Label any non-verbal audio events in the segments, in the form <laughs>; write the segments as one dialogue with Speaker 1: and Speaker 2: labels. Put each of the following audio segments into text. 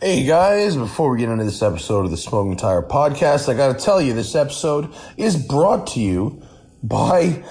Speaker 1: Hey guys, before we get into this episode of the Smoking Tire Podcast, I gotta tell you, this episode is brought to you by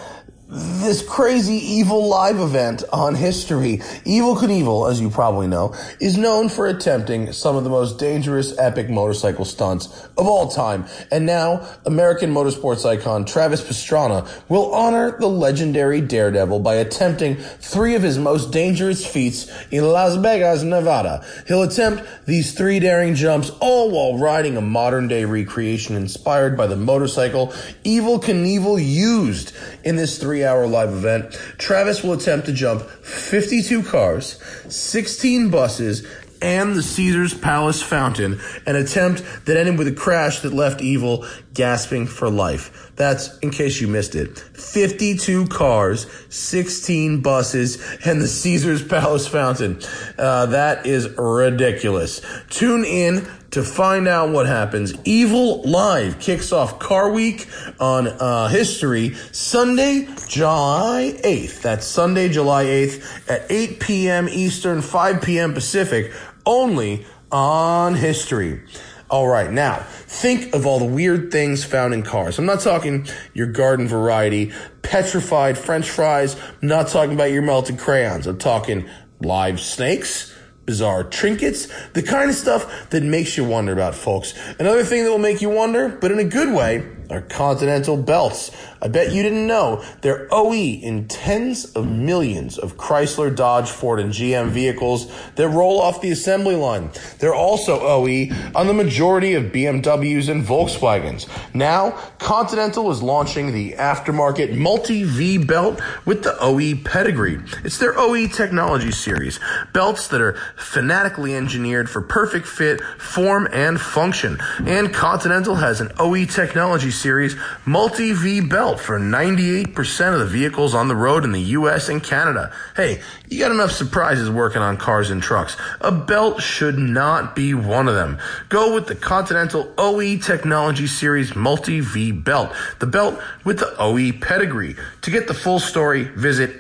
Speaker 1: this crazy evil live event on history. Evil Knievel, as you probably know, is known for attempting some of the most dangerous epic motorcycle stunts of all time. And now, American motorsports icon Travis Pastrana will honor the legendary daredevil by attempting three of his most dangerous feats in Las Vegas, Nevada. He'll attempt these three daring jumps all while riding a modern day recreation inspired by the motorcycle Evil Knievel used in this three hour live event. Travis will attempt to jump 52 cars, 16 buses, and the Caesar's Palace fountain, an attempt that ended with a crash that left Evil gasping for life. That's in case you missed it. 52 cars, 16 buses, and the Caesar's Palace fountain. Uh, that is ridiculous. Tune in to find out what happens. Evil Live kicks off Car Week on uh, History Sunday, July 8th. That's Sunday, July 8th at 8 p.m. Eastern, 5 p.m. Pacific, only on History. All right, now think of all the weird things found in cars. I'm not talking your garden variety, petrified french fries, I'm not talking about your melted crayons. I'm talking live snakes bizarre trinkets, the kind of stuff that makes you wonder about folks. Another thing that will make you wonder, but in a good way, are continental belts. I bet you didn't know they're OE in tens of millions of Chrysler, Dodge, Ford, and GM vehicles that roll off the assembly line. They're also OE on the majority of BMWs and Volkswagens. Now, Continental is launching the aftermarket multi V belt with the OE pedigree. It's their OE technology series, belts that are fanatically engineered for perfect fit, form, and function. And Continental has an OE technology series multi V belt for 98% of the vehicles on the road in the US and Canada. Hey, you got enough surprises working on cars and trucks. A belt should not be one of them. Go with the Continental OE Technology Series Multi V belt, the belt with the OE pedigree. To get the full story, visit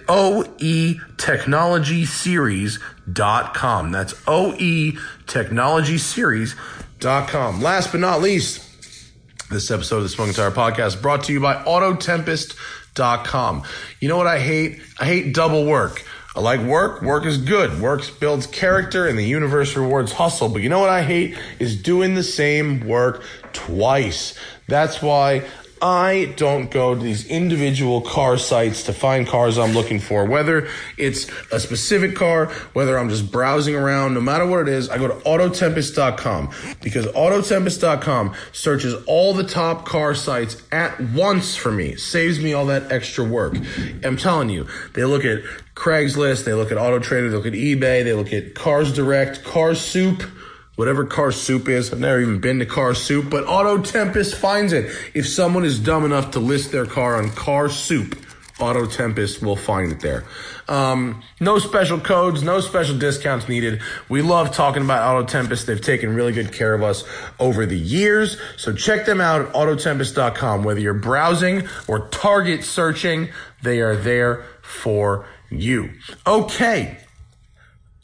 Speaker 1: E oetechnologyseries.com. That's E oetechnologyseries.com. Last but not least, this episode of the Smoking Tire Podcast brought to you by Autotempest.com. You know what I hate? I hate double work. I like work. Work is good. Work builds character and the universe rewards hustle. But you know what I hate is doing the same work twice. That's why I don't go to these individual car sites to find cars I'm looking for. Whether it's a specific car, whether I'm just browsing around, no matter what it is, I go to Autotempest.com because Autotempest.com searches all the top car sites at once for me. Saves me all that extra work. I'm telling you, they look at Craigslist, they look at Auto Trader, they look at eBay, they look at Cars Direct, Car Soup whatever car soup is. I've never even been to car soup, but Auto Tempest finds it. If someone is dumb enough to list their car on car soup, Auto Tempest will find it there. Um, no special codes, no special discounts needed. We love talking about Auto Tempest. They've taken really good care of us over the years. So check them out at autotempest.com. Whether you're browsing or target searching, they are there for you. Okay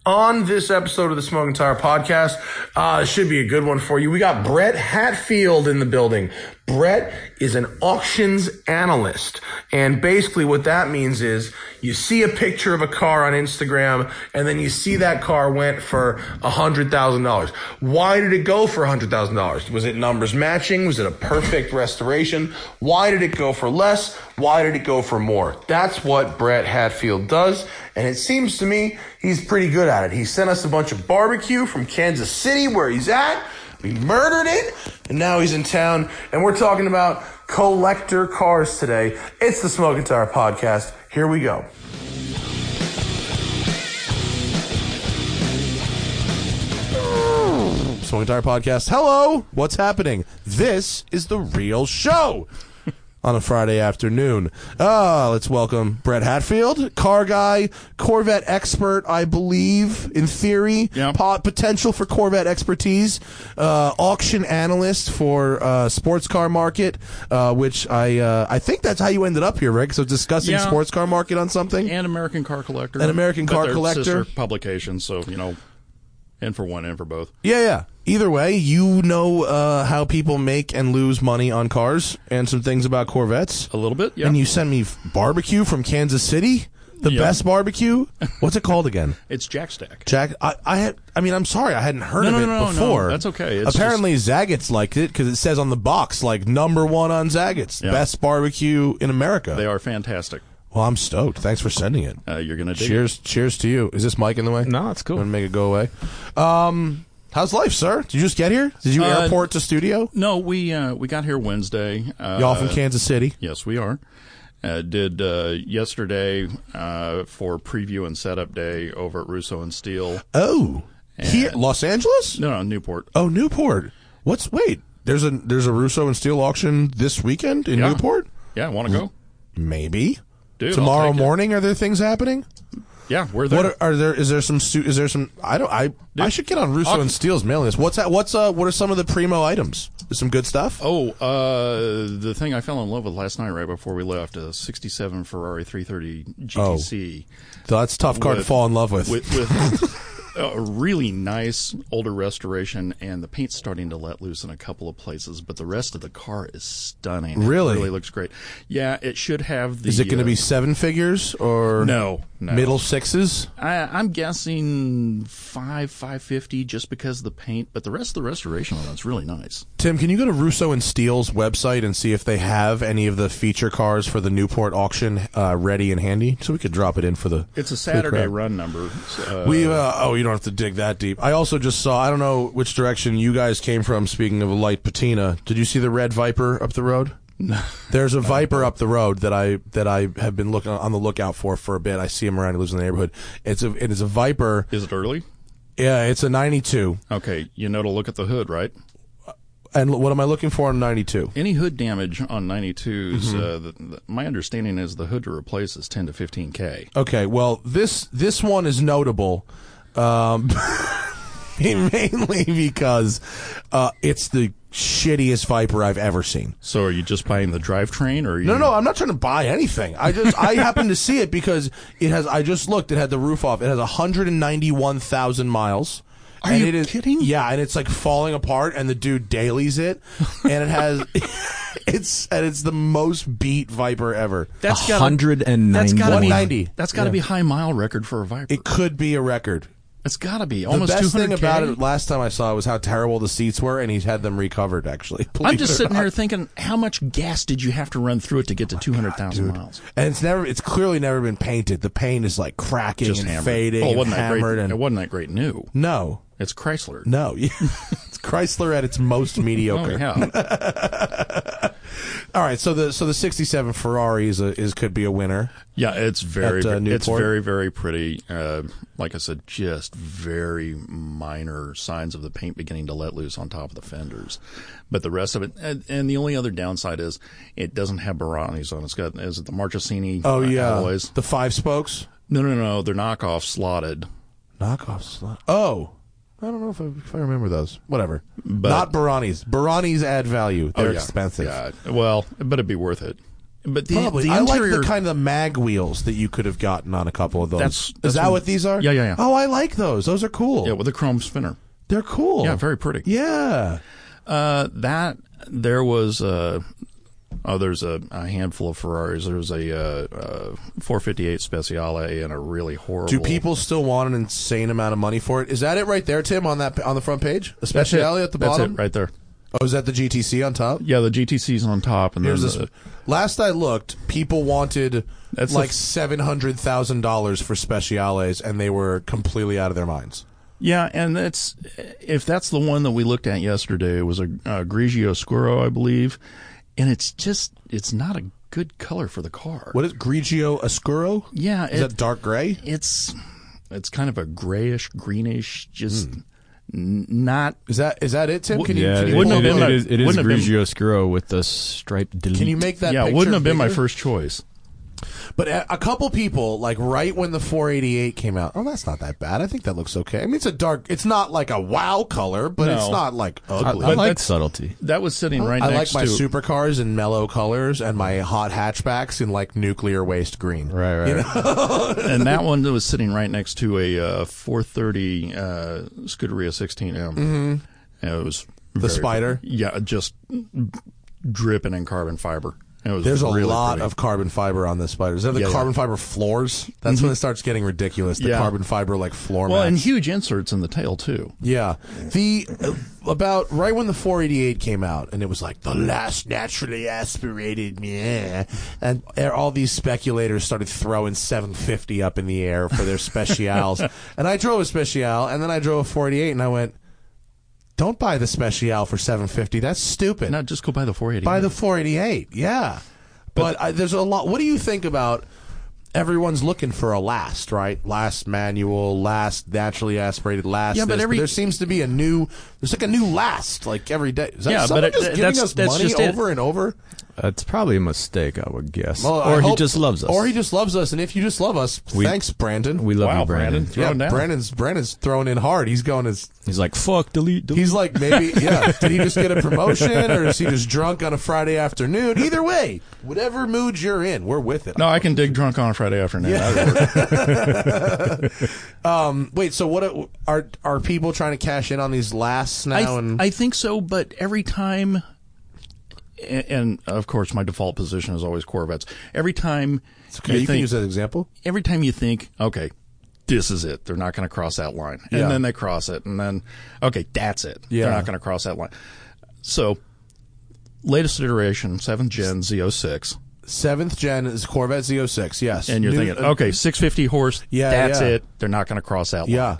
Speaker 1: on this episode of the Smoking Tire Podcast. Uh, it should be a good one for you. We got Brett Hatfield in the building. Brett is an auctions analyst. And basically what that means is you see a picture of a car on Instagram and then you see that car went for $100,000. Why did it go for $100,000? Was it numbers matching? Was it a perfect restoration? Why did it go for less? Why did it go for more? That's what Brett Hatfield does. And it seems to me he's pretty good at it. He sent us a bunch of barbecue from Kansas City where he's at. We murdered it, and now he's in town. And we're talking about collector cars today. It's the Smoking Tire Podcast. Here we go. Smoking Tire Podcast. Hello, what's happening? This is the real show <laughs> on a Friday afternoon. Uh, let's welcome Brett Hatfield, car guy, Corvette expert, I believe, in theory.
Speaker 2: Yeah.
Speaker 1: Po- potential for Corvette expertise, uh, auction analyst for uh, sports car market, uh, which I uh, I think that's how you ended up here, right? So discussing
Speaker 2: Yeah.
Speaker 1: sports car market on something.
Speaker 2: and American Car Collector,
Speaker 1: And American
Speaker 2: But
Speaker 1: Car
Speaker 2: they're
Speaker 1: Collector.
Speaker 2: sister publications. So you know, and for one and for both.
Speaker 1: Yeah, yeah. Either way, you know uh, how people make and lose money on cars and some things about Corvettes.
Speaker 2: A little bit, yeah.
Speaker 1: And you send me f- barbecue from Kansas City, the
Speaker 2: Yeah.
Speaker 1: best barbecue. What's it called again?
Speaker 2: it's Jack Stack.
Speaker 1: Jack, I, I, had, I mean, I'm sorry, I hadn't heard
Speaker 2: No,
Speaker 1: of
Speaker 2: no,
Speaker 1: it
Speaker 2: no, no,
Speaker 1: before.
Speaker 2: that's okay. It's
Speaker 1: Apparently, Zagat's liked it because it says on the box like number one on Zagat's,
Speaker 2: Yeah.
Speaker 1: best barbecue in America.
Speaker 2: They are fantastic.
Speaker 1: well, I'm stoked. Thanks for sending it.
Speaker 2: Uh, you're gonna dig. it.
Speaker 1: Cheers, cheers to you. Is this mic in the way?
Speaker 3: No, it's cool.
Speaker 1: Gonna make it go away. Um, how's life, sir? Did you just get here? Did you
Speaker 2: Uh,
Speaker 1: airport to studio?
Speaker 2: No, we uh, we got here Wednesday. Uh,
Speaker 1: Y'all from Kansas City?
Speaker 2: Yes, we are. Uh, did uh, yesterday uh, for preview and setup day over at Russo and Steel.
Speaker 1: Oh, here, Los Angeles?
Speaker 2: No, no, Newport.
Speaker 1: Oh, Newport. What's wait? There's a there's a Russo and Steel auction this weekend in
Speaker 2: Yeah.
Speaker 1: Newport.
Speaker 2: Yeah, want to go?
Speaker 1: Maybe
Speaker 2: Dude, I'll
Speaker 1: tomorrow
Speaker 2: take it.
Speaker 1: morning. Are there things happening?
Speaker 2: Yeah, we're there.
Speaker 1: What are, are there? Is there some? stu- Is there some? I don't. I I should get on Russo and Steel's mailing list. What's that? What's uh? What are some of the primo items? Some good stuff.
Speaker 2: Oh, uh, the thing I fell in love with last night, right before we left, a '67 Ferrari 330 GTC
Speaker 1: Oh. That's a tough card
Speaker 2: with-
Speaker 1: to fall in love with.
Speaker 2: with, with a really nice older restoration, and the paint's starting to let loose in a couple of places, but the rest of the car is stunning. It
Speaker 1: Really?
Speaker 2: really looks great. Yeah, it should have the.
Speaker 1: Is it going to
Speaker 2: uh,
Speaker 1: be seven figures or
Speaker 2: no, no.
Speaker 1: middle sixes?
Speaker 2: I, I'm guessing five, five fifty, just because of the paint. But the rest of the restoration on it's really nice.
Speaker 1: Tim, can you go to Russo and Steel's website and see if they have any of the feature cars for the Newport auction uh, ready and handy, so we could drop it in for the.
Speaker 2: It's a Saturday run number. Uh,
Speaker 1: We uh, oh, you don't have to dig that deep. I also just saw. I don't know which direction you guys came from. Speaking of a light patina, did you see the red Viper up the road? No. There's
Speaker 2: <laughs>
Speaker 1: a Viper up the road that I that I have been looking on the lookout for for a bit. I see him around. He lives in the neighborhood. It's a it is a Viper.
Speaker 2: is it early?
Speaker 1: Yeah, it's a 92.
Speaker 2: Okay, you know to look at the hood, right?
Speaker 1: And l- what am I looking for on 92?
Speaker 2: Any hood damage on 92s, uh, the, the, my understanding is the hood to replace is 10 to 15K.
Speaker 1: Okay, well this this one is notable, um, <laughs> mainly because uh, it's the shittiest Viper I've ever seen.
Speaker 2: So are you just buying the drivetrain or are you,
Speaker 1: No, no, I'm not trying to buy anything. I just <laughs> I happened to see it because it has. I just looked. It had the roof off. It has 191,000 miles. Are
Speaker 2: you kidding?
Speaker 1: Yeah, and it's like falling apart, and the dude dailies it, and it has. <laughs> it's and it's the most beat Viper ever.
Speaker 2: That's got
Speaker 3: hundred and
Speaker 2: that's
Speaker 3: ninety.
Speaker 2: gotta be
Speaker 1: 190.
Speaker 2: that's got to be high mile record for a Viper.
Speaker 1: It could be a record.
Speaker 2: it's got to
Speaker 1: The
Speaker 2: be almost
Speaker 1: best
Speaker 2: 200
Speaker 1: thing about it last time I saw it was how terrible the seats were, and he's had them recovered. Actually, <laughs>
Speaker 2: I'm
Speaker 1: believe
Speaker 2: just
Speaker 1: it or
Speaker 2: sitting
Speaker 1: not.
Speaker 2: <laughs> there thinking, how much gas did you have to run through it to get to 200,000 miles?
Speaker 1: and it's never. It's clearly never been painted. The paint is like cracking
Speaker 2: Just
Speaker 1: and
Speaker 2: hammered.
Speaker 1: fading
Speaker 2: Well, it
Speaker 1: and
Speaker 2: wasn't that
Speaker 1: hammered.
Speaker 2: great.
Speaker 1: And
Speaker 2: it wasn't that great new.
Speaker 1: no,
Speaker 2: It's Chrysler.
Speaker 1: no, <laughs> it's Chrysler at its most
Speaker 2: <laughs> Oh,
Speaker 1: mediocre.
Speaker 2: yeah.
Speaker 1: All right, so the so the '67 Ferrari is a, is could be a winner.
Speaker 2: yeah, it's very,
Speaker 1: At, uh,
Speaker 2: it's
Speaker 1: Newport?
Speaker 2: very, very pretty. Uh, like I said, just very minor signs of the paint beginning to let loose on top of the fenders, but the rest of it. And, and the only other downside is it doesn't have Barani's on. it. It's got is it the Marchesini?
Speaker 1: Oh
Speaker 2: uh,
Speaker 1: yeah,
Speaker 2: alloys?
Speaker 1: the five spokes
Speaker 2: No, no, no. They're knockoff slotted.
Speaker 1: knockoff slot. Oh, I don't know if I, if I remember those. Whatever, not Barani's. Barani's add value. They're
Speaker 2: Oh, Yeah.
Speaker 1: expensive.
Speaker 2: Yeah. Well, but it'd be worth it. But the,
Speaker 1: Probably.
Speaker 2: the
Speaker 1: I like
Speaker 2: interior,
Speaker 1: the kind of mag wheels that you could have gotten on a couple of those.
Speaker 2: That's-
Speaker 1: is
Speaker 2: that's
Speaker 1: that
Speaker 2: what-
Speaker 1: what these are?
Speaker 2: Yeah, yeah, yeah.
Speaker 1: Oh, I like those. Those are cool.
Speaker 2: yeah, with a chrome spinner.
Speaker 1: They're cool.
Speaker 2: Yeah, very pretty.
Speaker 1: Yeah.
Speaker 2: Uh, that there was uh, oh, there's a, a handful of Ferraris. There was a uh, uh, 458 Speciale and a really horrible.
Speaker 1: Do people still want an insane amount of money for it? Is that it right there, Tim, on that on the front page? Especially Alley at the
Speaker 2: That's
Speaker 1: bottom.
Speaker 2: it right there.
Speaker 1: Oh, is that the GTC on top?
Speaker 2: Yeah, the GTC's on top, and
Speaker 1: Here's
Speaker 2: there's
Speaker 1: this.
Speaker 2: the,
Speaker 1: Last I looked, people wanted
Speaker 2: That's
Speaker 1: like
Speaker 2: the-
Speaker 1: seven hundred thousand dollars for speciales, and they were completely out of their minds.
Speaker 2: yeah, and that's if that's the one that we looked at yesterday it was a, a Grigio Scuro, I believe, and it's just it's not a good color for the car.
Speaker 1: What is Grigio Oscuro?
Speaker 2: Yeah,
Speaker 1: is
Speaker 2: it-
Speaker 1: that dark gray?
Speaker 2: it's it's kind of a grayish, greenish, just
Speaker 1: Hmm.
Speaker 2: n- not.
Speaker 1: Is that is that it, Tim? Can you,
Speaker 3: Yeah,
Speaker 1: can you
Speaker 2: wouldn't
Speaker 1: pull
Speaker 2: have
Speaker 1: it
Speaker 2: been
Speaker 1: up?
Speaker 2: like-
Speaker 3: it is, it is
Speaker 2: wouldn't have been-
Speaker 3: Grigio Scuro with the striped delete.
Speaker 1: Can you make that?
Speaker 2: yeah, it
Speaker 1: picture
Speaker 2: wouldn't have been my
Speaker 1: bigger?
Speaker 2: first choice.
Speaker 1: But a, a couple people, like right when the 488 came out, oh, that's not that bad. I think that looks okay. I mean, it's a dark. It's not like a wow color, but it's
Speaker 2: No.
Speaker 1: not like
Speaker 3: I, I
Speaker 1: ugly.
Speaker 2: But
Speaker 3: like
Speaker 2: that's-
Speaker 3: subtlety.
Speaker 2: That was sitting right
Speaker 1: I like
Speaker 2: next
Speaker 1: my
Speaker 2: to
Speaker 1: supercars in mellow colors and my hot hatchbacks in like nuclear waste green.
Speaker 3: Right,
Speaker 2: <laughs>
Speaker 3: right.
Speaker 2: and that one that was sitting right next to a uh, 430 uh, Scuderia 16M. Mm-hmm. And it was
Speaker 1: The spider?
Speaker 2: Yeah, just dripping in carbon fiber. It was
Speaker 1: There's a
Speaker 2: really
Speaker 1: lot
Speaker 2: pretty.
Speaker 1: of carbon fiber on this spider. Is that the
Speaker 2: Yeah, yeah.
Speaker 1: carbon fiber floors? That's when it starts getting ridiculous. The
Speaker 2: Yeah.
Speaker 1: carbon fiber like floor
Speaker 2: well,
Speaker 1: mats.
Speaker 2: and huge inserts in the tail too.
Speaker 1: Yeah. The uh, about right when the 488 came out and it was like the last naturally aspirated yeah and all these speculators started throwing 750 up in the air for their specials. and I drove a special and then I drove a 488 and I went don't buy the special for 750. That's stupid.
Speaker 2: Not just go by the 480.
Speaker 1: By the 488, yeah. But, I, there's a lot. What do you think about? Everyone's looking for a last, right? Last manual, last naturally aspirated, last.
Speaker 2: Yeah, but
Speaker 1: this.
Speaker 2: every-
Speaker 1: there seems to be a new. There's like a new last, like every day. Is that
Speaker 2: Yeah, but
Speaker 1: someone
Speaker 2: it-
Speaker 1: just
Speaker 2: th-
Speaker 1: giving
Speaker 2: that's-
Speaker 1: us
Speaker 2: that's
Speaker 1: money
Speaker 2: just it.
Speaker 1: over and over?
Speaker 3: That's probably a mistake, I would guess.
Speaker 1: Well, I
Speaker 3: or he
Speaker 1: hope-
Speaker 3: just loves us.
Speaker 1: Or he just loves us. And if you just love us, thanks, Brandon.
Speaker 3: we love
Speaker 2: wow,
Speaker 3: you, Brandon.
Speaker 2: Brandon. Throw
Speaker 1: yeah,
Speaker 2: it down.
Speaker 1: Brandon's Brandon's throwing in hard. He's going as
Speaker 3: He's like, fuck, delete, delete.
Speaker 1: he's like maybe <laughs> yeah. Did he just get a promotion or is he just drunk on a Friday afternoon? Either way, whatever mood you're in, we're with it.
Speaker 2: No, I can dig drunk on a Friday afternoon. That'd work.
Speaker 1: Wait, so what are are people trying to cash in on these lasts now?
Speaker 2: I,
Speaker 1: and
Speaker 2: I think so, but every time, and, and of course, my default position is always Corvettes. Every time
Speaker 1: Okay,
Speaker 2: you,
Speaker 1: you, can
Speaker 2: think-
Speaker 1: use that example.
Speaker 2: every time you think, okay, this is it. They're not going to cross that line. And
Speaker 1: Yeah.
Speaker 2: then they cross it. And then, okay, that's it.
Speaker 1: Yeah.
Speaker 2: They're not going to cross that line. So, latest iteration, 7th gen Z06.
Speaker 1: Seventh gen is Corvette Z06. Yes,
Speaker 2: And you're
Speaker 1: New-
Speaker 2: thinking,
Speaker 1: uh,
Speaker 2: okay, 650 horse.
Speaker 1: Yeah,
Speaker 2: That's
Speaker 1: yeah.
Speaker 2: it. They're not going to cross that line.
Speaker 1: Yeah.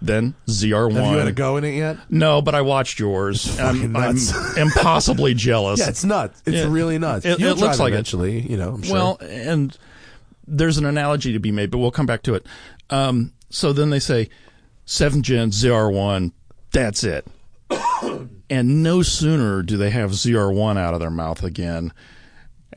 Speaker 2: Then ZR1.
Speaker 1: have you had a go in it yet?
Speaker 2: No, but I watched yours. I'm,
Speaker 1: fucking
Speaker 2: I'm
Speaker 1: nuts.
Speaker 2: impossibly
Speaker 1: <laughs>
Speaker 2: jealous.
Speaker 1: Yeah, it's nuts. It's
Speaker 2: Yeah.
Speaker 1: really nuts.
Speaker 2: It-
Speaker 1: You'll
Speaker 2: it looks
Speaker 1: drive
Speaker 2: like it.
Speaker 1: eventually. You know, I'm sure.
Speaker 2: Well, and there's an analogy to be made, but we'll come back to it. Um, so then they say, seventh gen ZR1, that's it. <coughs> and no sooner do they have ZR1 out of their mouth again,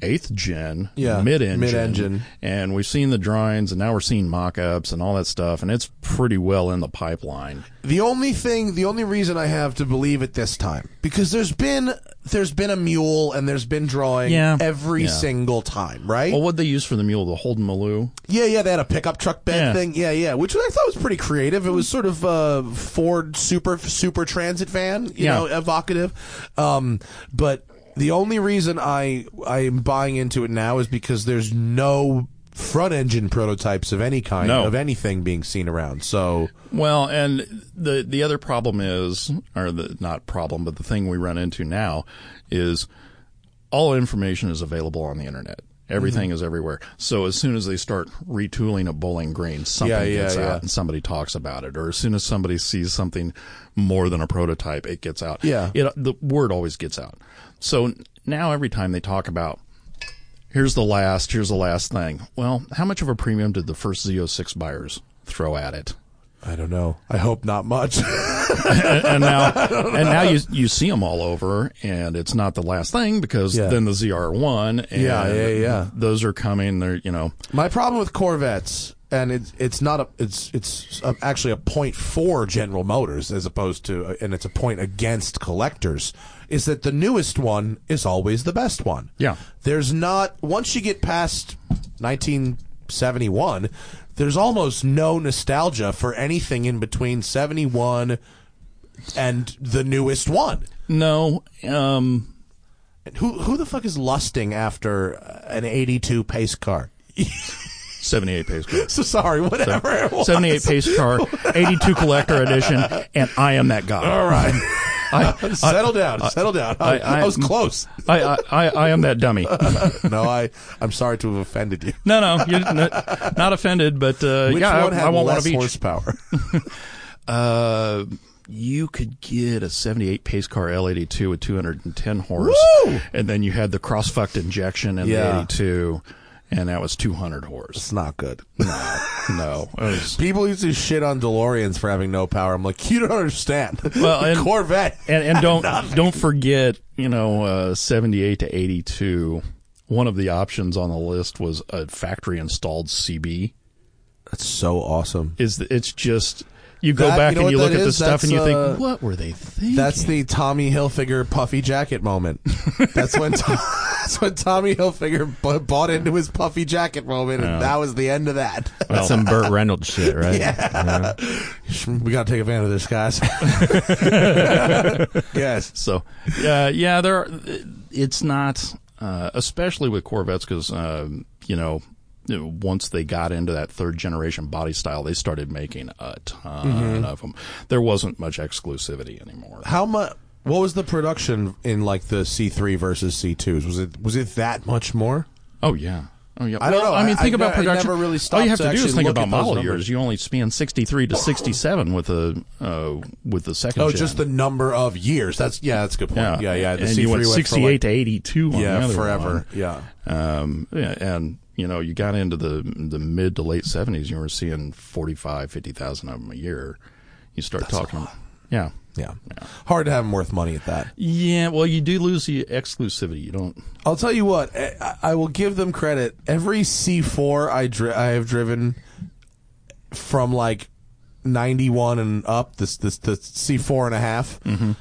Speaker 2: eighth gen,
Speaker 1: Yeah,
Speaker 2: mid engine.
Speaker 1: mid-engine.
Speaker 2: And we've seen the drawings, and now we're seeing mock ups and all that stuff, and it's pretty well in the pipeline.
Speaker 1: the only thing, the only reason I have to believe it this time because there's been there's been a mule and there's been drawing
Speaker 2: Yeah.
Speaker 1: every
Speaker 2: Yeah.
Speaker 1: single time, right?
Speaker 2: Well, what'd they use for the mule? The Holden Maloo?
Speaker 1: Yeah, yeah, they had a pickup truck bed
Speaker 2: Yeah.
Speaker 1: thing. Yeah, yeah, which I thought was pretty creative. It was sort of a Ford Super Super Transit van, you
Speaker 2: Yeah.
Speaker 1: know, evocative. Um, but the only reason I I am buying into it now is because there's no front engine prototypes of any kind
Speaker 2: No.
Speaker 1: of anything being seen around. So
Speaker 2: Well, and the the other problem is, or the not problem, but the thing we run into now is all information is available on the internet. Everything
Speaker 1: Mm-hmm.
Speaker 2: is everywhere. So as soon as they start retooling a Bowling Green, something
Speaker 1: Yeah, yeah,
Speaker 2: gets
Speaker 1: yeah.
Speaker 2: out and somebody talks about it. Or as soon as somebody sees something more than a prototype, it gets out.
Speaker 1: Yeah.
Speaker 2: it, the word always gets out. So now every time they talk about here's the last, here's the last thing. Well, how much of a premium did the first Z06 buyers throw at it?
Speaker 1: I don't know. I hope not much. <laughs>
Speaker 2: and now and now you you see them all over, and it's not the last thing because
Speaker 1: Yeah.
Speaker 2: then the ZR one, and
Speaker 1: Yeah, yeah, yeah.
Speaker 2: those are coming. They're you know
Speaker 1: My problem with Corvettes, and it's it's not a it's it's a, actually a point for General Motors as opposed to uh, and it's a point against collectors, is that the newest one is always the best one.
Speaker 2: Yeah.
Speaker 1: there's not once you get past 1971, there's almost no nostalgia for anything in between 71 and the newest one.
Speaker 2: no, um,
Speaker 1: Who who the fuck is lusting after uh, an 82 pace car? <laughs>
Speaker 2: seventy eight pace car,
Speaker 1: So sorry, whatever. it was.
Speaker 2: seventy eight pace car, eighty two collector edition, and I am that guy.
Speaker 1: All <laughs> right.
Speaker 2: I,
Speaker 1: settle down. settle down. I, I was close.
Speaker 2: I, I, I, I am that dummy.
Speaker 1: <laughs> no, I. I'm sorry to have offended <laughs> you.
Speaker 2: No, no, you're not, not offended, but uh,
Speaker 1: Which
Speaker 2: yeah,
Speaker 1: one
Speaker 2: I,
Speaker 1: had
Speaker 2: I want one
Speaker 1: less
Speaker 2: of
Speaker 1: <laughs>
Speaker 2: each.
Speaker 1: horsepower?
Speaker 2: Uh, you could get a 78 pace car L82 with 210 horse.
Speaker 1: Woo!
Speaker 2: And then you had the cross fucked injection in
Speaker 1: Yeah.
Speaker 2: the 82, and that was 200 horse. <laughs>
Speaker 1: it's not good.
Speaker 2: No. it was-
Speaker 1: People used to shit on DeLoreans for having no power. I'm like, you don't understand. <laughs>
Speaker 2: Well, and-
Speaker 1: Corvette.
Speaker 2: <laughs> and, and don't don't forget, you know, uh, 78 to 82 one of the options on the list was a factory installed CB.
Speaker 1: That's so awesome.
Speaker 2: Is th- it's just you go
Speaker 1: That-
Speaker 2: back
Speaker 1: you know
Speaker 2: and
Speaker 1: what
Speaker 2: you look
Speaker 1: that is?
Speaker 2: at this stuff and you
Speaker 1: That's, uh,
Speaker 2: think, what were they thinking?
Speaker 1: That's the Tommy Hilfiger puffy jacket moment. That's <laughs> when Tom, that's when Tommy Hilfiger bu- bought into his puffy jacket moment, and that was the end of that.
Speaker 3: That's some Burt Reynolds shit, right?
Speaker 1: <laughs> we got to take advantage of this, guys. <laughs> yes.
Speaker 2: So, uh, yeah, there. Are, it's not, uh, especially with Corvettes, because um, you know, once they got into that third generation body style, they started making a ton
Speaker 1: Mm-hmm.
Speaker 2: of them. There wasn't much exclusivity anymore.
Speaker 1: How much? What was the production in like the C3 versus C2s? Was it was it that much more?
Speaker 2: Oh yeah. Oh, yeah.
Speaker 1: I don't
Speaker 2: Well,
Speaker 1: know.
Speaker 2: I mean,
Speaker 1: I-
Speaker 2: think
Speaker 1: I-
Speaker 2: about
Speaker 1: I
Speaker 2: production.
Speaker 1: never really
Speaker 2: All you have
Speaker 1: stopped to
Speaker 2: to, do is
Speaker 1: actually
Speaker 2: think
Speaker 1: look
Speaker 2: about
Speaker 1: at those
Speaker 2: model
Speaker 1: numbers.
Speaker 2: years. You only span sixty-three to sixty-seven with the uh, with the second.
Speaker 1: Oh,
Speaker 2: gen.
Speaker 1: just the number of years. That's yeah, that's a good point. Yeah, yeah. The
Speaker 2: and
Speaker 1: C3
Speaker 2: you went
Speaker 1: from, like,
Speaker 2: sixty-eight to eighty-two on the
Speaker 1: yeah,
Speaker 2: other
Speaker 1: forever.
Speaker 2: one.
Speaker 1: Yeah.
Speaker 2: Um, yeah, and you know, you got into the the mid to late seventies, you were seeing 45, 50,000 of them a year. You start talking, yeah,
Speaker 1: yeah, Hard to have them worth money at that.
Speaker 2: yeah. Well, you do lose the exclusivity. You don't.
Speaker 1: I'll tell you what. I, I will give them credit. Every C4 I dri- I have driven from like 91 and up, this this the C4 and a half
Speaker 2: Mm-hmm.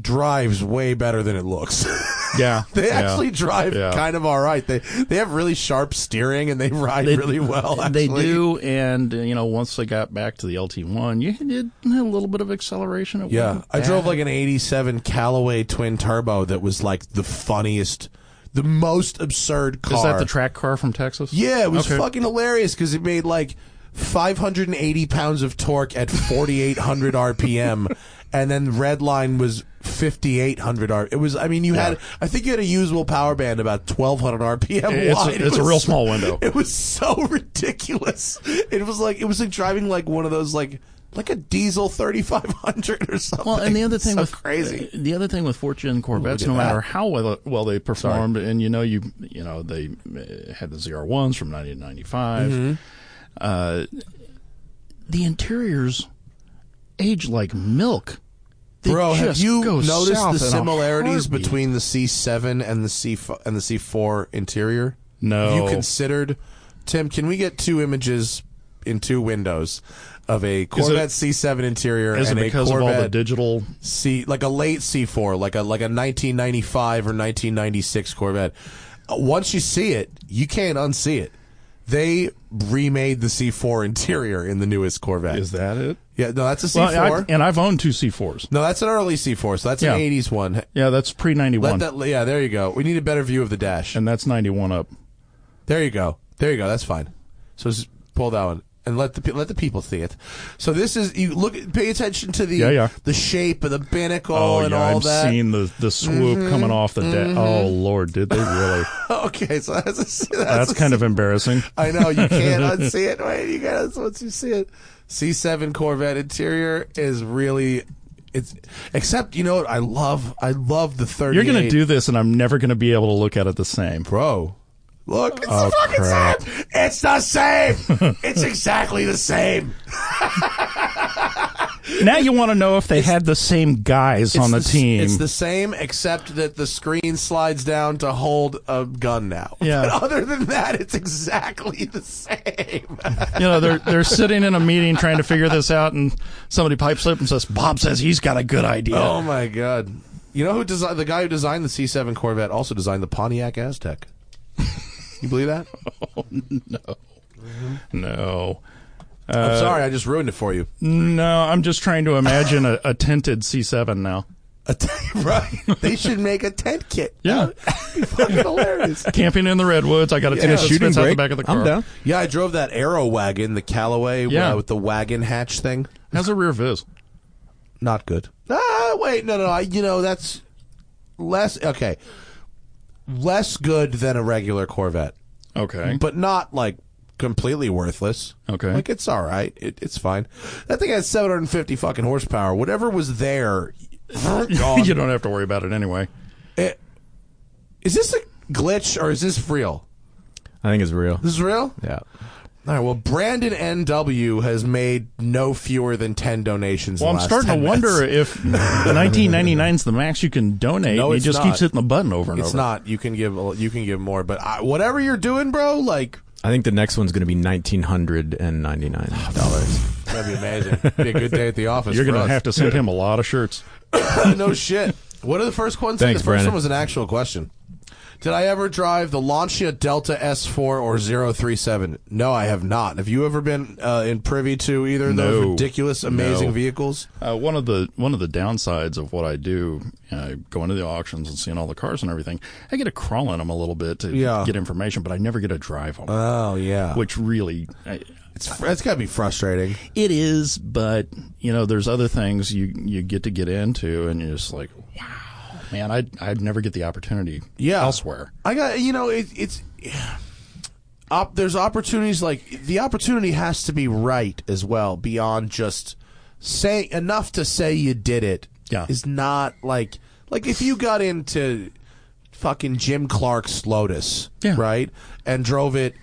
Speaker 1: drives way better than it looks. <laughs>
Speaker 2: Yeah,
Speaker 1: <laughs> they actually drive
Speaker 2: Yeah.
Speaker 1: kind of all right. They they have really sharp steering and they ride really well.
Speaker 2: <laughs> They
Speaker 1: actually.
Speaker 2: do, and uh, you know, once they got back to the LT one, you did have a little bit of acceleration. It
Speaker 1: Yeah,
Speaker 2: wasn't
Speaker 1: I
Speaker 2: bad.
Speaker 1: drove like an '87 Callaway twin turbo that was like the funniest, the most absurd car.
Speaker 2: Is that the track car from Texas?
Speaker 1: Yeah, it was
Speaker 2: Okay.
Speaker 1: fucking hilarious because it made like 580 pounds of torque at 4,800
Speaker 2: <laughs>
Speaker 1: RPM, and then red line was 5,800 R. It was, I mean, you had, I think you had a usable power band about 1,200 RPM
Speaker 2: It's,
Speaker 1: wide. It
Speaker 2: a, it's a
Speaker 1: was-
Speaker 2: real small window.
Speaker 1: <laughs> It was so ridiculous. It was like it was like driving like one of those like like a diesel 3500 or something.
Speaker 2: Well, and the other thing
Speaker 1: so
Speaker 2: with
Speaker 1: crazy.
Speaker 2: the other thing with Ford Gen Corvettes,
Speaker 1: at
Speaker 2: no matter
Speaker 1: that.
Speaker 2: how well, well they performed, and you know you you know they uh, had the ZR ones from 1995.
Speaker 1: Mm-hmm.
Speaker 2: Uh, the interiors age like milk. They
Speaker 1: Bro, have
Speaker 2: just
Speaker 1: you
Speaker 2: go
Speaker 1: noticed
Speaker 2: south
Speaker 1: the
Speaker 2: in a
Speaker 1: similarities
Speaker 2: heartbeat.
Speaker 1: between the C7 and the C and the C4 interior?
Speaker 2: No.
Speaker 1: Have you considered Tim, can we get two images in two windows of a Corvette C7 interior
Speaker 2: Is it
Speaker 1: and a
Speaker 2: because of all the
Speaker 1: Corvette
Speaker 2: digital?
Speaker 1: C like a late C4, like a like a 1995 or 1996 Corvette? Uh, Once you see it, you can't unsee it. They remade the C4 interior in the newest Corvette.
Speaker 2: Is that it?
Speaker 1: yeah, no, that's a C4.
Speaker 2: Well, I, and I've owned two C4s.
Speaker 1: no, that's an early C4, so that's an
Speaker 2: Yeah.
Speaker 1: 80s one.
Speaker 2: Yeah, that's pre ninety
Speaker 1: Let
Speaker 2: one,
Speaker 1: that, yeah, there you go. We need a better view of the dash.
Speaker 2: and that's ninety one up.
Speaker 1: There you go. There you go. That's fine. So just pull that one and let the pe- let the people see it. So this is you look pay attention to the
Speaker 2: Yeah, yeah.
Speaker 1: the shape of the binnacle
Speaker 2: Oh
Speaker 1: and
Speaker 2: yeah,
Speaker 1: all
Speaker 2: I'm
Speaker 1: that. Mm-hmm.
Speaker 2: seeing the the swoop coming off the deck. Oh lord, did they really?
Speaker 1: <laughs> Okay, so that's a, that's,
Speaker 2: Oh, That's kind of embarrassing.
Speaker 1: I know you can't
Speaker 2: <laughs>
Speaker 1: unsee it. Right? You gotta once you see it. C7 Corvette interior is really it's except you know what I love I love the 38.
Speaker 2: You're going to do this, and I'm never going to be able to look at it the same.
Speaker 1: Bro. Look, it's the fucking
Speaker 2: Oh, crap.
Speaker 1: same. It's the same.
Speaker 2: <laughs>
Speaker 1: it's exactly the same.
Speaker 2: Now you want to know if they had the same guys on the,
Speaker 1: It's s-
Speaker 2: team.
Speaker 1: It's the same, except that the screen slides down to hold a gun now.
Speaker 2: Yeah.
Speaker 1: <laughs> But other than that, it's exactly the same. <laughs>
Speaker 2: <laughs> you know, they're they're sitting in a meeting trying to figure this out, and somebody pipes up and says, "Bob says he's got a good idea."
Speaker 1: oh my god! You know who designed the guy who designed the C7 Corvette also designed the Pontiac Aztec. You believe that?
Speaker 2: No, Uh,
Speaker 1: I'm sorry, I just ruined it for you.
Speaker 2: no, I'm just trying to imagine a, a tinted C7 now.
Speaker 1: <laughs> right? They should make a tent kit.
Speaker 2: Yeah,
Speaker 1: Fucking hilarious.
Speaker 2: camping in the redwoods. I got a
Speaker 3: In
Speaker 2: tinted
Speaker 3: a shooting
Speaker 2: Spitz out the
Speaker 3: break.
Speaker 2: back of the car.
Speaker 3: I'm down.
Speaker 1: Yeah, I drove that Aero wagon, the Callaway,
Speaker 2: Yeah.
Speaker 1: uh, with the wagon hatch thing.
Speaker 2: How's a rear vis?
Speaker 1: not good. Ah, wait, no, no, I, you know that's less okay, less good than a regular Corvette,
Speaker 2: Okay,
Speaker 1: but not like completely worthless.
Speaker 2: Okay.
Speaker 1: like it's all right, it, it's fine. That thing had 750 fucking horsepower. Whatever was
Speaker 2: <laughs>
Speaker 1: there, <laughs> gone.
Speaker 2: you don't have to worry about it anyway.
Speaker 1: It- Is this a glitch or is this real?
Speaker 3: I think it's real.
Speaker 1: This is real.
Speaker 3: Yeah.
Speaker 1: All right. Well, Brandon N.W. has made no fewer than ten donations.
Speaker 2: Well,
Speaker 1: in
Speaker 2: I'm
Speaker 1: the last
Speaker 2: starting to
Speaker 1: 10 minutes.
Speaker 2: wonder
Speaker 1: <laughs>
Speaker 2: if 1999 is the max you can donate.
Speaker 1: No,
Speaker 2: and
Speaker 1: it's
Speaker 2: he just
Speaker 1: not.
Speaker 2: keeps hitting the button over and
Speaker 1: It's
Speaker 2: over.
Speaker 1: not. You can give. You can give more. But I, whatever you're doing, bro, like
Speaker 3: I think the next one's going to be nineteen hundred and ninety nine
Speaker 1: <sighs>
Speaker 3: dollars.
Speaker 1: that'd be amazing. be a good day
Speaker 2: <laughs>
Speaker 1: at the office.
Speaker 2: You're
Speaker 1: for
Speaker 2: going to
Speaker 1: us.
Speaker 2: have to send him a lot of shirts.
Speaker 1: <laughs> no shit. What are the first ones?
Speaker 3: Thanks,
Speaker 1: the first
Speaker 3: Brandon.
Speaker 1: one was an actual question. Did I ever drive the Lancia Delta S4 or 037? No, I have not. Have you ever been uh, in privy to either of those
Speaker 2: No.
Speaker 1: ridiculous, amazing
Speaker 2: No.
Speaker 1: vehicles?
Speaker 2: Uh, one of the one of the downsides of what I do, uh, going to the auctions and seeing all the cars and everything, I get to crawl in them a little bit to
Speaker 1: Yeah.
Speaker 2: get information, but I never get to drive them,
Speaker 1: Oh yeah,
Speaker 2: which really I,
Speaker 1: it's fr- it's got to be frustrating.
Speaker 2: it is. But you know, there's other things you you get to get into, and you're just like, wow, man, I I'd never get the opportunity
Speaker 1: Yeah,
Speaker 2: elsewhere.
Speaker 1: I got you know it, it's. Op, there's opportunities like the opportunity has to be right as well beyond just saying enough to say you did it
Speaker 2: Yeah.
Speaker 1: is not like like if you got into fucking Jim Clark's Lotus
Speaker 2: Yeah.
Speaker 1: right and drove it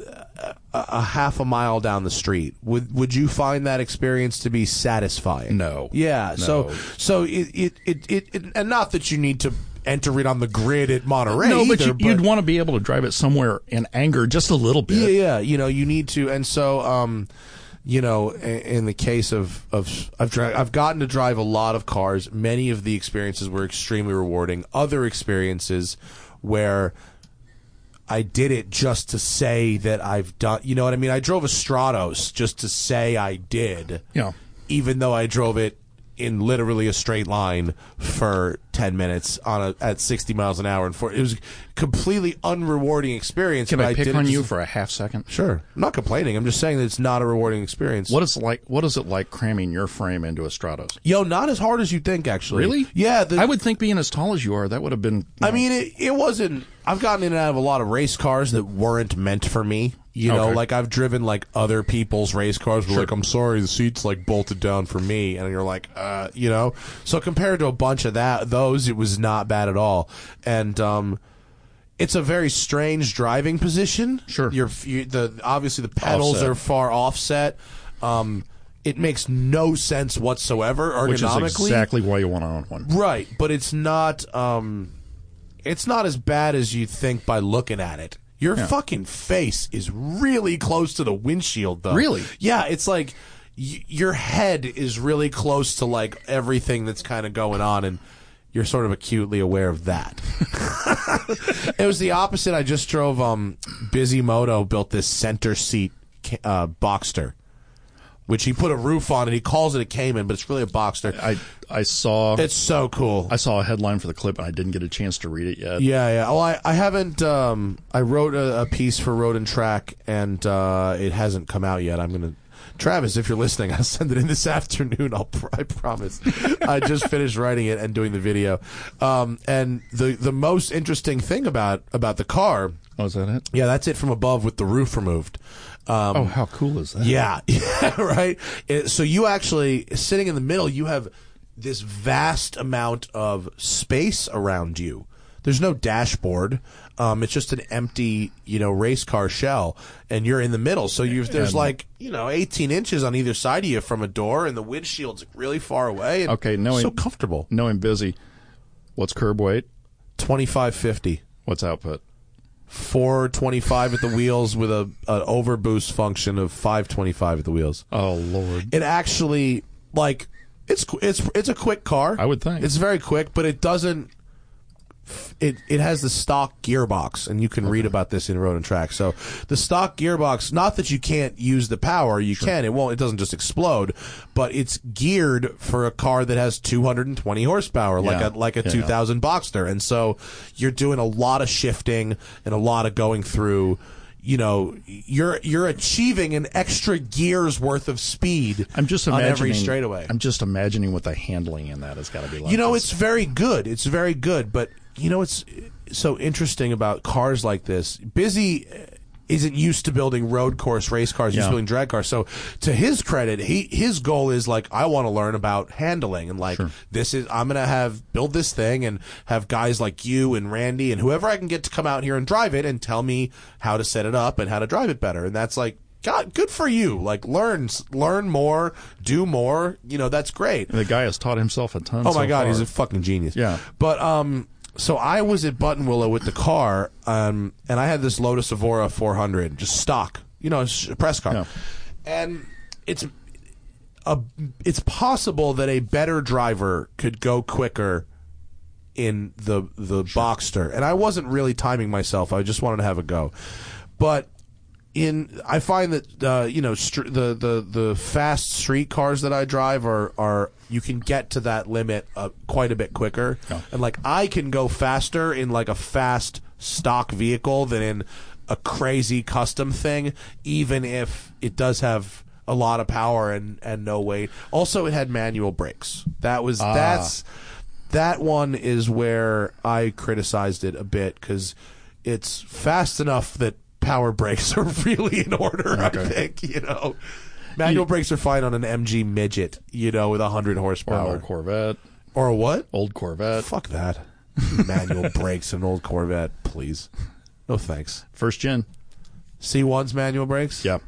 Speaker 1: uh, a, a half a mile down the street would would you find that experience to be satisfying
Speaker 2: No.
Speaker 1: yeah. So
Speaker 2: No.
Speaker 1: so it it, it it it and not that you need to enter it on the grid at Monterey.
Speaker 2: no, but,
Speaker 1: either,
Speaker 2: you, you'd want to be able to drive it somewhere in anger just a little bit.
Speaker 1: yeah, yeah. You know, you need to, and so um, you know, in, in the case of of I've dri- I've gotten to drive a lot of cars. Many of the experiences were extremely rewarding. Other experiences where. I did it just to say that I've done. You know what I mean? I drove a Stratos just to say I did
Speaker 2: Yeah.
Speaker 1: even though I drove it in literally a straight line for 10 minutes on a, at 60 miles an hour and four, it was a completely unrewarding experience
Speaker 2: Can
Speaker 1: but
Speaker 2: I
Speaker 1: I
Speaker 2: pick
Speaker 1: did it
Speaker 2: on
Speaker 1: just-
Speaker 2: you for a half second?
Speaker 1: sure I'm not complaining I'm just saying that it's not a rewarding experience
Speaker 2: What is like? What is it like cramming your frame into a Stratos?
Speaker 1: yo not as hard as you think actually
Speaker 2: Really?
Speaker 1: yeah the,
Speaker 2: I would think being as tall as you are, that would have been.
Speaker 1: I mean, it, it wasn't. I've gotten in and out of a lot of race cars that weren't meant for me. You know,
Speaker 2: Okay.
Speaker 1: like I've driven like other people's race cars. But like, I'm sorry, the seat's like bolted down for me, and you're like, uh, you know. So compared to a bunch of that, those it was not bad at all, and um, it's a very strange driving position.
Speaker 2: Sure.
Speaker 1: you're you, the obviously the pedals
Speaker 2: Offset.
Speaker 1: are far offset. Um, it makes no sense whatsoever ergonomically.
Speaker 2: which is exactly why you want to own one.
Speaker 1: Right, but it's not um it's not as bad as you think by looking at it. Your fucking face is really close to the windshield though.
Speaker 2: Really?
Speaker 1: Yeah, it's like y- your head is really close to like everything that's kind of going on and you're sort of acutely aware of that. it was the opposite. I just drove um Busy Moto built this center seat ca- uh Boxster which he put a roof on and he calls it a Cayman, but it's really a Boxster.
Speaker 2: I I saw
Speaker 1: It's so cool.
Speaker 2: I saw a headline for the clip, and I didn't get a chance to read it yet.
Speaker 1: yeah, yeah. Well, I, I haven't. Um, I wrote a, a piece for Road and Track, and uh, it hasn't come out yet. I'm gonna, Travis, if you're listening, <laughs> I'll send it in this afternoon. I'll, pr- I promise. I just finished writing it and doing the video. Um, and the the most interesting thing about about the car,
Speaker 2: Oh, is that it?
Speaker 1: yeah, that's it from above with the roof removed. Um,
Speaker 2: Oh, how cool is that?
Speaker 1: Yeah, <laughs> yeah, right. It- so you actually sitting in the middle, you have this vast amount of space around you. There's no dashboard. Um, it's just an empty, you know, race car shell, and you're in the middle. So you there's like you know 18 inches on either side of you from a door, and the windshield's really far away. And
Speaker 2: Okay, knowing-
Speaker 1: so comfortable.
Speaker 2: No, I'm busy. What's curb weight?
Speaker 1: 2550.
Speaker 2: What's output?
Speaker 1: 425 at the wheels with a an overboost function of 525 at the wheels.
Speaker 2: Oh Lord!
Speaker 1: it actually like it's qu- it's it's a quick car.
Speaker 2: I would think.
Speaker 1: it's very quick, but it doesn't. It it has the stock gearbox, and you can read about this in Road and Track. So the stock gearbox, not that you can't use the power, you can. It won't. It doesn't just explode, but it's geared for a car that has 220 horsepower,
Speaker 2: Yeah.
Speaker 1: like a like a
Speaker 2: Yeah.
Speaker 1: 2000 Boxster, and so you're doing a lot of shifting and a lot of going through. You know, you're you're achieving an extra gear's worth of speed.
Speaker 2: I'm just
Speaker 1: on
Speaker 2: imagining
Speaker 1: every straightaway.
Speaker 2: I'm just imagining what the handling in that has got to be like.
Speaker 1: you know, it's very good. It's very good, but you know, it's so interesting about cars like this. Busy isn't used to building road course race cars, used
Speaker 2: Yeah.
Speaker 1: to building drag cars. So, to his credit, he his goal is like, I want to learn about handling and like this is I'm gonna have build this thing and have guys like you and Randy and whoever I can get to come out here and drive it and tell me how to set it up and how to drive it better. And that's like God, good for you. Like learn, learn more, do more. You know, that's great.
Speaker 2: And the guy has taught himself a ton.
Speaker 1: Oh
Speaker 2: so
Speaker 1: my god,
Speaker 2: far.
Speaker 1: he's a fucking genius.
Speaker 2: Yeah.
Speaker 1: But um, so I was at Button Willow with the car, um, and I had this Lotus Evora 400, just stock, you know, it's a press car,
Speaker 2: Yeah.
Speaker 1: and it's a it's possible that a better driver could go quicker in the the Boxster, and I wasn't really timing myself. I just wanted to have a go, but. In I find that uh, you know str- the the the fast street cars that I drive are are you can get to that limit uh, quite a bit quicker, and like I can go faster in like a fast stock vehicle than in a crazy custom thing, even if it does have a lot of power and and no weight. Also, it had manual brakes. That was that's that one is where I criticized it a bit because it's fast enough that power <laughs> brakes are really in order. I think you know, manual brakes are fine on an MG midget, you know, with hundred
Speaker 2: or an old Oh,
Speaker 1: horsepower
Speaker 2: Corvette,
Speaker 1: or, a what?
Speaker 2: old Corvette,
Speaker 1: Fuck that. <laughs> manual brakes in an old Corvette, please. No thanks.
Speaker 2: first gen.
Speaker 1: C1's manual brakes?
Speaker 2: Yeah,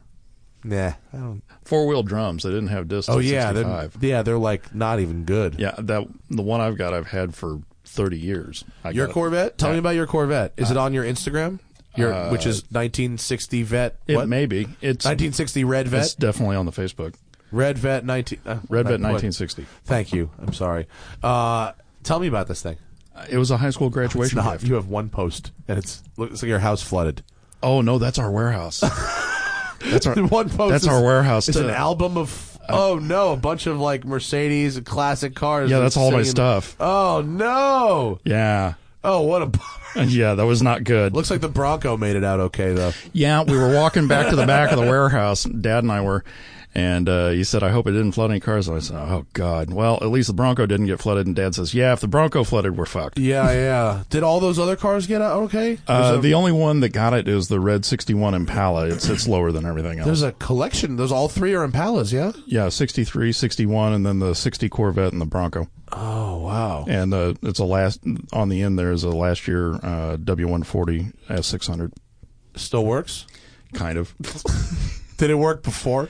Speaker 1: Nah. I don't.
Speaker 2: four wheel drums. They didn't have disc.
Speaker 1: Oh
Speaker 2: till
Speaker 1: yeah, they're,
Speaker 2: 65.
Speaker 1: yeah, they're like not even good.
Speaker 2: yeah. That the one I've got, I've had for thirty years. I
Speaker 1: Your
Speaker 2: got it. Uh,
Speaker 1: Corvette? Tell me about your Corvette. Is it on your Instagram? Your which is 1960 vet.
Speaker 2: It
Speaker 1: what?
Speaker 2: may be. It's
Speaker 1: 1960 red
Speaker 2: it's
Speaker 1: vet.
Speaker 2: definitely on the Facebook.
Speaker 1: Red vet 19. Uh,
Speaker 2: Red Vet
Speaker 1: what?
Speaker 2: 1960.
Speaker 1: Thank you. I'm sorry. Uh, tell me about this thing.
Speaker 2: It was a high school
Speaker 1: It's
Speaker 2: graduation
Speaker 1: not.
Speaker 2: gift.
Speaker 1: You have one post, and it's looks like your house flooded.
Speaker 2: Oh no, that's
Speaker 1: <laughs>
Speaker 2: our warehouse. that's our
Speaker 1: One post.
Speaker 2: That's
Speaker 1: Oh, is-
Speaker 2: our warehouse.
Speaker 1: It's
Speaker 2: too.
Speaker 1: an album of. Oh no! A bunch of like Mercedes and classic cars.
Speaker 2: Yeah, that's all my
Speaker 1: sitting in-
Speaker 2: stuff.
Speaker 1: Oh no!
Speaker 2: Yeah.
Speaker 1: Oh what a. bummer. <laughs>
Speaker 2: Yeah, that was not good.
Speaker 1: Looks like the Bronco made it out okay though.
Speaker 2: Yeah, we were walking back to the back of the warehouse. Dad and I were, and uh, he said, "I hope it didn't flood any cars." And I said, "Oh God." Well, at least the Bronco didn't get flooded. And Dad says, "Yeah, if the Bronco flooded, we're fucked."
Speaker 1: Yeah, yeah. Did all those other cars get out okay?
Speaker 2: Uh, the only one that got it is the red '61 Impala. It's it's lower than everything else.
Speaker 1: There's a collection. Those all three are Impalas, yeah.
Speaker 2: yeah, '63, '61, and then the '60 Corvette and the Bronco.
Speaker 1: Oh wow.
Speaker 2: And uh, it's a last on the end. There is a last year uh, W140 S600,
Speaker 1: Still works.
Speaker 2: kind of.
Speaker 1: Did it work before?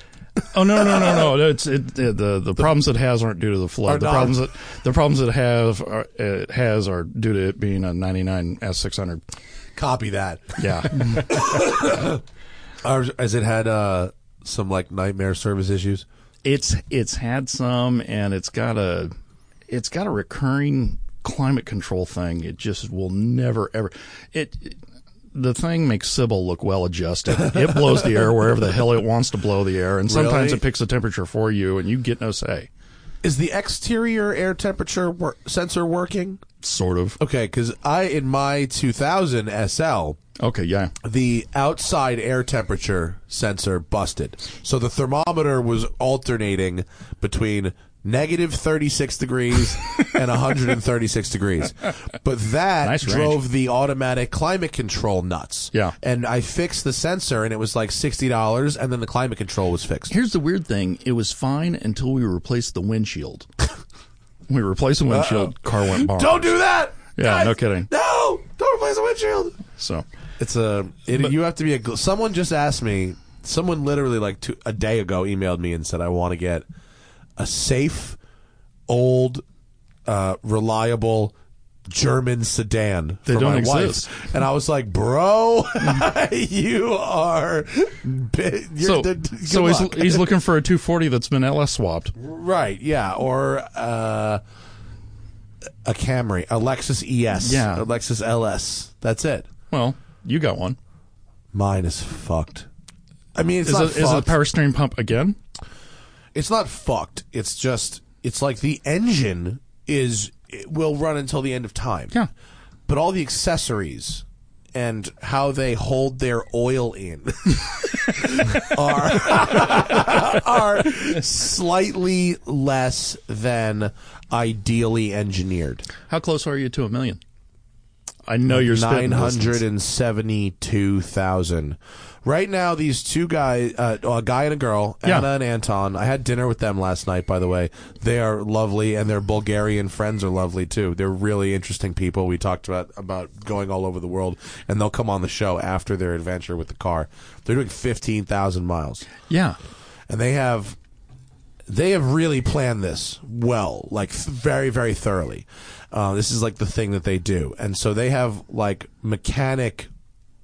Speaker 2: Oh no no no
Speaker 1: <laughs>
Speaker 2: no! no it's it, it, the the problems it has aren't due to the
Speaker 1: Are
Speaker 2: flood. The
Speaker 1: not.
Speaker 2: problems that the problems it have are, it has are due to it being a 99 S 600.
Speaker 1: Copy that.
Speaker 2: Yeah,
Speaker 1: <laughs> Or as it had uh, some like nightmare service issues.
Speaker 2: it's it's had some, and it's got a it's got a recurring climate control thing. It just will never ever it. the thing makes Sybil look
Speaker 1: <laughs>
Speaker 2: well adjusted. It blows the air wherever the hell it wants to blow the air, and sometimes
Speaker 1: Really?
Speaker 2: it picks a temperature for you, and you get no say.
Speaker 1: Is the exterior air temperature wor- sensor working?
Speaker 2: Sort of.
Speaker 1: Okay, because I in my 2000 SL,
Speaker 2: Okay, yeah.
Speaker 1: the outside air temperature sensor busted. So the thermometer was alternating between negative 36
Speaker 2: <laughs>
Speaker 1: degrees and 136 degrees. But that
Speaker 2: Nice range.
Speaker 1: drove the automatic climate control nuts.
Speaker 2: Yeah.
Speaker 1: And I fixed the sensor and it was like $60 and then the climate control was fixed.
Speaker 2: Here's the weird thing: it was fine until we replaced the windshield. we replaced the windshield, car went bonkers.
Speaker 1: Don't do that!
Speaker 2: Yeah,
Speaker 1: Guys,
Speaker 2: no kidding.
Speaker 1: No! Don't replace the windshield!
Speaker 2: So,
Speaker 1: It's a. It, you have to be a. gl- Someone just asked me. Someone literally like two, a day ago emailed me and said, "I want to get a safe, old, uh, reliable." German sedan
Speaker 2: They
Speaker 1: for
Speaker 2: don't
Speaker 1: my
Speaker 2: exist.
Speaker 1: wife, and I was like, "Bro, <laughs> you are bi- you're,
Speaker 2: so,
Speaker 1: d- d-
Speaker 2: so
Speaker 1: good
Speaker 2: he's,
Speaker 1: luck."
Speaker 2: he's looking for a 240 that's been LS swapped.
Speaker 1: right, yeah, or uh, a Camry, a Lexus ES,
Speaker 2: Yeah.
Speaker 1: a Lexus LS. That's it.
Speaker 2: Well, you got one.
Speaker 1: Mine is fucked. I mean, it's
Speaker 2: Is
Speaker 1: not
Speaker 2: it, is it a
Speaker 1: fucked.
Speaker 2: power steering pump again?
Speaker 1: it's not fucked. It's just it's like the engine is it will run until the end of time.
Speaker 2: Yeah.
Speaker 1: But all the accessories and how they hold their oil in <laughs> are <laughs> are slightly less than ideally engineered.
Speaker 2: How close are you to a million? I know you're spitting
Speaker 1: nine hundred
Speaker 2: distance.
Speaker 1: and seventy-two thousand. Right now, these two guys, uh, a guy and a girl,
Speaker 2: Yeah.
Speaker 1: Anna and Anton. I had dinner with them last night. By the way, they are lovely, and their Bulgarian friends are lovely too. They're really interesting people. We talked about about going all over the world, and they'll come on the show after their adventure with the car. They're doing fifteen thousand miles
Speaker 2: Yeah.
Speaker 1: and they have they have really planned this well like th- very very thoroughly uh, this is like the thing that they do and so they have like mechanic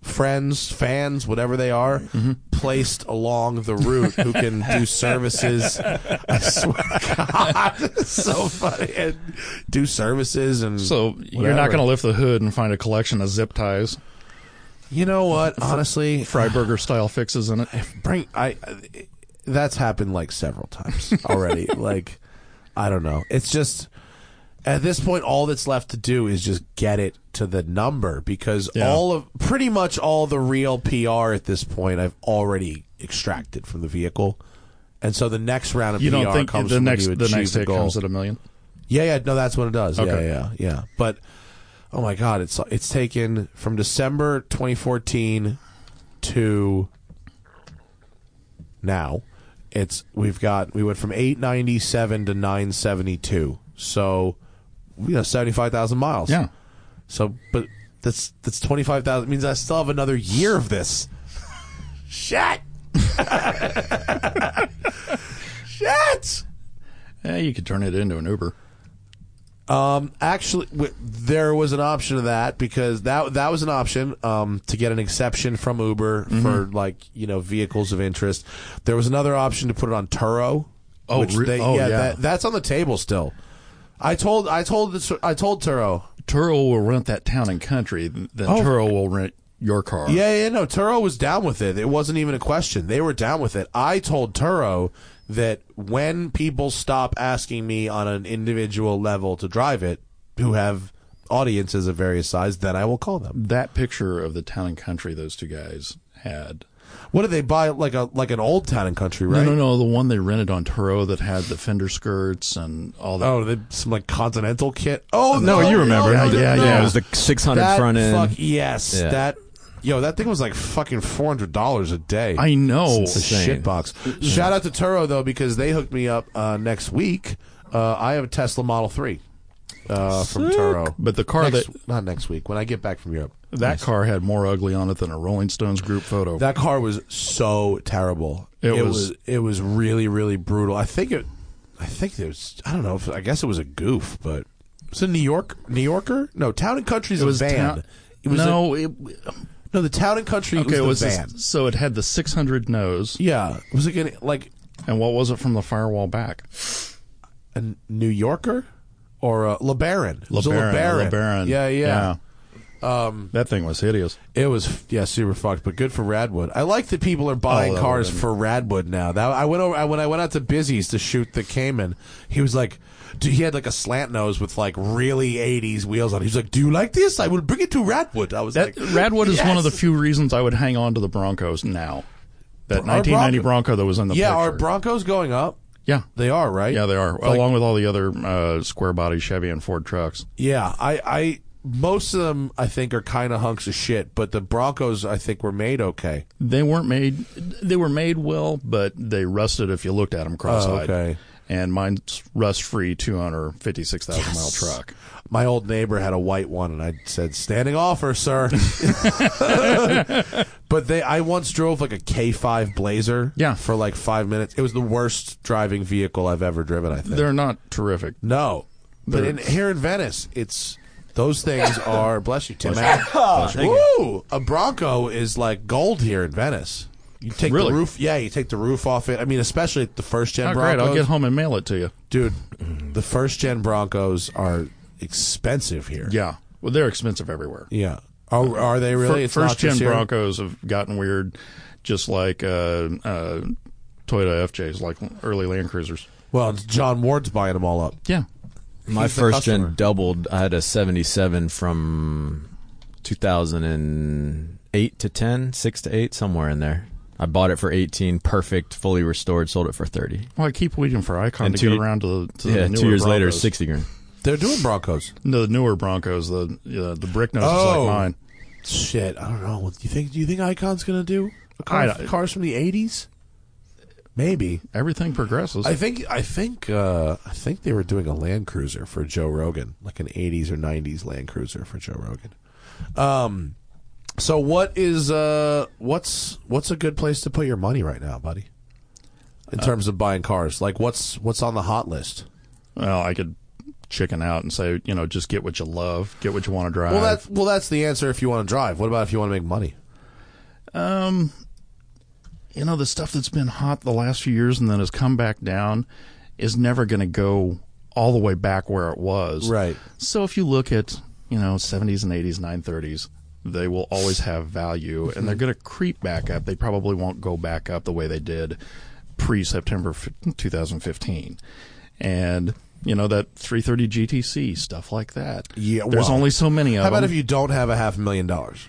Speaker 1: friends fans whatever they are placed along the route who can do services i swear to god <laughs> it's so funny and do services and
Speaker 2: So you're
Speaker 1: whatever.
Speaker 2: not going to lift the hood and find a collection of
Speaker 1: <sighs>
Speaker 2: zip ties,
Speaker 1: you know what honestly
Speaker 2: Freiburger style fixes in it.
Speaker 1: bring I, I- that's happened like several times
Speaker 2: <laughs>
Speaker 1: already like i don't know it's just at this point all that's left to do is just get it to the number because all of pretty much all the real pr at this point i've already extracted from the vehicle and so the next round of
Speaker 2: You
Speaker 1: PR
Speaker 2: don't think
Speaker 1: comes
Speaker 2: the
Speaker 1: from when
Speaker 2: next
Speaker 1: you
Speaker 2: the
Speaker 1: achieve
Speaker 2: next
Speaker 1: the
Speaker 2: hit
Speaker 1: goal.
Speaker 2: comes at a million?
Speaker 1: Yeah, yeah, no, that's what it does.
Speaker 2: Okay.
Speaker 1: Yeah, yeah, yeah. But oh my god, it's it's taken from December 2014 to now. It's we've got we went from 897 to 972. So you know, 75,000 miles.
Speaker 2: Yeah.
Speaker 1: So, but that's that's 25,000 means I still have another year of this. Shit. Shit.
Speaker 2: Yeah, you could turn it into an Uber.
Speaker 1: Um, actually, w- there was an option of that because that that was an option um, to get an exception from Uber
Speaker 2: Mm-hmm.
Speaker 1: for like you know vehicles of interest. There was another option to put it on Turo.
Speaker 2: Oh, re- oh, yeah.
Speaker 1: That, that's on the table still. I told I told this, I told Turo.
Speaker 2: Turo will rent that town and country. Then Turo will rent your car.
Speaker 1: Oh. Yeah, yeah, no. Turo was down with it. It wasn't even a question. They were down with it. I told Turo that when people stop asking me on an individual level to drive it, who have audiences of various size, then I will call them.
Speaker 2: That picture of the town and country those two guys had.
Speaker 1: What did they buy? Like a like an old town and country, right?
Speaker 2: No, no, no. The one they rented on Turo that had the fender skirts and all that.
Speaker 1: Oh, they, some like continental kit. Oh
Speaker 3: No, you remember.
Speaker 1: no, no,
Speaker 3: yeah,
Speaker 1: no.
Speaker 3: yeah. It was the 600
Speaker 1: That
Speaker 3: front end.
Speaker 1: Fuck yes,
Speaker 3: Yeah.
Speaker 1: that. Yo, that thing was like fucking four hundred dollars a day.
Speaker 2: I know.
Speaker 1: It's Oh. a shit box. Shout out to Turo though because they hooked me up uh, next week. Uh, I have a Tesla Model Three uh, from Turo.
Speaker 2: But the car
Speaker 1: Next-
Speaker 2: that
Speaker 1: not next week when I get back from Europe.
Speaker 2: that car had more ugly on it than a Rolling Stones group photo.
Speaker 1: That car was so terrible.
Speaker 2: It
Speaker 1: It,
Speaker 2: was-
Speaker 1: was, it was really really brutal. I think it I think it was I don't know if I guess it was a goof, but was it New York New Yorker? No, Town and Country's
Speaker 2: it was
Speaker 1: a van.
Speaker 2: town-
Speaker 1: it was a,
Speaker 2: no, it,
Speaker 1: no the Town and Country
Speaker 2: okay, it was
Speaker 1: was the
Speaker 2: this-
Speaker 1: van.
Speaker 2: so it had the 600 nose,
Speaker 1: yeah, was it gonna, like
Speaker 2: and what was it from the firewall back?
Speaker 1: a New Yorker or a LeBaron? It was a LeBaron.
Speaker 2: LeBaron, LeBaron.
Speaker 1: Yeah, yeah,
Speaker 2: Um, that thing was hideous.
Speaker 1: It was yeah super fucked, but good for Radwood. I like that people are
Speaker 2: Oh,
Speaker 1: buying
Speaker 2: that
Speaker 1: cars
Speaker 2: would've
Speaker 1: for Radwood now. That I went over I, when I went out to Busy's to shoot the Cayman. He was like, dude, he had like a slant nose with like really '80s wheels on. it. He was like, "Do you like this? I will bring it to Radwood." I was
Speaker 2: That,
Speaker 1: like,
Speaker 2: Radwood is one of the
Speaker 1: "Yes."
Speaker 2: few reasons I would hang on to the Broncos now. That
Speaker 1: Our
Speaker 2: 1990 Bronco that was in the
Speaker 1: yeah,
Speaker 2: picture.
Speaker 1: are Broncos going up?
Speaker 2: yeah,
Speaker 1: They are right.
Speaker 2: yeah, they are
Speaker 1: Like-
Speaker 2: along with all the other uh, square body Chevy and Ford trucks.
Speaker 1: Yeah, I, I most of them I think are kind of hunks of shit, but the Broncos I think were made okay.
Speaker 2: They weren't made. They were made well, but they rusted if you looked at them cross-eyed.
Speaker 1: Oh, okay.
Speaker 2: And mine's rust-free 256,000 mile truck.
Speaker 1: My old neighbor had a white one, and I said, "Standing offer,
Speaker 2: <laughs>
Speaker 1: sir." but they, I once drove like a K5 Blazer,
Speaker 2: Yeah.
Speaker 1: for like five minutes. It was the worst driving vehicle I've ever driven. I think
Speaker 2: They're not terrific.
Speaker 1: no, but in, here in Venice, it's those
Speaker 2: <laughs>
Speaker 1: things are bless you, Tim.
Speaker 2: Oh,
Speaker 1: Woo! A Bronco is like gold here in Venice. You take
Speaker 2: Really?
Speaker 1: the roof, yeah, you take the roof off it. I mean, especially the first gen
Speaker 2: Not
Speaker 1: Broncos
Speaker 2: great. I'll get home and mail it to you.
Speaker 1: dude the first gen broncos are expensive here
Speaker 2: Yeah. Well, they're expensive everywhere.
Speaker 1: yeah are, are they really It's
Speaker 2: First
Speaker 1: not just
Speaker 2: gen
Speaker 1: here?
Speaker 2: Broncos have gotten weird, just like uh, uh, Toyota FJs, like early Land Cruisers.
Speaker 1: well it's john ward's buying them all up
Speaker 2: Yeah.
Speaker 3: My
Speaker 1: He's the
Speaker 3: first
Speaker 1: customer.
Speaker 3: gen doubled. I had a 77 from 2008 to 10, 6 to 8, somewhere in there. I bought it for 18, perfect, fully restored, sold it for 30.
Speaker 2: Well, I keep waiting for Icon
Speaker 3: And
Speaker 2: to
Speaker 3: two-
Speaker 2: get around to the to the
Speaker 3: yeah,
Speaker 2: newer
Speaker 3: two years later,
Speaker 2: Broncos.
Speaker 3: 60 grand.
Speaker 1: They're doing Broncos.
Speaker 2: The newer Broncos, the uh, the brick nose
Speaker 1: Oh.
Speaker 2: is like mine.
Speaker 1: Shit, I don't know. Do you think? Do you think Icon's gonna do a car,
Speaker 2: I don't-
Speaker 1: cars from the '80s? Maybe.
Speaker 2: Everything progresses.
Speaker 1: I think. I think. Uh, I think they were doing a Land Cruiser for Joe Rogan, like an '80s or '90s Land Cruiser for Joe Rogan. Um, so what is uh, what's what's a good place to put your money right now, buddy? In terms of buying cars, like what's what's on the hot list?
Speaker 2: well, I could chicken out and say, you know, just get what you love, get what you want to drive.
Speaker 1: Well, that's well, that's the answer if you want to drive. What about if you want to make money?
Speaker 2: Um, you know, the stuff that's been hot the last few years and then has come back down is never going to go all the way back where it was.
Speaker 1: Right.
Speaker 2: So if you look at, you know, 70s and 80s, 930s, they will always have value and they're going to creep back up. They probably won't go back up the way they did pre September 2015. And, you know, that 330 GTC, stuff like that.
Speaker 1: Yeah,
Speaker 2: There's
Speaker 1: well,
Speaker 2: only so many of
Speaker 1: How about
Speaker 2: them.
Speaker 1: if you don't have a half a million dollars?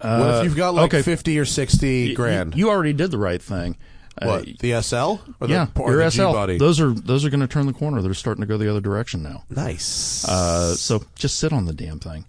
Speaker 1: what if you've got like
Speaker 2: Uh, okay.
Speaker 1: fifty or sixty
Speaker 2: You-
Speaker 1: grand?
Speaker 2: You, already did the right thing. Uh,
Speaker 1: what the SL? Or
Speaker 2: yeah,
Speaker 1: the, or
Speaker 2: your
Speaker 1: the
Speaker 2: SL.
Speaker 1: G-Body?
Speaker 2: Those are those are going to turn the corner. They're starting to go the other direction now.
Speaker 1: nice.
Speaker 2: Uh, so just sit on the damn thing.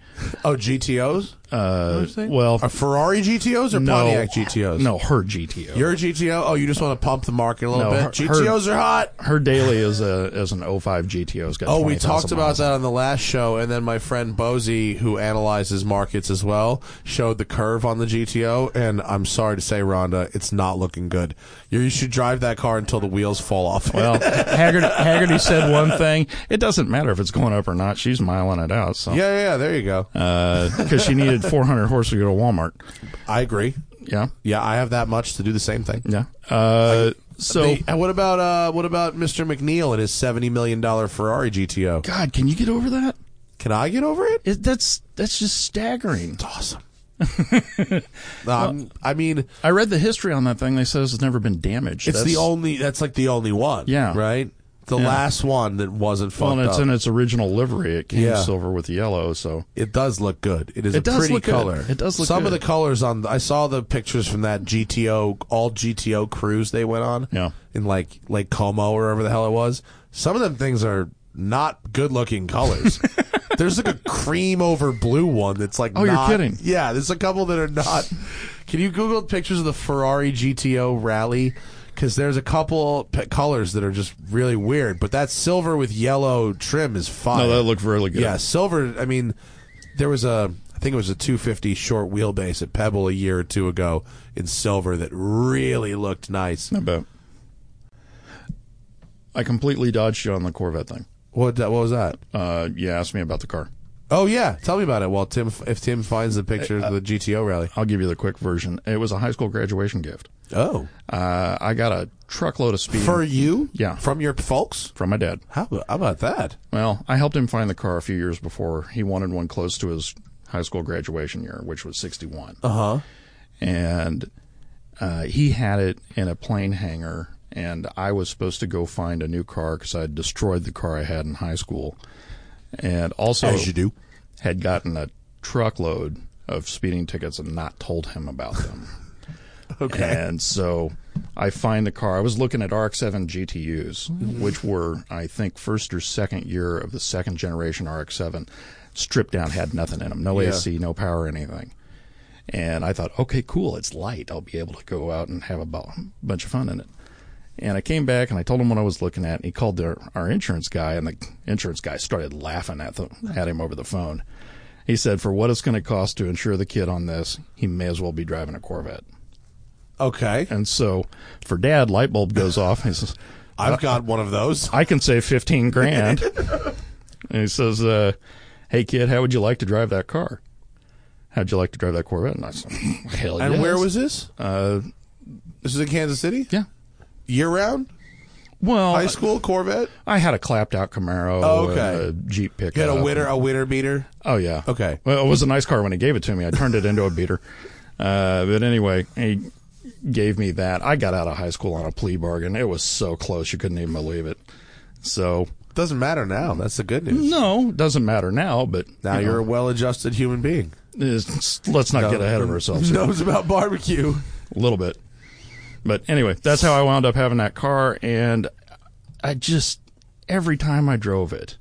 Speaker 1: oh, GTOs?
Speaker 2: Uh,
Speaker 1: saying?
Speaker 2: well,
Speaker 1: Are Ferrari GTOs or
Speaker 2: no
Speaker 1: Pontiac GTOs?
Speaker 2: No, her GTO.
Speaker 1: your GTO. Oh, you just want to pump the market a little
Speaker 2: No,
Speaker 1: bit.
Speaker 2: her-
Speaker 1: GTOs are hot.
Speaker 2: her daily is a is an 05 GTO. It's got
Speaker 1: Oh, we
Speaker 2: 20,000
Speaker 1: talked about
Speaker 2: miles.
Speaker 1: that on the last show, and then my friend Bozy, who analyzes markets as well, showed the curve on the GTO, and I'm sorry to say, Rhonda, it's not looking good. You you should drive that car until the wheels fall off. it.
Speaker 2: Well, Haggerty, Haggerty said one thing. It doesn't matter if it's going up or not. She's miling it out.
Speaker 1: <laughs>
Speaker 2: So
Speaker 1: yeah, yeah, yeah, there you go.
Speaker 2: because she needed 400 horse to go to Walmart.
Speaker 1: I agree.
Speaker 2: Yeah,
Speaker 1: Yeah, I have that much to do the same thing.
Speaker 2: yeah. Uh, so
Speaker 1: The- and what about uh, what about Mr. McNeil and his seventy million dollar Ferrari GTO?
Speaker 2: God, can you get over that?
Speaker 1: Can I get over it?
Speaker 2: It, that's that's just staggering.
Speaker 1: It's
Speaker 2: <laughs>
Speaker 1: awesome. um, I mean, it's
Speaker 2: I read the history on that thing. They says it's never been damaged. That's-
Speaker 1: the only. That's like the only one.
Speaker 2: Yeah.
Speaker 1: Right. The last one that wasn't
Speaker 2: well,
Speaker 1: fun.
Speaker 2: and it's in its original livery. It came
Speaker 1: Yeah.
Speaker 2: silver with yellow. So
Speaker 1: It does look good. It is
Speaker 2: It
Speaker 1: a
Speaker 2: does
Speaker 1: pretty
Speaker 2: look good.
Speaker 1: color.
Speaker 2: It does look
Speaker 1: Some of
Speaker 2: good.
Speaker 1: the colors on. I saw the pictures from that GTO all GTO cruise they went on.
Speaker 2: Yeah.
Speaker 1: In like Lake Como or wherever the hell it was. Some of them things are not good looking
Speaker 2: <laughs>
Speaker 1: colors. There's like a cream over blue one that's like.
Speaker 2: Oh, you're
Speaker 1: not-
Speaker 2: kidding.
Speaker 1: Yeah, there's a couple that are not. Can you Google pictures of the Ferrari GTO Rally? Because there's a couple p- colors that are just really weird, but that silver with yellow trim is fine.
Speaker 2: no, Oh, that looked really good.
Speaker 1: Yeah, silver. I mean, there was a. I think it was a 250 short wheelbase at Pebble a year or two ago in silver that really looked nice.
Speaker 2: I bet. I completely dodged you on the Corvette thing.
Speaker 1: What that, what was that?
Speaker 2: Uh, you asked me about the car.
Speaker 1: Oh yeah, tell me about it. Well, Tim, if Tim finds the picture of the GTO rally.
Speaker 2: I'll give you the quick version. It was a high school graduation gift.
Speaker 1: Oh,
Speaker 2: Uh, I got a truckload of speed
Speaker 1: for you?
Speaker 2: Yeah.
Speaker 1: from your folks.
Speaker 2: from my dad.
Speaker 1: How, how about that?
Speaker 2: Well, I helped him find the car a few years before. He wanted one close to his high school graduation year, which was 61.
Speaker 1: Uh huh.
Speaker 2: and uh, he had it in a plane hangar. And I was supposed to go find a new car because I had destroyed the car I had in high school, and also
Speaker 1: As you do.
Speaker 2: had gotten a truckload of speeding tickets and not told him about them.
Speaker 1: <laughs> Okay.
Speaker 2: And so I find the car. I was looking at RX-7 GTUs, which were, I think, first or second year of the second generation RX-7, stripped down, had nothing in them, no AC, no power, anything. And I thought, okay, cool, it's light. I'll be able to go out and have a bu- bunch of fun in it. And I came back and I told him what I was looking at. And he called their, our insurance guy, and the insurance guy started laughing at, the, at him over the phone. He said, for what it's going to cost to insure the kid on this, he may as well be driving a Corvette.
Speaker 1: Okay.
Speaker 2: And so for dad, light bulb goes <laughs> off. And he says,
Speaker 1: I've got one of those.
Speaker 2: I can save 15
Speaker 1: <laughs>
Speaker 2: grand. and he says, uh, Hey kid, how would you like to drive that car? How'd you like to drive that Corvette? And I said, <laughs> Hell
Speaker 1: And
Speaker 2: yes."
Speaker 1: where was this?
Speaker 2: uh,
Speaker 1: This is in Kansas City.
Speaker 2: yeah.
Speaker 1: Year round,
Speaker 2: Well,
Speaker 1: high school Corvette.
Speaker 2: I had a clapped out Camaro,
Speaker 1: Oh, okay.
Speaker 2: and a Jeep pickup.
Speaker 1: You had a winner, a winner beater.
Speaker 2: Oh yeah.
Speaker 1: Okay.
Speaker 2: Well, it was a nice car when he gave it to me. I turned it into a beater. <laughs> Uh, but anyway, he gave me that. I got out of high school on a plea bargain. It was so close, you couldn't even believe it. So
Speaker 1: Doesn't matter now. That's the good news.
Speaker 2: No, doesn't matter now, but
Speaker 1: Now Mm-hmm. you
Speaker 2: you know,
Speaker 1: are a well-adjusted human being.
Speaker 2: is- let's not get ahead of ourselves here.
Speaker 1: Oh, Knows about barbecue.
Speaker 2: a little bit. But anyway, that's how I wound up having that car and I just every time I drove it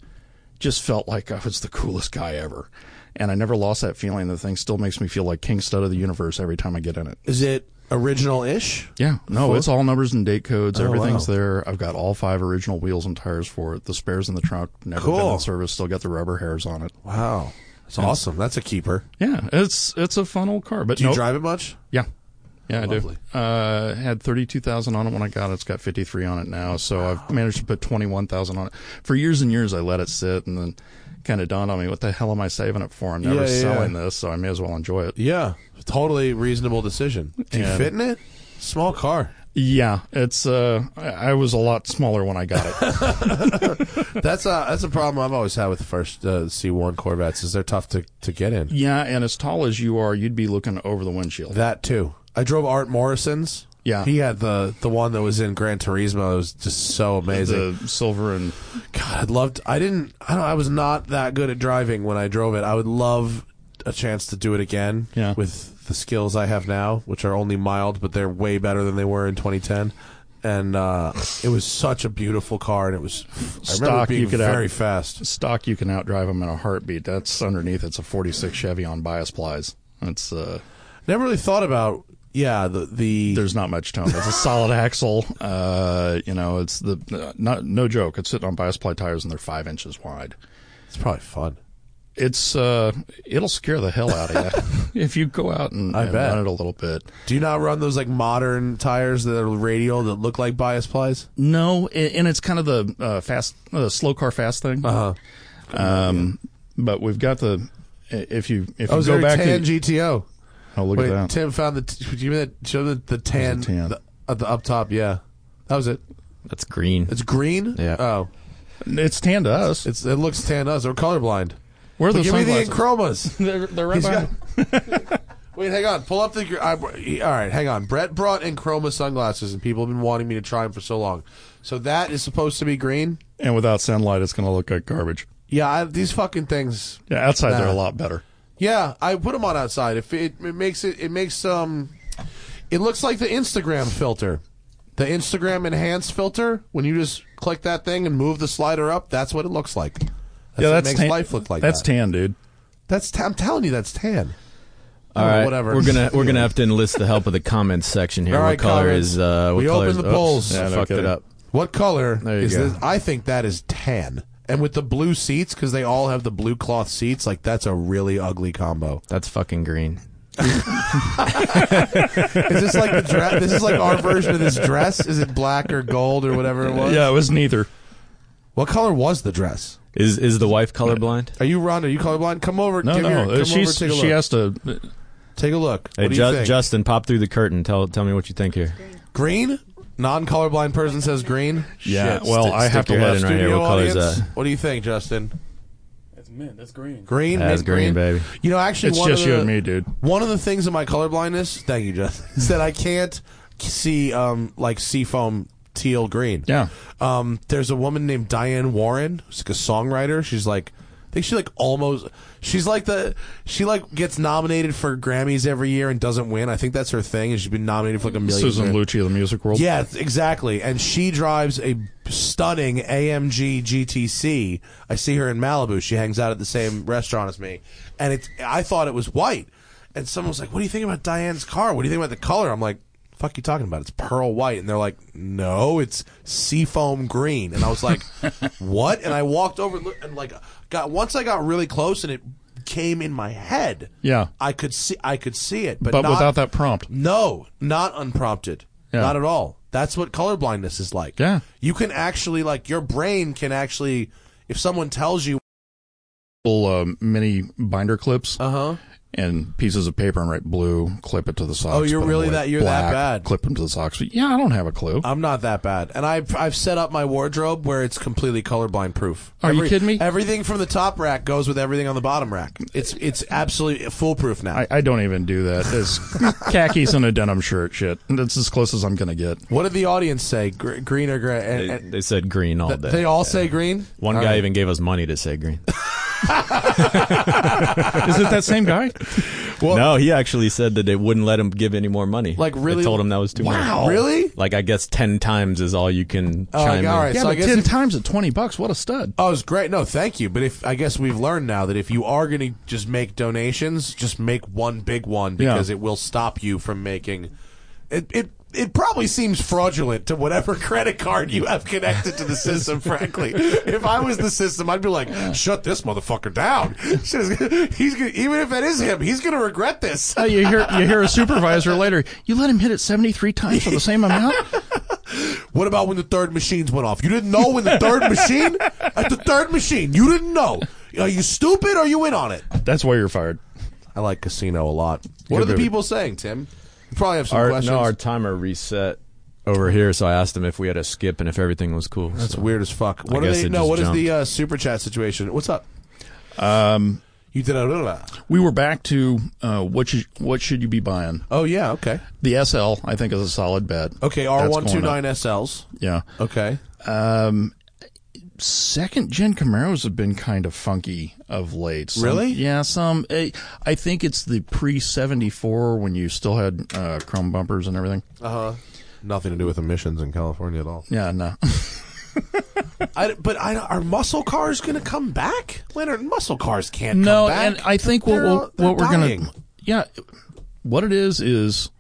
Speaker 2: just felt like I was the coolest guy ever. And I never lost that feeling. The thing still makes me feel like King Stud of the universe every time I get in it.
Speaker 1: Is it original ish?
Speaker 2: Yeah, Oh, no, it's all numbers and date codes. Everything's
Speaker 1: wow.
Speaker 2: there. I've got all five original wheels and tires for it. The spares in the trunk, never been
Speaker 1: Cool.
Speaker 2: in service. Still got the rubber hairs on it.
Speaker 1: Wow. That's awesome. That's a keeper.
Speaker 2: Yeah, it's it's a fun old car. But
Speaker 1: Do you
Speaker 2: nope.
Speaker 1: drive it much?
Speaker 2: Yeah. Yeah,
Speaker 1: Lovely.
Speaker 2: I do. Uh, had thirty-two thousand on it when I got it. It's got fifty-three on it now, so I've managed to put twenty-one thousand on it. For years and years, I let it sit, and then kind of dawned on me, what the hell am I saving it for? I'm never
Speaker 1: Yeah, yeah,
Speaker 2: selling
Speaker 1: yeah.
Speaker 2: this, so I may as well enjoy it.
Speaker 1: Yeah. Totally reasonable decision. Do you
Speaker 2: Yeah.
Speaker 1: fit in it? Small car.
Speaker 2: Yeah, it's. Uh, I, I was a lot smaller when I got
Speaker 1: <laughs>
Speaker 2: it.
Speaker 1: That's a that's a problem I've always had with the first uh, C1 Corvettes is they're tough to, to get in.
Speaker 2: yeah, and as tall as you are, you'd be looking over the windshield.
Speaker 1: That too. I drove Art Morrison's.
Speaker 2: Yeah.
Speaker 1: he had the the one that was in Gran Turismo. It was just so amazing.
Speaker 2: the silver and
Speaker 1: God, I'd love. To, I didn't. I don't. I was not that good at driving when I drove it. I would love a chance to do it again.
Speaker 2: Yeah.
Speaker 1: With the skills I have now, which are only mild, but they're way better than they were in 2010. And uh, it was such a beautiful car, and it was. I remember it
Speaker 2: Stock,
Speaker 1: being
Speaker 2: you could
Speaker 1: very
Speaker 2: out-
Speaker 1: fast.
Speaker 2: stock, you can outdrive them in a heartbeat. That's underneath. It's a '46 Chevy on bias plies. It's. Uh,
Speaker 1: Never really thought about. Yeah, the the
Speaker 2: there's not much tone. It's a solid axle. Uh, you know, it's the uh, not no joke. It's sitting on bias ply tires and they're five inches wide.
Speaker 1: it's probably fun.
Speaker 2: It's uh, it'll scare the hell out of you <laughs> if you go out and,
Speaker 1: I
Speaker 2: and
Speaker 1: bet.
Speaker 2: run it a little bit.
Speaker 1: Do you not run those like modern tires that are radial that look like bias plies?
Speaker 2: No, a- and it's kind of the uh, fast, uh, slow car fast thing.
Speaker 1: Uh-huh.
Speaker 2: Um, but we've got the if you if
Speaker 1: Oh,
Speaker 2: you
Speaker 1: is
Speaker 2: go
Speaker 1: there
Speaker 2: back
Speaker 1: a tan
Speaker 2: to
Speaker 1: GTO?
Speaker 2: oh look
Speaker 1: Wait,
Speaker 2: at that
Speaker 1: Tim found the. T- you mean that, show the, the tan,
Speaker 2: There's a tan.
Speaker 1: The, uh, the up top? Yeah, that was it.
Speaker 3: That's green.
Speaker 1: It's green.
Speaker 3: Yeah.
Speaker 1: Oh,
Speaker 2: it's tan to us.
Speaker 1: it's it looks tan to us. We're colorblind.
Speaker 2: Where are
Speaker 1: But
Speaker 2: the
Speaker 1: give me the
Speaker 2: sunglasses?
Speaker 1: chromas.
Speaker 2: they're, they're
Speaker 1: <laughs>
Speaker 2: right
Speaker 1: He's
Speaker 2: behind.
Speaker 1: got. <laughs> Wait, hang on. Pull up the. gr- I, he- all right, hang on. Brett brought in chroma sunglasses, and people have been wanting me to try them for so long. So that is supposed to be green.
Speaker 2: and without sunlight, it's going to look like garbage.
Speaker 1: Yeah, I, these fucking things.
Speaker 2: Yeah, outside they're a
Speaker 1: Nah.
Speaker 2: lot better.
Speaker 1: Yeah, I put them on outside. If it, it makes it, it makes um, it looks like the Instagram filter, the Instagram enhance filter. When you just click that thing and move the slider up, that's what it looks like. That's
Speaker 2: yeah,
Speaker 1: what
Speaker 2: that's
Speaker 1: makes
Speaker 2: tan-
Speaker 1: life look like
Speaker 2: that's
Speaker 1: that.
Speaker 2: tan, dude.
Speaker 1: That's ta- I'm telling you, that's tan.
Speaker 3: All right,
Speaker 1: whatever.
Speaker 3: We're gonna we're gonna have to enlist the help of the comments section here.
Speaker 1: All
Speaker 3: what
Speaker 1: right,
Speaker 3: color
Speaker 1: comments.
Speaker 3: is uh? What
Speaker 1: We
Speaker 3: color
Speaker 1: opened
Speaker 3: is,
Speaker 1: the
Speaker 3: oops,
Speaker 1: polls.
Speaker 3: I
Speaker 2: Yeah, no
Speaker 3: fucked it
Speaker 2: kidding.
Speaker 3: up.
Speaker 1: What color
Speaker 3: There you
Speaker 1: is
Speaker 3: go.
Speaker 1: this? I think that is tan. And with the blue seats, because they all have the blue cloth seats, like that's a really ugly combo.
Speaker 3: That's fucking green.
Speaker 1: Is this like the dress? this is like our version of this dress? Is it black or gold or whatever it was?
Speaker 2: Yeah, it was neither.
Speaker 1: What color was the dress?
Speaker 3: Is is the wife colorblind?
Speaker 1: Are you Ron? Are you colorblind? Come over.
Speaker 2: No,
Speaker 1: give
Speaker 2: no,
Speaker 1: Your,
Speaker 2: uh,
Speaker 1: come
Speaker 2: she's
Speaker 1: over. Take a
Speaker 2: she
Speaker 1: look.
Speaker 2: has to. uh,
Speaker 1: take a look.
Speaker 3: Hey,
Speaker 1: what do you
Speaker 3: Ju-
Speaker 1: think?
Speaker 3: Justin, pop through the curtain. Tell tell me what you think here.
Speaker 1: green. Non-colorblind person says green.
Speaker 2: Yeah,
Speaker 3: Shit,
Speaker 2: well,
Speaker 3: stick-
Speaker 2: I have
Speaker 3: stick your
Speaker 2: to
Speaker 3: head
Speaker 2: left
Speaker 3: in right here.
Speaker 1: Studio
Speaker 3: What color is
Speaker 1: audience,
Speaker 3: that?
Speaker 1: What do you think, Justin?
Speaker 4: That's mint. That's green.
Speaker 1: Green.
Speaker 3: That's
Speaker 1: mint
Speaker 3: green, baby.
Speaker 1: You know, actually,
Speaker 2: It's
Speaker 1: one
Speaker 2: just
Speaker 1: of the,
Speaker 2: you and me, dude.
Speaker 1: One of the things in my colorblindness, thank you, Justin, is that I can't see um like seafoam teal green.
Speaker 2: Yeah.
Speaker 1: Um, there's a woman named Diane Warren, who's like a songwriter. She's like, I think she like almost, she's like the, she like gets nominated for Grammys every year and doesn't win. I think that's her thing, and she's been nominated for like a million.
Speaker 2: Susan
Speaker 1: years.
Speaker 2: Lucci of the music world.
Speaker 1: Yeah, th- exactly. And she drives a stunning AMG GTC. I see her in Malibu. She hangs out at the same restaurant as me. And it's I thought it was white. And someone was like, "What do you think about Diane's car? What do you think about the color?" I'm like, "Fuck you talking about? It's pearl white." And they're like, "No, it's seafoam green." And I was
Speaker 2: <laughs>
Speaker 1: like, "What?" And I walked over and looked- and like got once I got really close and it came in my head.
Speaker 2: Yeah.
Speaker 1: I could see I could see it, but,
Speaker 2: but
Speaker 1: not-
Speaker 2: without that prompt,
Speaker 1: no, not unprompted.
Speaker 2: Yeah.
Speaker 1: Not at all. That's what colorblindness is like.
Speaker 2: Yeah.
Speaker 1: You can actually like your brain can actually if someone tells you
Speaker 2: little uh, mini binder clips
Speaker 1: Uh-huh.
Speaker 2: and pieces of paper and write blue, clip it to the socks.
Speaker 1: Oh, you're
Speaker 2: put 'em
Speaker 1: really
Speaker 2: away.
Speaker 1: that- you're that
Speaker 2: Black,
Speaker 1: bad. Uh.
Speaker 2: Clip them to the socks. But yeah, I don't have a clue.
Speaker 1: I'm not that bad. And I've I've set up my wardrobe where it's completely colorblind proof.
Speaker 2: Are you kidding me?
Speaker 1: Everything from the top rack goes with everything on the bottom rack. It's it's absolutely foolproof now.
Speaker 2: I, I don't even do that.
Speaker 1: <laughs>
Speaker 2: It's khakis and a denim shirt. Shit, that's as close as I'm gonna get.
Speaker 1: what did the audience say? Gr- green or gray? And,
Speaker 3: They,
Speaker 1: and
Speaker 3: they said green all day.
Speaker 1: they all say green?
Speaker 3: One
Speaker 1: All
Speaker 3: guy
Speaker 1: right.
Speaker 3: even gave us money to say green.
Speaker 1: <laughs>
Speaker 2: Is it that same guy?
Speaker 1: Well-
Speaker 3: no, he actually said that they wouldn't let him give any more money.
Speaker 1: Like, really-
Speaker 3: they told him that was too
Speaker 1: Wow.
Speaker 3: much.
Speaker 1: Really?
Speaker 3: Like I guess ten times is all you can
Speaker 1: Oh,
Speaker 3: chime
Speaker 1: all
Speaker 3: in.
Speaker 1: right.
Speaker 2: Yeah,
Speaker 1: so I
Speaker 2: but
Speaker 1: guess
Speaker 2: ten
Speaker 1: if-
Speaker 2: times at twenty bucks, what a stud!
Speaker 1: Oh, it's great. No, thank you. But if I guess we've learned now that if you are going to just make donations, just make one big one because
Speaker 2: Yeah.
Speaker 1: it will stop you from making it. It it probably seems fraudulent to whatever <laughs> credit card you have connected to the system. frankly, if I was the system, I'd be like, shut this motherfucker down. <laughs> Shit is- he's gonna, even if that is him, he's going to regret this. <laughs>
Speaker 2: Uh, you hear you hear a supervisor later. You let him hit it seventy three times for the same amount.
Speaker 1: What about when the third machines went off? You didn't know when the third machine at the third machine. You didn't know. Are you stupid? Or are you in on it?
Speaker 2: That's why you're fired.
Speaker 1: I like Casino a lot. What
Speaker 2: Good
Speaker 1: are the
Speaker 2: movie.
Speaker 1: people saying, Tim? You probably have some
Speaker 3: Our,
Speaker 1: questions.
Speaker 3: no, our timer reset over here, so I asked him if we had a skip and if everything was cool.
Speaker 1: That's
Speaker 3: so.
Speaker 1: weird as fuck. What are
Speaker 3: guess
Speaker 1: they?
Speaker 3: it
Speaker 1: No,
Speaker 3: just
Speaker 1: what is
Speaker 3: jumped.
Speaker 1: the uh, super chat situation? What's up?
Speaker 2: Um,
Speaker 1: You did a uh,
Speaker 2: we were back to uh, what should what should you be buying?
Speaker 1: Oh yeah, okay,
Speaker 2: The SL I think is a solid bet.
Speaker 1: okay. R
Speaker 2: That's
Speaker 1: one two
Speaker 2: going up.
Speaker 1: nine SLs.
Speaker 2: Yeah.
Speaker 1: Okay,
Speaker 2: Um, second gen Camaros have been kind of funky of late. Some-
Speaker 1: Really?
Speaker 2: Yeah. Some. I I think it's the pre seventy four when you still had uh, chrome bumpers and everything.
Speaker 1: nothing to do with emissions in California at all.
Speaker 2: Yeah. <laughs> No.
Speaker 1: I, but I, are muscle cars going to come back? Leonard, muscle cars can't come
Speaker 2: no.
Speaker 1: back.
Speaker 2: And I think what
Speaker 1: They're
Speaker 2: we'll,
Speaker 1: all- they're
Speaker 2: what we're
Speaker 1: dying.
Speaker 2: gonna yeah, what it is is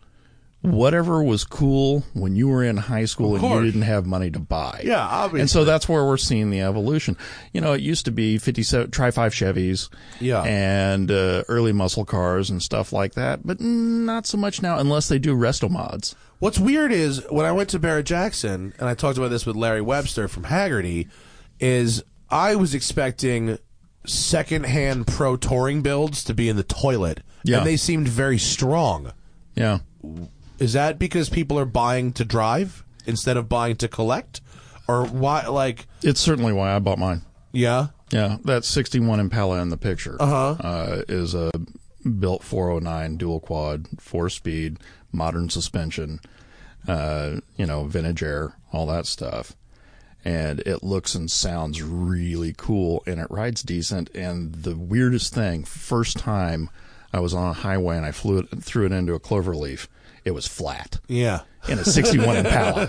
Speaker 2: whatever was cool when you were in high school and you
Speaker 1: course.
Speaker 2: didn't have money to buy.
Speaker 1: Yeah, obviously.
Speaker 2: And so that's where we're seeing the evolution. You know, it used to be 57 Tri 5 Chevys
Speaker 1: Yeah.
Speaker 2: and uh, early muscle cars and stuff like that, but not so much now unless they do resto mods.
Speaker 1: What's weird is when I went to Barrett Jackson, and I talked about this with Larry Webster from Haggerty, is I was expecting secondhand pro touring builds to be in the toilet,
Speaker 2: Yeah.
Speaker 1: and they seemed very strong.
Speaker 2: Yeah.
Speaker 1: Is that because people are buying to drive instead of buying to collect, or why? Like,
Speaker 2: It's certainly why I bought mine.
Speaker 1: yeah,
Speaker 2: Yeah, that 61 Impala in the picture uh, is a built 409 dual quad, four speed, modern suspension, uh, you know, vintage air, all that stuff. And it looks and sounds really cool and it rides decent. And the weirdest thing, first time I was on a highway and I flew it, threw it into a clover leaf, it was flat
Speaker 1: yeah.
Speaker 2: in a 61 Impala.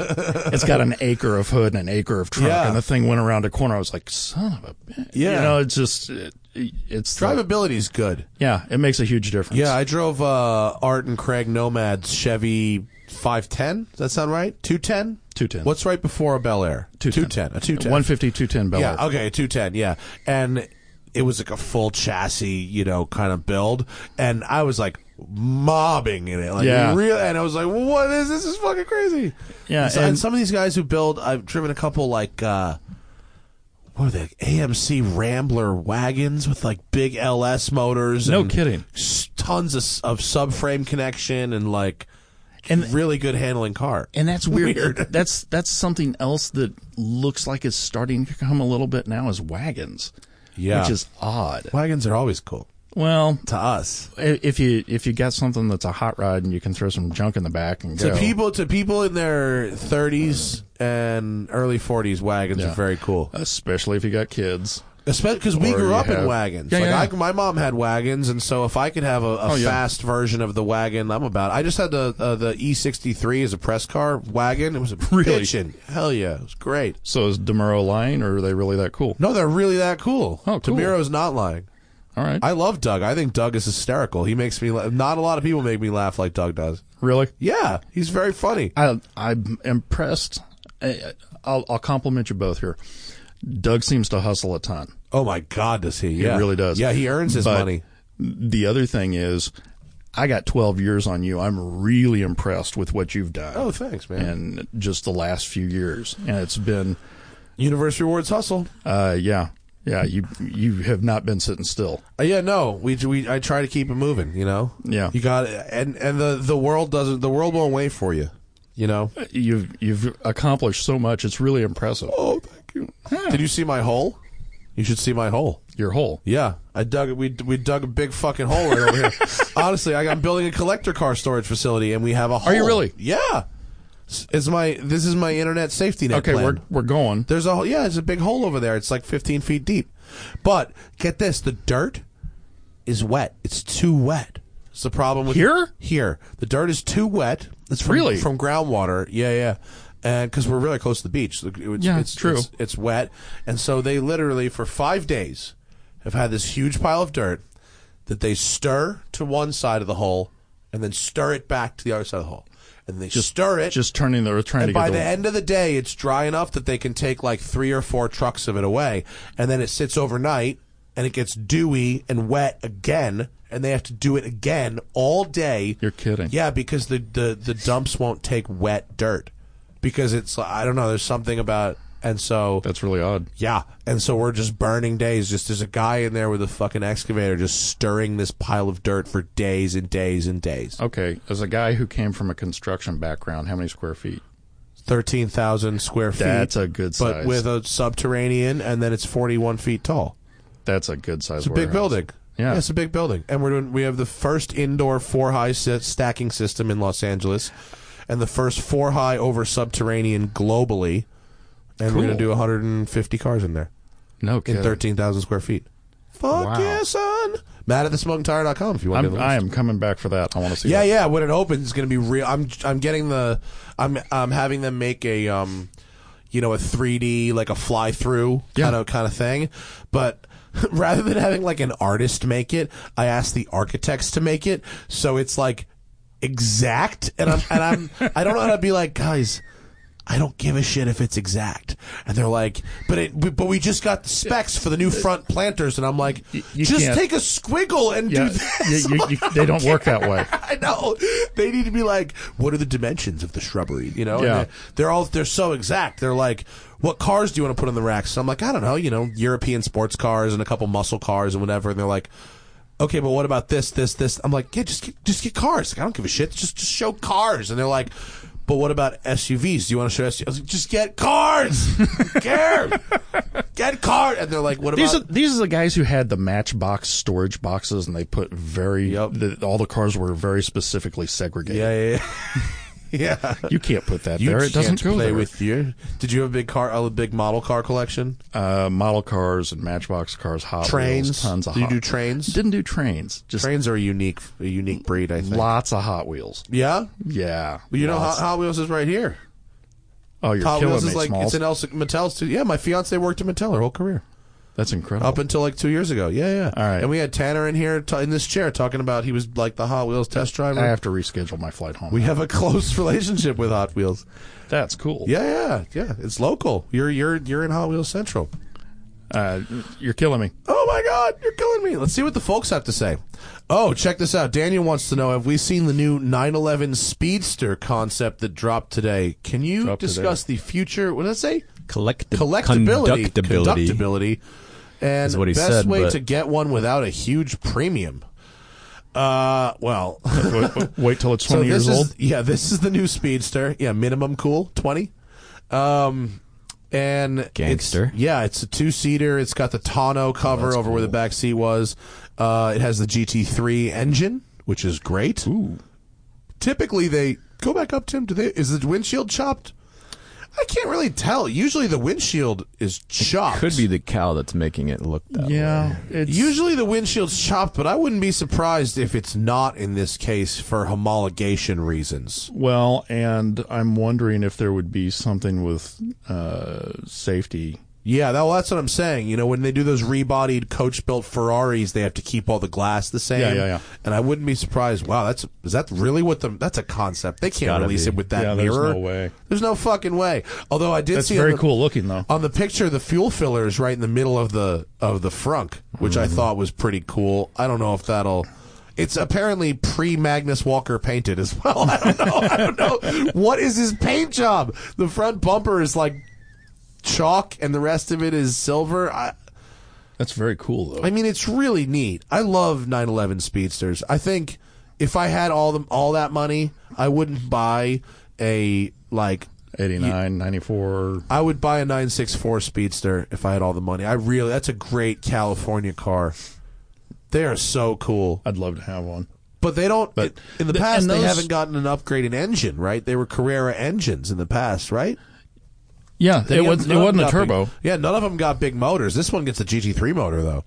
Speaker 2: It's got an acre of hood and an acre of trunk,
Speaker 1: Yeah.
Speaker 2: and the thing went around a corner. I was like, son of a bitch.
Speaker 1: Yeah.
Speaker 2: You know, it's just, it, it's the-
Speaker 1: Drivability is good.
Speaker 2: yeah, it makes a huge difference.
Speaker 1: Yeah, I drove uh, Art and Craig Nomad's Chevy 510. Does that sound right? 210?
Speaker 2: 210.
Speaker 1: What's right before a Bel Air? 210. A 210.
Speaker 2: 150, 210 Bel Air.
Speaker 1: Yeah, okay, 210, yeah. And it was like a full chassis, you know, kind of build. And I was like mobbing in it. Like,
Speaker 2: Yeah.
Speaker 1: real. And I was like, what is this? This is fucking crazy.
Speaker 2: Yeah,
Speaker 1: And, so- and
Speaker 2: and-
Speaker 1: some of these guys who build, I've driven a couple like, uh, what are they? AMC Rambler wagons with like big LS motors.
Speaker 2: No
Speaker 1: and
Speaker 2: kidding.
Speaker 1: s- Tons of, s- of subframe connection and like
Speaker 2: And-
Speaker 1: really good handling car.
Speaker 2: And that's weird. <laughs> That's that's something else that looks like it's starting to come a little bit now is wagons.
Speaker 1: Yeah.
Speaker 2: Which is odd.
Speaker 1: wagons are always cool
Speaker 2: Well,
Speaker 1: to us.
Speaker 2: i- if you if you got something that's a hot rod and you can throw some junk in the back and
Speaker 1: to
Speaker 2: go,
Speaker 1: people to people in their 30s and early 40s wagons
Speaker 2: Yeah.
Speaker 1: are very cool
Speaker 2: especially if you got kids.
Speaker 1: especially because we
Speaker 2: Or
Speaker 1: grew
Speaker 2: you
Speaker 1: up in
Speaker 2: have-
Speaker 1: wagons
Speaker 2: Yeah,
Speaker 1: like
Speaker 2: yeah,
Speaker 1: I,
Speaker 2: yeah.
Speaker 1: my mom had wagons and so if i could have a, a
Speaker 2: Oh, yeah.
Speaker 1: fast version of the wagon i'm about i just had the uh, the e63 as a press car wagon it was a
Speaker 2: <laughs> Really?
Speaker 1: bitchin'. hell yeah it was great
Speaker 2: So is Demuro lying or are they really that cool?
Speaker 1: no they're really that cool
Speaker 2: Oh, cool.
Speaker 1: Tamiro's not lying
Speaker 2: All right.
Speaker 1: i love doug i think doug is hysterical he makes me la- not a lot of people make me laugh like doug does
Speaker 2: really?
Speaker 1: yeah he's very funny
Speaker 2: I, I'm impressed. I, I'll, I'll compliment you both here. Doug seems to hustle a ton.
Speaker 1: oh my god does he
Speaker 2: He
Speaker 1: yeah
Speaker 2: really does.
Speaker 1: yeah he earns his
Speaker 2: But
Speaker 1: money
Speaker 2: The other thing is, I got 12 years on you. I'm really impressed with what you've done.
Speaker 1: Oh, thanks, man.
Speaker 2: And just the last few years, and it's been,
Speaker 1: Universe Rewards Hustle.
Speaker 2: uh, yeah, yeah. You you have not been sitting still.
Speaker 1: Uh, yeah, no, we we I try to keep it moving. You know.
Speaker 2: Yeah.
Speaker 1: You got and and the the world doesn't the world won't wait for you. You know.
Speaker 2: You've you've accomplished so much. It's really impressive.
Speaker 1: Oh, thank you. Did you see my hole? You should see my hole.
Speaker 2: Your whole.
Speaker 1: Yeah, I dug we we dug a big fucking hole right
Speaker 2: <laughs>
Speaker 1: over here. Honestly, I, I'm building a collector car storage facility, and we have a hole.
Speaker 2: you really?
Speaker 1: Yeah. S- It's my this is my internet safety net.
Speaker 2: Okay,
Speaker 1: plan.
Speaker 2: we're we're going.
Speaker 1: There's a yeah, there's a big hole over there. It's like 15 feet deep. But get this, the dirt is wet. It's too wet. It's the problem with
Speaker 2: Here?
Speaker 1: Here, the dirt is too wet. It's from,
Speaker 2: Really?
Speaker 1: from groundwater. Yeah, yeah. And because we're really close to the beach, Look, it's,
Speaker 2: Yeah,
Speaker 1: it's
Speaker 2: true.
Speaker 1: It's, it's wet, and so they literally for five days have had this huge pile of dirt that they stir to one side of the hole, and then stir it back to the other side of the hole, and they stir it.
Speaker 2: Just turning the earth, trying to
Speaker 1: and
Speaker 2: get
Speaker 1: by
Speaker 2: the,
Speaker 1: the end of the day, it's dry enough that they can take like three or four trucks of it away, and then it sits overnight, and it gets dewy and wet again, and they have to do it again all day.
Speaker 2: You're kidding.
Speaker 1: Yeah, because the the, the dumps won't take wet dirt because it's I don't know. There's something about and so
Speaker 2: That's really odd.
Speaker 1: yeah, and so we're just burning days. Just there's a guy in there with a fucking excavator just stirring this pile of dirt for days and days and days.
Speaker 2: Okay, as a guy who came from a construction background, how many square feet?
Speaker 1: Thirteen thousand square feet.
Speaker 2: That's a good
Speaker 1: but
Speaker 2: size.
Speaker 1: with a subterranean, and then it's forty-one feet tall.
Speaker 2: That's a good size.
Speaker 1: It's a big building.
Speaker 2: Yeah.
Speaker 1: it's a big building, and we're doing. We have the first indoor four-high si- stacking system in Los Angeles, and the first four-high over subterranean globally. And we're gonna
Speaker 2: Cool.
Speaker 1: do 150 cars in there
Speaker 2: No
Speaker 1: in
Speaker 2: kidding.
Speaker 1: 13,000 square feet. Fuck
Speaker 2: Wow.
Speaker 1: yeah, son! Matt at thesmokingtire.com if you want to.
Speaker 2: I'm, I am coming back for that. I want to see.
Speaker 1: Yeah,
Speaker 2: that.
Speaker 1: yeah. When it opens, it's gonna be real. I'm I'm getting the I'm I'm having them make a um, you know, a 3D like a fly through
Speaker 2: Yeah.
Speaker 1: kind of kind of thing, but. <laughs> Rather than having like an artist make it, I asked the architects to make it, so it's like exact. And I'm and I'm
Speaker 2: <laughs>
Speaker 1: I don't know how to be like guys. I don't give a shit if it's exact. And they're like, but it but we just got the specs for the new front planters, and I'm like,
Speaker 2: you
Speaker 1: just
Speaker 2: can't-
Speaker 1: take a squiggle and
Speaker 2: Yeah,
Speaker 1: do this.
Speaker 2: you- you- you- they don't work that
Speaker 1: <laughs>
Speaker 2: way.
Speaker 1: I know. They need to be like, what are the dimensions of the shrubbery? You know, And
Speaker 2: Yeah.
Speaker 1: they- they're all they're so exact. They're like, what cars do you want to put on the racks? So I'm like, I don't know. You know, European sports cars and a couple muscle cars and whatever. And they're like, okay, but what about this, this, this? I'm like, yeah, just get, just get cars. Like, I don't give a shit. Just just show cars. And they're like. But what about SUVs? Do you want to show SUVs? I was like, just get cars. Who
Speaker 2: <laughs>
Speaker 1: cares? Get cars. And they're like, what
Speaker 2: These are
Speaker 1: about?
Speaker 2: these are the guys who had the Matchbox storage boxes, and they put very
Speaker 1: Yep.
Speaker 2: the, all the cars were very specifically segregated.
Speaker 1: yeah, yeah, <laughs> yeah. yeah.
Speaker 2: You can't put that
Speaker 1: You
Speaker 2: there. It doesn't
Speaker 1: can't
Speaker 2: go
Speaker 1: play
Speaker 2: there.
Speaker 1: with you. Did you have a big car, a big model car collection?
Speaker 2: uh, model cars and Matchbox cars, Hot Wheels,
Speaker 1: Trains.
Speaker 2: tons of
Speaker 1: Did you
Speaker 2: Hot-
Speaker 1: do trains?
Speaker 2: Didn't do trains. Just
Speaker 1: Trains are a unique, a unique breed. I think.
Speaker 2: lots of Hot Wheels.
Speaker 1: Yeah.
Speaker 2: Yeah,
Speaker 1: Well, you know, Hot,
Speaker 2: lots.
Speaker 1: Hot Wheels is right here.
Speaker 2: oh, you're
Speaker 1: Hot
Speaker 2: killing
Speaker 1: Wheels
Speaker 2: me,
Speaker 1: is like
Speaker 2: Smalls.
Speaker 1: it's an Elsa Mattel studio. Yeah, my fiance worked at Mattel her whole career
Speaker 2: That's incredible.
Speaker 1: up until like two years ago. Yeah, yeah.
Speaker 2: All right.
Speaker 1: And we had Tanner in here t- in this chair talking about he was like the Hot Wheels test driver.
Speaker 2: I have to reschedule my flight home.
Speaker 1: we have a close <laughs> relationship with Hot Wheels.
Speaker 2: That's cool.
Speaker 1: Yeah, yeah, yeah. It's local. You're you're you're in Hot Wheels Central.
Speaker 2: Uh, you're killing me.
Speaker 1: Oh my God, you're killing me. Let's see what the folks have to say. Oh, check this out. Daniel wants to know Have we seen the new 911 Speedster concept that dropped today? Can you
Speaker 2: Dropped today.
Speaker 1: discuss the future? What did I say?
Speaker 3: Collect-
Speaker 1: Collectability.
Speaker 3: Conductability.
Speaker 1: Conductability. And
Speaker 3: what he
Speaker 1: best
Speaker 3: said,
Speaker 1: way
Speaker 3: but-
Speaker 1: to get one without a huge premium. Uh, well, <laughs>
Speaker 2: Wait, wait till it's 20 years
Speaker 1: this
Speaker 2: old.
Speaker 1: Is, yeah, this is the new speedster. Yeah, minimum cool, 20. Um and it's-
Speaker 3: Gangster.
Speaker 1: yeah, it's a two seater. It's got the tonneau cover over where the back seat was. Uh, it has the GT3 engine, which is great. Ooh. Typically, they go back up, Tim. Do they? Is the windshield chopped? I can't really tell. Usually, the windshield is chopped.
Speaker 3: Could be the cow that's making it look that way.
Speaker 2: yeah, it's,
Speaker 1: Usually the windshield's chopped, but I wouldn't be surprised if it's not in this case for homologation reasons.
Speaker 2: well, and I'm wondering if there would be something with uh, safety.
Speaker 1: Yeah, that, well, that's what I'm saying. You know, when they do those rebodied coach built Ferraris, they have to keep all the glass the same.
Speaker 2: Yeah, yeah, yeah.
Speaker 1: And I wouldn't be surprised. Wow, that's is that really what the that's a concept. They can't
Speaker 3: gotta
Speaker 1: release
Speaker 3: be.
Speaker 1: it with that
Speaker 2: Yeah, there's
Speaker 1: mirror.
Speaker 2: no way.
Speaker 1: There's no fucking way. Although I did
Speaker 2: That's
Speaker 1: see on
Speaker 2: very
Speaker 1: the-
Speaker 2: cool looking though.
Speaker 1: on the picture, the fuel filler is right in the middle of the of the frunk, which I thought was pretty cool. I don't know if that'll. It's apparently pre Magnus Walker painted as <laughs> well. I don't know. I don't know what is his paint job. The front bumper is like chalk, and the rest of it is silver. I,
Speaker 2: That's very cool though.
Speaker 1: I mean, it's really neat. I love 911 Speedsters. I think if I had all them all that money, I wouldn't buy a like
Speaker 2: 89, 94.
Speaker 1: I would buy a 964 Speedster if I had all the money. I really, that's a great California car. They are so cool.
Speaker 2: I'd love to have one.
Speaker 1: But they don't,
Speaker 2: But-
Speaker 1: in the
Speaker 2: th-
Speaker 1: past,
Speaker 2: and
Speaker 1: they
Speaker 2: those-
Speaker 1: haven't gotten an upgraded engine, right? They were Carrera engines in the past, right?
Speaker 2: Yeah,
Speaker 1: They
Speaker 2: it
Speaker 1: got-
Speaker 2: was. It
Speaker 1: none of them
Speaker 2: wasn't a
Speaker 1: got big-
Speaker 2: turbo.
Speaker 1: yeah, none of them got big motors. This one gets a GT3 motor, though.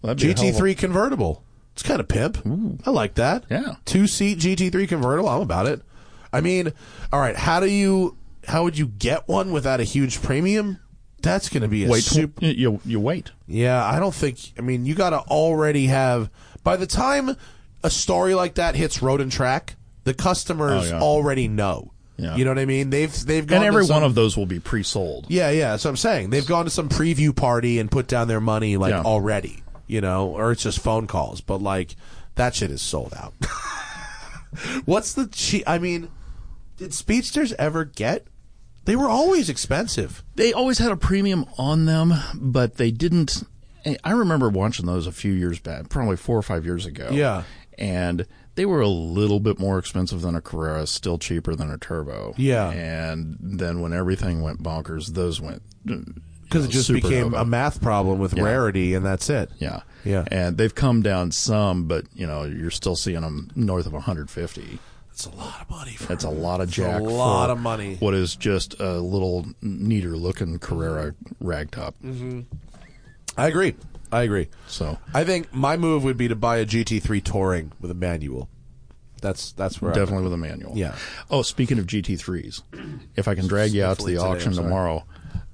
Speaker 2: That'd be a hell of a-
Speaker 1: GT3 convertible. It's kind of pimp. I like that.
Speaker 2: Yeah.
Speaker 1: Two seat GT3 convertible. I'm about it. I mean, all right. How do you? How would you get one without a huge premium? That's going to be a
Speaker 2: Wait, till-
Speaker 1: super.
Speaker 2: you, you, you wait.
Speaker 1: Yeah, I don't think. I mean, you got to already have. By the time a story like that hits road and track, the customers
Speaker 2: Oh, yeah.
Speaker 1: already know.
Speaker 2: Yeah.
Speaker 1: You know what I mean? They've they've gone
Speaker 2: And
Speaker 1: to
Speaker 2: every
Speaker 1: some-
Speaker 2: one of those will be pre-sold.
Speaker 1: yeah, yeah. That's what I'm saying. They've gone to some preview party and put down their money like
Speaker 2: Yeah.
Speaker 1: already, you know, or it's just phone calls. But like that shit is sold out. <laughs> What's the cheap? I mean, did speedsters ever get? They were always expensive.
Speaker 2: they always had a premium on them, but they didn't. eh, I remember watching those a few years back, probably four or five years ago.
Speaker 1: Yeah.
Speaker 2: and they were a little bit more expensive than a Carrera, still cheaper than a Turbo.
Speaker 1: Yeah.
Speaker 2: and then when everything went bonkers, those went uh,
Speaker 1: because it just became a math problem with rarity, and that's it.
Speaker 2: yeah,
Speaker 1: Yeah.
Speaker 2: and they've come down some, but you know you're still seeing them north of 150.
Speaker 1: That's a lot of money. For
Speaker 2: That's a lot of jack.
Speaker 1: a lot
Speaker 2: for
Speaker 1: of money.
Speaker 2: What is just a little neater looking Carrera ragtop.
Speaker 1: Mm-hmm. I agree. I agree.
Speaker 2: So
Speaker 1: I think my move would be to buy a GT3 Touring with a manual. That's that's where
Speaker 2: Definitely with a manual.
Speaker 1: Yeah.
Speaker 2: Oh, speaking of GT3s, if I can drag you out to
Speaker 1: Hopefully
Speaker 2: the
Speaker 1: today,
Speaker 2: auction
Speaker 1: I'm sorry.
Speaker 2: tomorrow,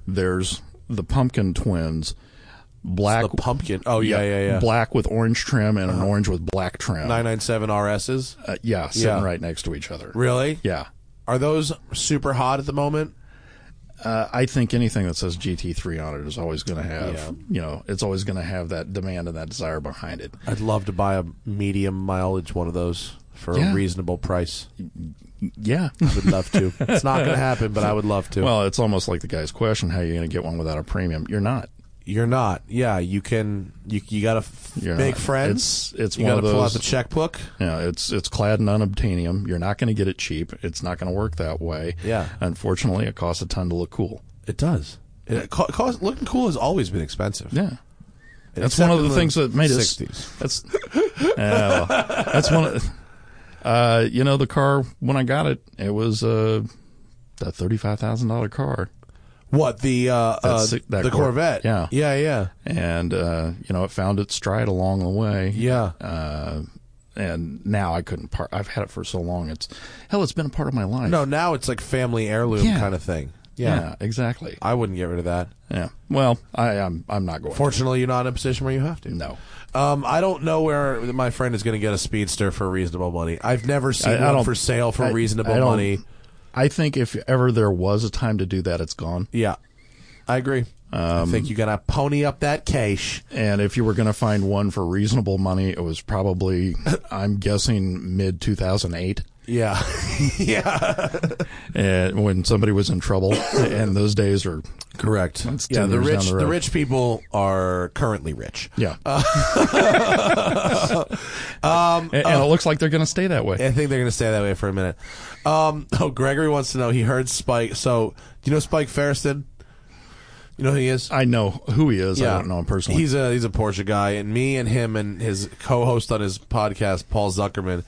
Speaker 2: there's the Pumpkin Twins,
Speaker 1: I'm
Speaker 2: black.
Speaker 1: the pumpkin. Oh yeah, yeah, Uh-huh. yeah.
Speaker 2: Black with orange trim and an orange with black trim.
Speaker 1: 997 RSs.
Speaker 2: Uh, yeah, sitting
Speaker 1: Yeah.
Speaker 2: right next to each other.
Speaker 1: Really?
Speaker 2: Yeah.
Speaker 1: Are those super hot at the moment?
Speaker 2: Uh, I think anything that says GT3 on it is always going to have,
Speaker 1: Yeah.
Speaker 2: you know, it's always going to have that demand and that desire behind it.
Speaker 1: I'd love to buy a medium mileage one of those for
Speaker 2: Yeah.
Speaker 1: a reasonable price.
Speaker 2: Yeah. <laughs>
Speaker 1: Would love <laughs> to. it's not going to happen, but I would love to.
Speaker 2: well, it's almost like the guy's question: How are you going to get one without a premium? You're not.
Speaker 1: You're not. Yeah, you can. You you got to f-
Speaker 2: You're
Speaker 1: make
Speaker 2: not.
Speaker 1: friends.
Speaker 2: It's- it's
Speaker 1: you
Speaker 2: one
Speaker 1: gotta
Speaker 2: of
Speaker 1: pull out
Speaker 2: those-
Speaker 1: the checkbook.
Speaker 2: Yeah, it's it's clad in unobtainium. You're not going to get it cheap. It's not going to work that way.
Speaker 1: Yeah.
Speaker 2: Unfortunately, it costs a ton to look cool.
Speaker 1: It does. It, co- cost, looking cool has always been expensive.
Speaker 2: Yeah. That's
Speaker 1: Except
Speaker 2: one of
Speaker 1: in
Speaker 2: the things that made us.
Speaker 1: 60s.
Speaker 2: That's <laughs> yeah, well, that's one. Of, uh, you know, the car when I got it, it was uh, a thirty-five thousand dollar car,
Speaker 1: What the uh, uh
Speaker 2: si- that
Speaker 1: the
Speaker 2: Cor-
Speaker 1: Corvette?
Speaker 2: yeah.
Speaker 1: yeah, yeah,
Speaker 2: and uh, you know, it found its stride along the way.
Speaker 1: yeah.
Speaker 2: Uh, and now I couldn't part. I've had it for so long. It's hell. It's been a part of my life.
Speaker 1: No, now it's like family heirloom
Speaker 2: Yeah.
Speaker 1: kind of thing. Yeah.
Speaker 2: Yeah. exactly.
Speaker 1: I wouldn't get rid of that.
Speaker 2: Yeah. Well, I, I'm I'm not going.
Speaker 1: Fortunately, you're not in a position where you have to.
Speaker 2: No.
Speaker 1: Um, I don't know where my friend is going to get a speedster for reasonable money. I've never seen
Speaker 2: I- I
Speaker 1: one
Speaker 2: don't-
Speaker 1: for sale for
Speaker 2: I-
Speaker 1: reasonable
Speaker 2: I don't-
Speaker 1: money.
Speaker 2: I think if ever there was a time to do that, it's gone.
Speaker 1: Yeah, I agree.
Speaker 2: Um,
Speaker 1: I think you got to pony up that cash.
Speaker 2: And if you were going to find one for reasonable money, it was probably, <laughs> I'm guessing, mid 2008.
Speaker 1: Yeah, <laughs> yeah,
Speaker 2: And uh, when somebody was
Speaker 1: <laughs>
Speaker 2: in trouble, and those days are
Speaker 1: correct.
Speaker 2: That's
Speaker 1: Yeah,
Speaker 2: 10
Speaker 1: the
Speaker 2: years down
Speaker 1: rich,
Speaker 2: the
Speaker 1: the,
Speaker 2: road.
Speaker 1: rich people are currently rich. <laughs>
Speaker 2: yeah.
Speaker 1: Um,
Speaker 2: and,
Speaker 1: uh,
Speaker 2: and it looks like they're going to stay that way.
Speaker 1: I think they're going to stay that way for a minute. Um, <laughs> oh, Gregory wants to know. He heard Spike. So, do you know Spike Ferriston? You know who he is?
Speaker 2: I know who he is. I don't know him personally.
Speaker 1: He's a he's a Porsche guy, and me and him and his co-host on his podcast, Paul Zuckerman,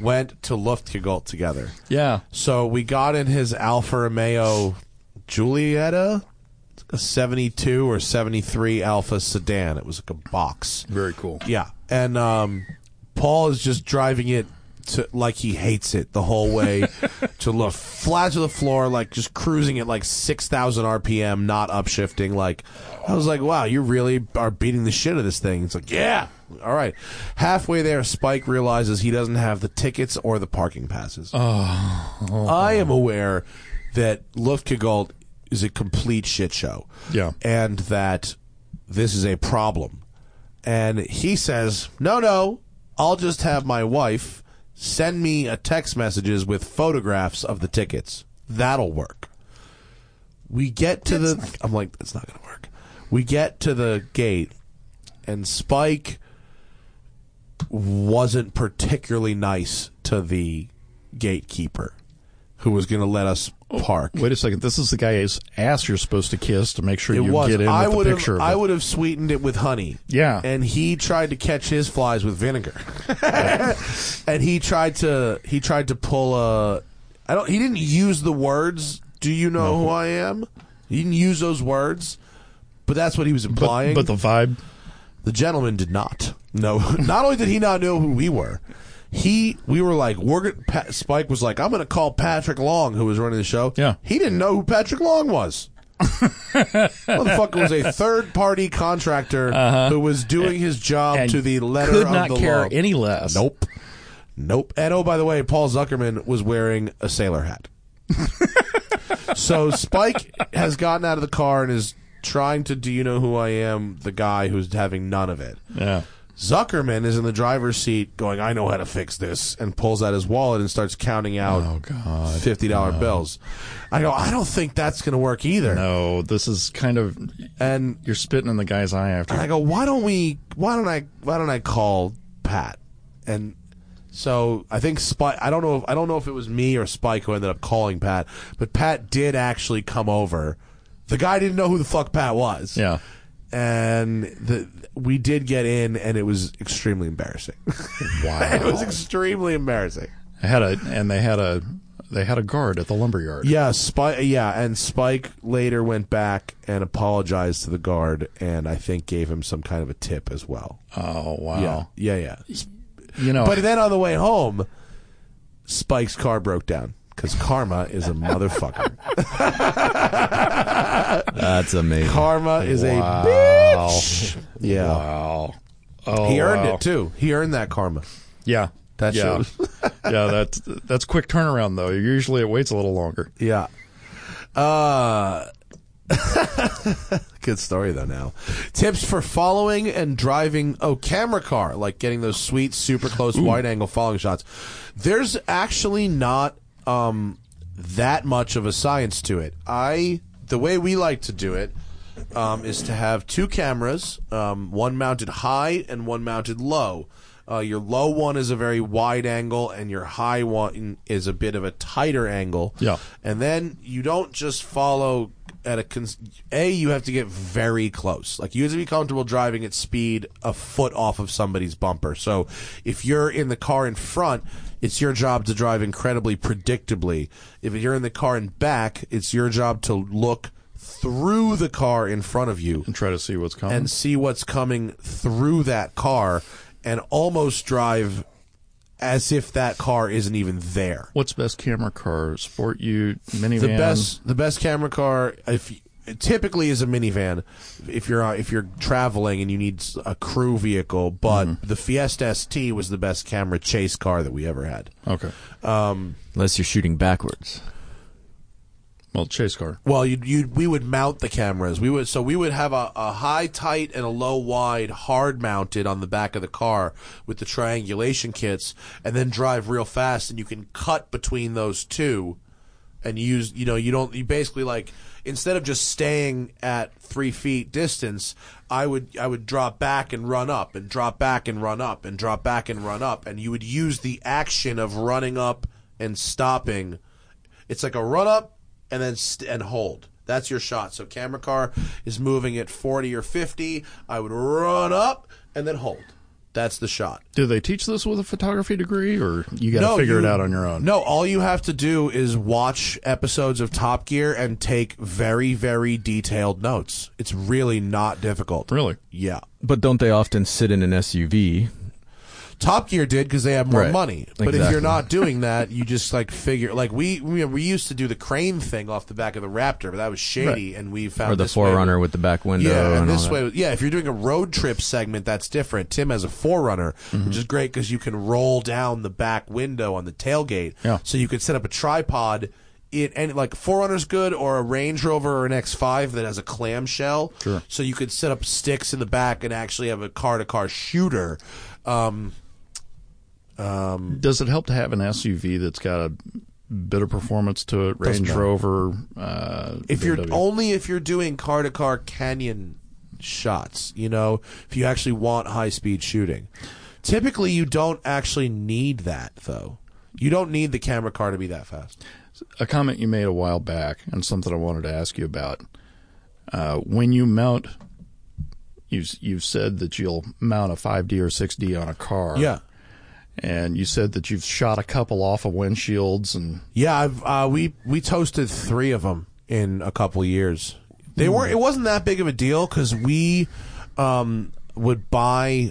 Speaker 1: went to Luftgegalt together.
Speaker 2: yeah.
Speaker 1: So we got in his Alfa Romeo Giulietta, a '72 or '73 Alfa sedan. It was like a box.
Speaker 2: Very cool.
Speaker 1: Yeah, and um, Paul is just driving it to like he hates it the whole way to look flat to the floor, like just cruising at like six thousand RPM, not upshifting. Like I was like, wow, you really are beating the shit out of this thing. It's like, yeah, all right. Halfway there, Spike realizes he doesn't have the tickets or the parking passes. I am aware that Luftgegalt is a complete shit show.
Speaker 2: Yeah.
Speaker 1: And that this is a problem. And he says, no, no, I'll just have my wife send me a text messages with photographs of the tickets. That'll work. We get to the. I'm like, it's not going to work. We get to the gate, and Spike wasn't particularly nice to the gatekeeper who was going to let us park.
Speaker 2: Wait a second. This is the guy's ass you're supposed to kiss to make sure
Speaker 1: it
Speaker 2: you
Speaker 1: was.
Speaker 2: get in
Speaker 1: I
Speaker 2: with
Speaker 1: would
Speaker 2: the picture
Speaker 1: have.
Speaker 2: of it.
Speaker 1: I would have sweetened it with honey.
Speaker 2: Yeah.
Speaker 1: And he tried to catch his flies with
Speaker 2: <laughs>
Speaker 1: vinegar. and he tried to. He tried to pull a. I don't. He didn't use the words. Do you know who I am? He didn't use those words. But that's what he was
Speaker 2: but,
Speaker 1: implying.
Speaker 2: but the vibe.
Speaker 1: the gentleman did not. No, <laughs> not only did he not know who we were, he we were like we're gonna, Pat, Spike was like I'm going to call Patrick Long who was running the show.
Speaker 2: Yeah.
Speaker 1: he didn't know who Patrick Long
Speaker 2: <laughs>
Speaker 1: was. Motherfucker was a third party contractor who was doing his job
Speaker 2: Uh-huh. And
Speaker 1: to the letter
Speaker 2: could
Speaker 1: of
Speaker 2: not
Speaker 1: the
Speaker 2: care
Speaker 1: law.
Speaker 2: any less.
Speaker 1: Nope, nope. And oh, by the way, Paul Zuckerman was wearing a sailor hat. so Spike has gotten out of the car and is trying to do you know who I am? The guy who's having none of it.
Speaker 2: Yeah.
Speaker 1: Zuckerman is in the driver's seat going, I know how to fix this, and pulls out his wallet and starts counting out $50 bills. I go, I don't think that's going to work either.
Speaker 2: No, this is kind of
Speaker 1: And
Speaker 2: you're spitting in the guy's eye after.
Speaker 1: and I go, why don't we? Why don't I? Why don't I call Pat? And so I think Spike. I don't know. If, I don't know if it was me or Spike who ended up calling Pat, but Pat did actually come over. The guy didn't know who the fuck Pat was.
Speaker 2: Yeah.
Speaker 1: And the, we did get in, and it was extremely embarrassing. <laughs>
Speaker 2: Wow.
Speaker 1: it <laughs> was extremely embarrassing.
Speaker 2: I had a and they had a they had a guard at the lumber yard.
Speaker 1: Yeah, Spike. Yeah, and Spike later went back and apologized to the guard, and I think gave him some kind of a tip as well.
Speaker 2: Oh wow.
Speaker 1: Yeah, yeah, yeah.
Speaker 2: You know,
Speaker 1: But then on the way home, Spike's car broke down because karma is a motherfucker.
Speaker 3: That's amazing.
Speaker 1: karma is
Speaker 2: Wow.
Speaker 1: a bitch. Yeah,
Speaker 2: wow. Oh,
Speaker 1: he earned
Speaker 2: wow.
Speaker 1: it too. He earned that karma.
Speaker 2: Yeah.
Speaker 1: That
Speaker 2: yeah. <laughs> yeah, that's that's quick turnaround though. Usually it waits a little longer.
Speaker 1: Yeah. Uh <laughs> Good story though now. Tips for following and driving oh camera car, like getting those sweet super close wide angle following shots. There's actually not um that much of a science to it. I the way we like to do it um, is to have two cameras, um, one mounted high and one mounted low. Uh, your low one is a very wide angle, and your high one is a bit of a tighter angle.
Speaker 2: Yeah.
Speaker 1: And then you don't just follow at a cons- a. You have to get very close. Like you have to be comfortable driving at speed a foot off of somebody's bumper. So if you're in the car in front, it's your job to drive incredibly predictably. If you're in the car in back, it's your job to look through the car in front of you
Speaker 2: And try to see what's coming.
Speaker 1: and see what's coming through that car and almost drive as if that car isn't even there.
Speaker 2: what's best camera car? Sport you minivan.
Speaker 1: The best the best camera car if it typically is a minivan if you're uh, if you're traveling and you need s- a crew vehicle, but the Fiesta ST was the best camera chase car that we ever had.
Speaker 2: Okay.
Speaker 3: Unless you're shooting backwards.
Speaker 2: Well, chase car.
Speaker 1: Well, you you we would mount the cameras. We would so we would have a, a high tight and a low wide hard mounted on the back of the car with the triangulation kits, and then drive real fast. And you can cut between those two, and use you know you don't you basically like instead of just staying at three feet distance, I would I would drop back and run up and drop back and run up and drop back and run up, and you would use the action of running up and stopping it's like a run up and then st- and hold. That's your shot. So camera car is moving at 40 or 50. I would run up and then hold. That's the shot.
Speaker 2: Do they teach this with a photography degree, or you got to figure it
Speaker 1: you-
Speaker 2: out on your own?
Speaker 1: No, all you have to do is watch episodes of Top Gear and take very very detailed notes. It's really not difficult.
Speaker 2: Really?
Speaker 1: Yeah.
Speaker 3: But don't they often sit in an SUV?
Speaker 1: Top Gear did because they have more
Speaker 3: Right.
Speaker 1: money. But if
Speaker 3: Exactly.
Speaker 1: you're not doing that, you just like figure like we we, we used to do the crane thing off the back of the Raptor, but that was shady, and we found
Speaker 3: Or the
Speaker 1: this way-
Speaker 3: forerunner with the back window
Speaker 1: Yeah, and,
Speaker 3: and all
Speaker 1: this
Speaker 3: that.
Speaker 1: way, yeah. If you're doing a road trip segment, that's different. Tim has a forerunner, which is great because you can roll down the back window on the tailgate,
Speaker 2: Yeah.
Speaker 1: so you could set up a tripod. It and like forerunner's good, or a Range Rover or an X5 that has a clamshell, sure. So you could set up sticks in the back and actually have a car to car shooter. Um,
Speaker 2: Does it help to have an SUV that's got a bit of performance to it? Range
Speaker 1: matter.
Speaker 2: Rover. Uh,
Speaker 1: if you're
Speaker 2: BMW?
Speaker 1: only if you're doing car to car canyon shots, you know, if you actually want high speed shooting. Typically you don't actually need that though. You don't need the camera car to be that fast.
Speaker 2: a comment you made a while back and something I wanted to ask you about. Uh, when you mount, you've you've said that you'll mount a 5D or 6D on a car.
Speaker 1: Yeah.
Speaker 2: and you said that you've shot a couple off of windshields and
Speaker 1: Yeah, I've uh, we we toasted 3 of them in a couple years. They weren't it wasn't that big of a deal cuz we um would buy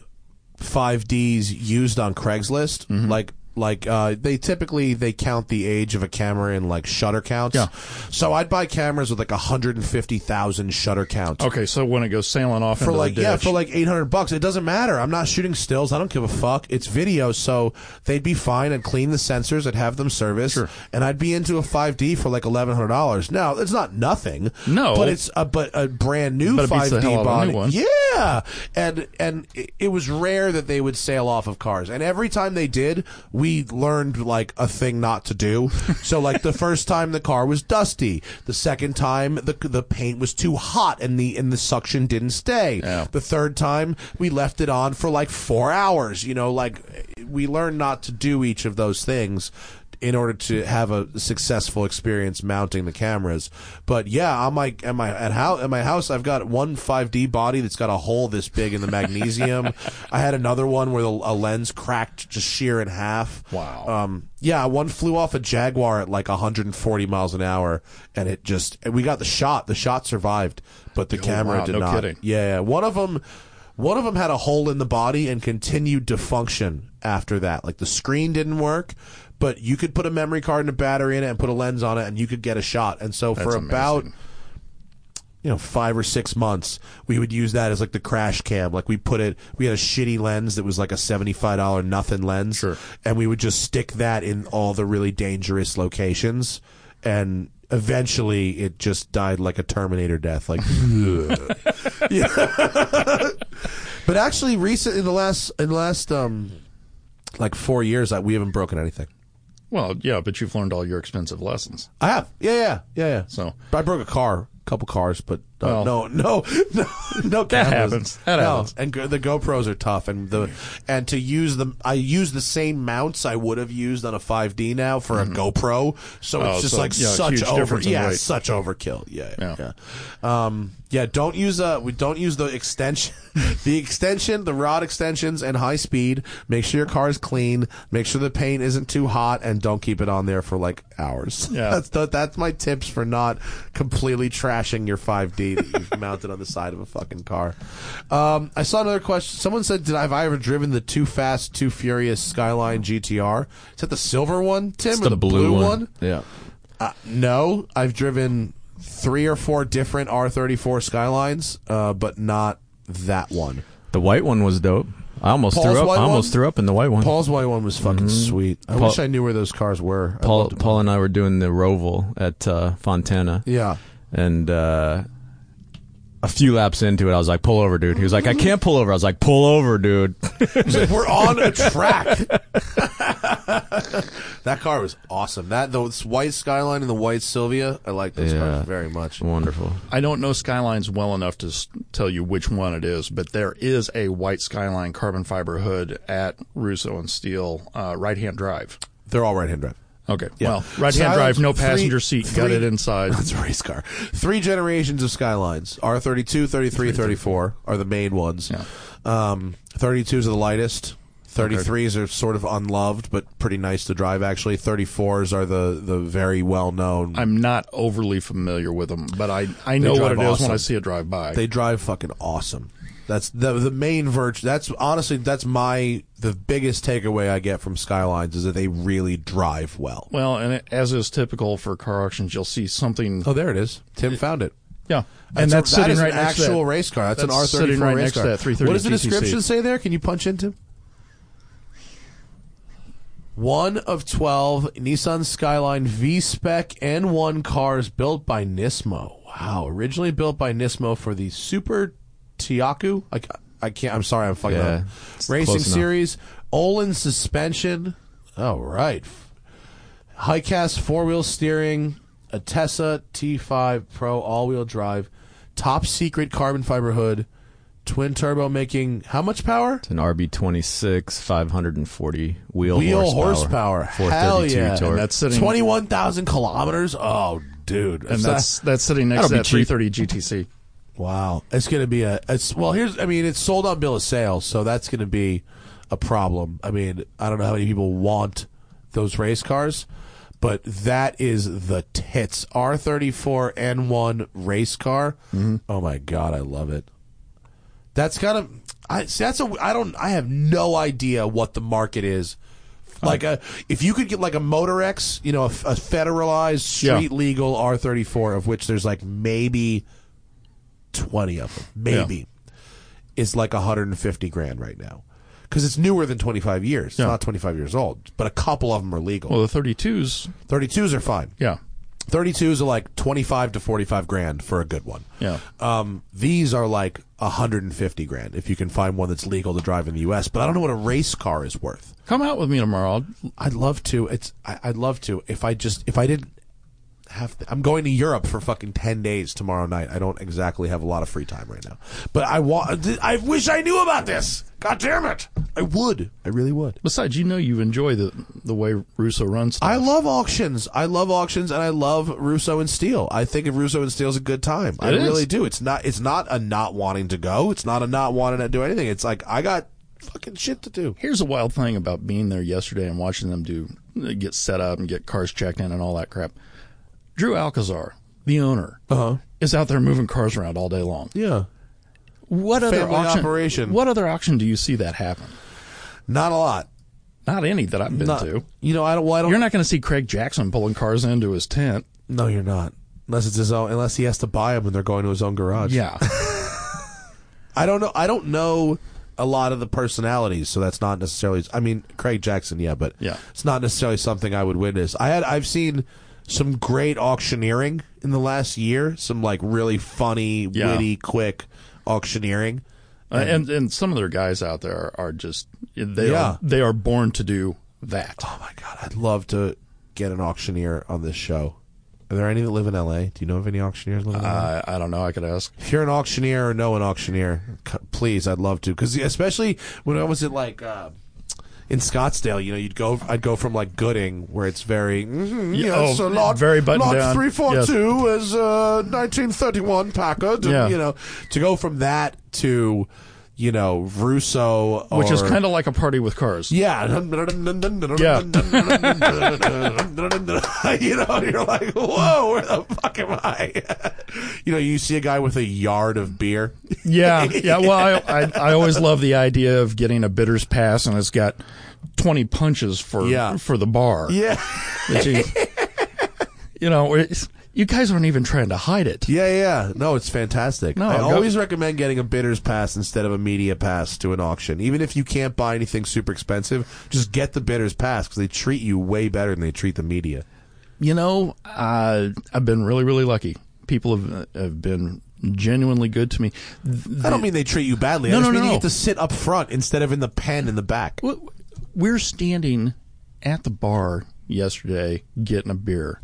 Speaker 1: 5Ds used on Craigslist, like like uh, they typically they count the age of a camera in like shutter counts.
Speaker 2: Yeah.
Speaker 1: So I'd buy cameras with like 150,000 shutter counts.
Speaker 2: Okay, so when it goes sailing off
Speaker 1: For
Speaker 2: into
Speaker 1: like
Speaker 2: the
Speaker 1: yeah,
Speaker 2: ditch,
Speaker 1: for like eight hundred bucks, it doesn't matter. I'm not shooting stills. I don't give a fuck. It's video, so they'd be fine. I'd clean the sensors. I'd have them serviced, and I'd be into a 5D for like eleven hundred dollars. Now it's not nothing.
Speaker 2: No.
Speaker 1: but it's a but a brand new
Speaker 2: But it beats
Speaker 1: five
Speaker 2: the hell out
Speaker 1: D
Speaker 2: of a
Speaker 1: body.
Speaker 2: new one.
Speaker 1: Yeah, and and it- it was rare that they would sail off of cars. And every time they did, we learned like a thing not to do. so like the <laughs> first time the car was dusty, the second time the the paint was too hot and the and the suction didn't stay. The third time we left it on for like four hours. You know, like we learned not to do each of those things in order to have a successful experience mounting the cameras. But yeah, on my at my at how at my house I've got one 5D body that's got a hole this big in the
Speaker 2: <laughs>
Speaker 1: magnesium. I had another one where the, a lens cracked just sheer in half.
Speaker 2: Wow.
Speaker 1: Um yeah, one flew off a Jaguar at like 140 miles an hour and it just and we got the shot. The shot survived, but the camera
Speaker 2: Oh, wow,
Speaker 1: did
Speaker 2: no
Speaker 1: not.
Speaker 2: kidding.
Speaker 1: Yeah, yeah. one of them, one of them had a hole in the body and continued to function after that. Like the screen didn't work, but you could put a memory card and a battery in it and put a lens on it, and you could get a shot. And so for
Speaker 2: That's
Speaker 1: about
Speaker 2: amazing.
Speaker 1: you know five or six months, we would use that as like the crash cam. Like we put it, we had a shitty lens that was like a seventy five dollar nothing lens,
Speaker 2: Sure.
Speaker 1: and we would just stick that in all the really dangerous locations and. Eventually, it just died like a Terminator death.
Speaker 2: <laughs>
Speaker 1: Like, But actually, recent in the last in the last um, like four years, I, we haven't broken anything.
Speaker 2: well, yeah, but you've learned all your expensive lessons.
Speaker 1: I have, yeah, yeah, yeah, yeah.
Speaker 2: So-
Speaker 1: but I broke a car, a couple cars, but uh,
Speaker 2: Well.
Speaker 1: no, no, <laughs> no, no.
Speaker 2: That
Speaker 1: cameras.
Speaker 2: happens. That
Speaker 1: no.
Speaker 2: happens.
Speaker 1: And go- the GoPros are tough, and the and to use them, I use the same mounts I would have used on a 5D now for a GoPro. Mm-hmm. So
Speaker 2: Oh,
Speaker 1: it's just
Speaker 2: so,
Speaker 1: like
Speaker 2: yeah,
Speaker 1: such
Speaker 2: huge
Speaker 1: over,
Speaker 2: difference in
Speaker 1: yeah,
Speaker 2: weight.
Speaker 1: such overkill. Yeah, yeah.
Speaker 2: Yeah.
Speaker 1: yeah. Um, yeah, don't use uh we don't use the extension, <laughs> the extension, the rod extensions, and high speed. Make sure your car is clean. Make sure the paint isn't too hot, and don't keep it on there for like hours. <laughs>
Speaker 2: Yeah.
Speaker 1: that's the, that's my tips for not completely trashing your 5D that you've <laughs> mounted on the side of a fucking car. Um, I saw another question. Someone said, "Did I have I ever driven the too fast, too furious Skyline GTR? Is that the silver one, Tim, or the, blue, one?
Speaker 3: Yeah.
Speaker 1: Uh, no, I've driven three or four different R34 Skylines, uh, but not that one.
Speaker 3: The white one was dope. I almost
Speaker 1: Paul's
Speaker 3: threw up.
Speaker 1: white
Speaker 3: I
Speaker 1: one?
Speaker 3: almost threw up in the white one.
Speaker 1: Paul's white one was fucking sweet. I
Speaker 3: Mm-hmm. Paul-
Speaker 1: wish I knew where those cars were. I
Speaker 3: Paul,
Speaker 1: loved-
Speaker 3: Paul and I were doing the Roval at uh, Fontana.
Speaker 1: yeah.
Speaker 3: And uh, a few laps into it, I was like, pull over, dude. He was like, I can't pull over. I was like, pull over, dude.
Speaker 1: We're on a
Speaker 3: <laughs>
Speaker 1: track. <laughs> that car was awesome. That the white Skyline and the white Sylvia, I like those
Speaker 3: Yeah.
Speaker 1: cars very much.
Speaker 3: Wonderful.
Speaker 2: I don't know Skylines well enough to s- tell you which one it is, but there is a white Skyline carbon fiber hood at Russo and Steel, uh, right hand drive.
Speaker 1: They're all right-hand drive.
Speaker 2: Okay, well, right hand drive, no passenger seat, got it <laughs> inside.
Speaker 1: That's a race car. Three generations of Skylines R32, 33, 34 are the main ones. Um, 32s are the lightest. 33s are sort of unloved, but pretty nice to drive, actually. 34s are the, the very well known.
Speaker 2: I'm not overly familiar with them, but I, I know what
Speaker 1: drive
Speaker 2: it is
Speaker 1: awesome.
Speaker 2: when I see it drive by.
Speaker 1: They drive fucking awesome. That's the the main virtue. That's honestly that's my the biggest takeaway I get from Skylines is that they really drive well.
Speaker 2: well, and it, as is typical for car auctions, you'll see something.
Speaker 1: Oh, there it is. Tim found it.
Speaker 2: Yeah, and that's,
Speaker 1: that
Speaker 2: sitting
Speaker 1: is
Speaker 2: right
Speaker 1: an
Speaker 2: next to
Speaker 1: actual
Speaker 2: that-
Speaker 1: race car. That's,
Speaker 2: that's
Speaker 1: an R34
Speaker 2: sitting right
Speaker 1: race
Speaker 2: next to
Speaker 1: car.
Speaker 2: that 330
Speaker 1: what does the
Speaker 2: GTC?
Speaker 1: description say there? Can you punch into? One of 12 Nissan Skyline V Spec N1 cars built by Nismo. Wow. Originally built by Nismo for the Super Tiaku. I, ca- I can't, I'm sorry, I'm fucking
Speaker 3: Yeah,
Speaker 1: up.
Speaker 3: it's
Speaker 1: Racing
Speaker 3: close enough.
Speaker 1: Series, Olin suspension. All right. Highcast four wheel steering, a Tessa T5 Pro all wheel drive, top secret carbon fiber hood, twin turbo making how much power?
Speaker 3: It's an RB26, 540 wheel,
Speaker 1: Wheel horsepower.
Speaker 3: horsepower.
Speaker 1: Hell yeah.
Speaker 3: torque.
Speaker 2: And that's sitting.
Speaker 1: 21,000 kilometers? Oh, dude.
Speaker 2: and that's that's sitting next to
Speaker 3: That'll
Speaker 2: that
Speaker 3: be cheap.
Speaker 2: 330 GTC.
Speaker 1: Wow, it's going to be a. It's well, here's. I mean, it's sold on bill of sale, so that's going to be a problem. I mean, I don't know how many people want those race cars, but that is the tits R thirty four N one race car. Oh my god, I love it. That's got to. I see, that's a I don't I have no idea what the market is. Like a if you could get like a Motor X, you know, a, a federalized
Speaker 2: Yeah.
Speaker 1: street legal R34 of which there's like maybe 20 of them, maybe. Is like 150 grand right now. Cuz it's newer than 25 years. It's
Speaker 2: Yeah.
Speaker 1: not 25 years old, but a couple of them are legal.
Speaker 2: Well, the 32s,
Speaker 1: 32s are fine.
Speaker 2: yeah.
Speaker 1: 32s are like 25 to 45 grand for a good one.
Speaker 2: Yeah.
Speaker 1: Um, these are like 150 grand if you can find one that's legal to drive in the U.S. But I don't know what a race car is worth.
Speaker 2: Come out with me tomorrow. I'll,
Speaker 1: I'd love to. It's I, I'd love to if I just if I didn't have. I'm going to Europe for fucking 10 days tomorrow night. I don't exactly have a lot of free time right now. But I want. I wish I knew about this. God damn it! I would. I really would.
Speaker 2: besides, you know you enjoy the the way Russo runs. Stuff.
Speaker 1: I love auctions. I love auctions, and I love Russo and Steel. I think of Russo and Steel as a good time. I
Speaker 2: It is.
Speaker 1: really do. It's not. It's not a not wanting to go. It's not a not wanting to do anything. It's like I got fucking shit to do.
Speaker 2: Here's a wild thing about being there yesterday and watching them do get set up and get cars checked in and all that crap. Drew Alcazar, the owner,
Speaker 1: Uh-huh.
Speaker 2: is out there moving cars around all day long.
Speaker 1: Yeah.
Speaker 2: What other
Speaker 1: Family
Speaker 2: auction?
Speaker 1: operation.
Speaker 2: What other auction do you see that happen?
Speaker 1: Not a lot.
Speaker 2: Not any that I've been
Speaker 1: Not,
Speaker 2: to.
Speaker 1: you know. I don't. Well, I don't.
Speaker 2: You're not going to see Craig Jackson pulling cars into his tent.
Speaker 1: no, you're not. Unless it's his own. Unless he has to buy them, and they're going to his own garage.
Speaker 2: Yeah,
Speaker 1: I don't know. I don't know a lot of the personalities, so that's not necessarily. I mean, Craig Jackson, yeah, but
Speaker 2: Yeah.
Speaker 1: it's not necessarily something I would witness. I had I've seen some great auctioneering in the last year. Some like really funny,
Speaker 2: Yeah.
Speaker 1: witty, quick auctioneering.
Speaker 2: <laughs> Uh, and and some of their guys out there are just they
Speaker 1: Yeah.
Speaker 2: are they are born to do that.
Speaker 1: Oh my god, I'd love to get an auctioneer on this show. Are there any that live in L.A.? Do you know of any auctioneers living in L.A.?
Speaker 2: I I don't know. I could ask.
Speaker 1: if you're an auctioneer or know an auctioneer, c- please, I'd love to. Because especially when I was at like uh, in Scottsdale, you know, you'd go. I'd go from like Gooding, where it's very, mm
Speaker 2: Yeah,
Speaker 1: yes,
Speaker 2: oh,
Speaker 1: a lot,
Speaker 2: very buttoned
Speaker 1: lot
Speaker 2: down.
Speaker 1: three four two is uh, 1931 Packard. and,
Speaker 2: Yeah.
Speaker 1: you know, to go from that to, you know, Russo,
Speaker 2: Which is
Speaker 1: or-
Speaker 2: kind of like a party with cars.
Speaker 1: yeah. <laughs>
Speaker 2: Yeah.
Speaker 1: you know, you're like, whoa, where the fuck am I? you know, you see a guy with a yard of beer.
Speaker 2: Yeah, yeah. Well, I, I I always love the idea of getting a bitters pass, and it's got twenty punches for
Speaker 1: Yeah.
Speaker 2: for the bar.
Speaker 1: Yeah.
Speaker 2: That you, <laughs> you know, it's, you guys aren't even trying to hide it.
Speaker 1: Yeah, yeah. No, it's fantastic.
Speaker 2: No,
Speaker 1: I
Speaker 2: go-
Speaker 1: always recommend getting a bidder's pass instead of a media pass to an auction. Even if you can't buy anything super expensive, just get the bidder's pass because they treat you way better than they treat the media.
Speaker 2: You know, uh, I've been really really lucky. People have have been genuinely good to me.
Speaker 1: I don't mean they treat you badly.
Speaker 2: No,
Speaker 1: I just
Speaker 2: no,
Speaker 1: mean
Speaker 2: no.
Speaker 1: you get to sit up front instead of in the pen in the back.
Speaker 2: W- We're standing at the bar yesterday getting a beer.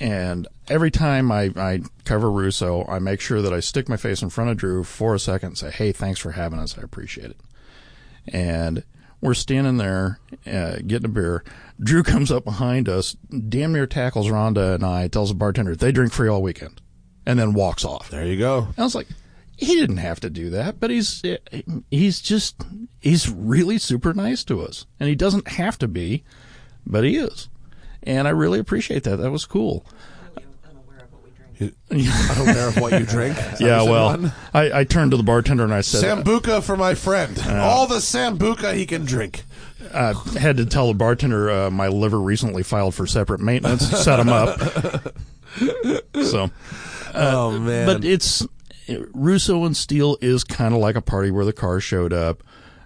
Speaker 2: And every time I, I cover Russo, I make sure that I stick my face in front of Drew for a second and say, hey, thanks for having us. I appreciate it. And we're standing there uh, getting a beer. Drew comes up behind us, damn near tackles Rhonda and I, tells the bartender they drink free all weekend, and then walks off.
Speaker 1: There you go.
Speaker 2: I was like, he didn't have to do that, but he's he's just he's really super nice to us, and he doesn't have to be, but he is, and I really appreciate that. That was cool. Uh,
Speaker 5: unaware of what we drink.
Speaker 1: I don't care what you <laughs> drink. Is that what you said, Ron?
Speaker 2: I, I turned to the bartender and I said,
Speaker 1: Sambuca for my friend. All the Sambuca he can drink.
Speaker 2: I uh, had to tell the bartender uh, my liver recently filed for separate maintenance, set him up. <laughs> so,
Speaker 1: oh man!
Speaker 2: but it's Russo and Steele is kind of like a party where the car showed up.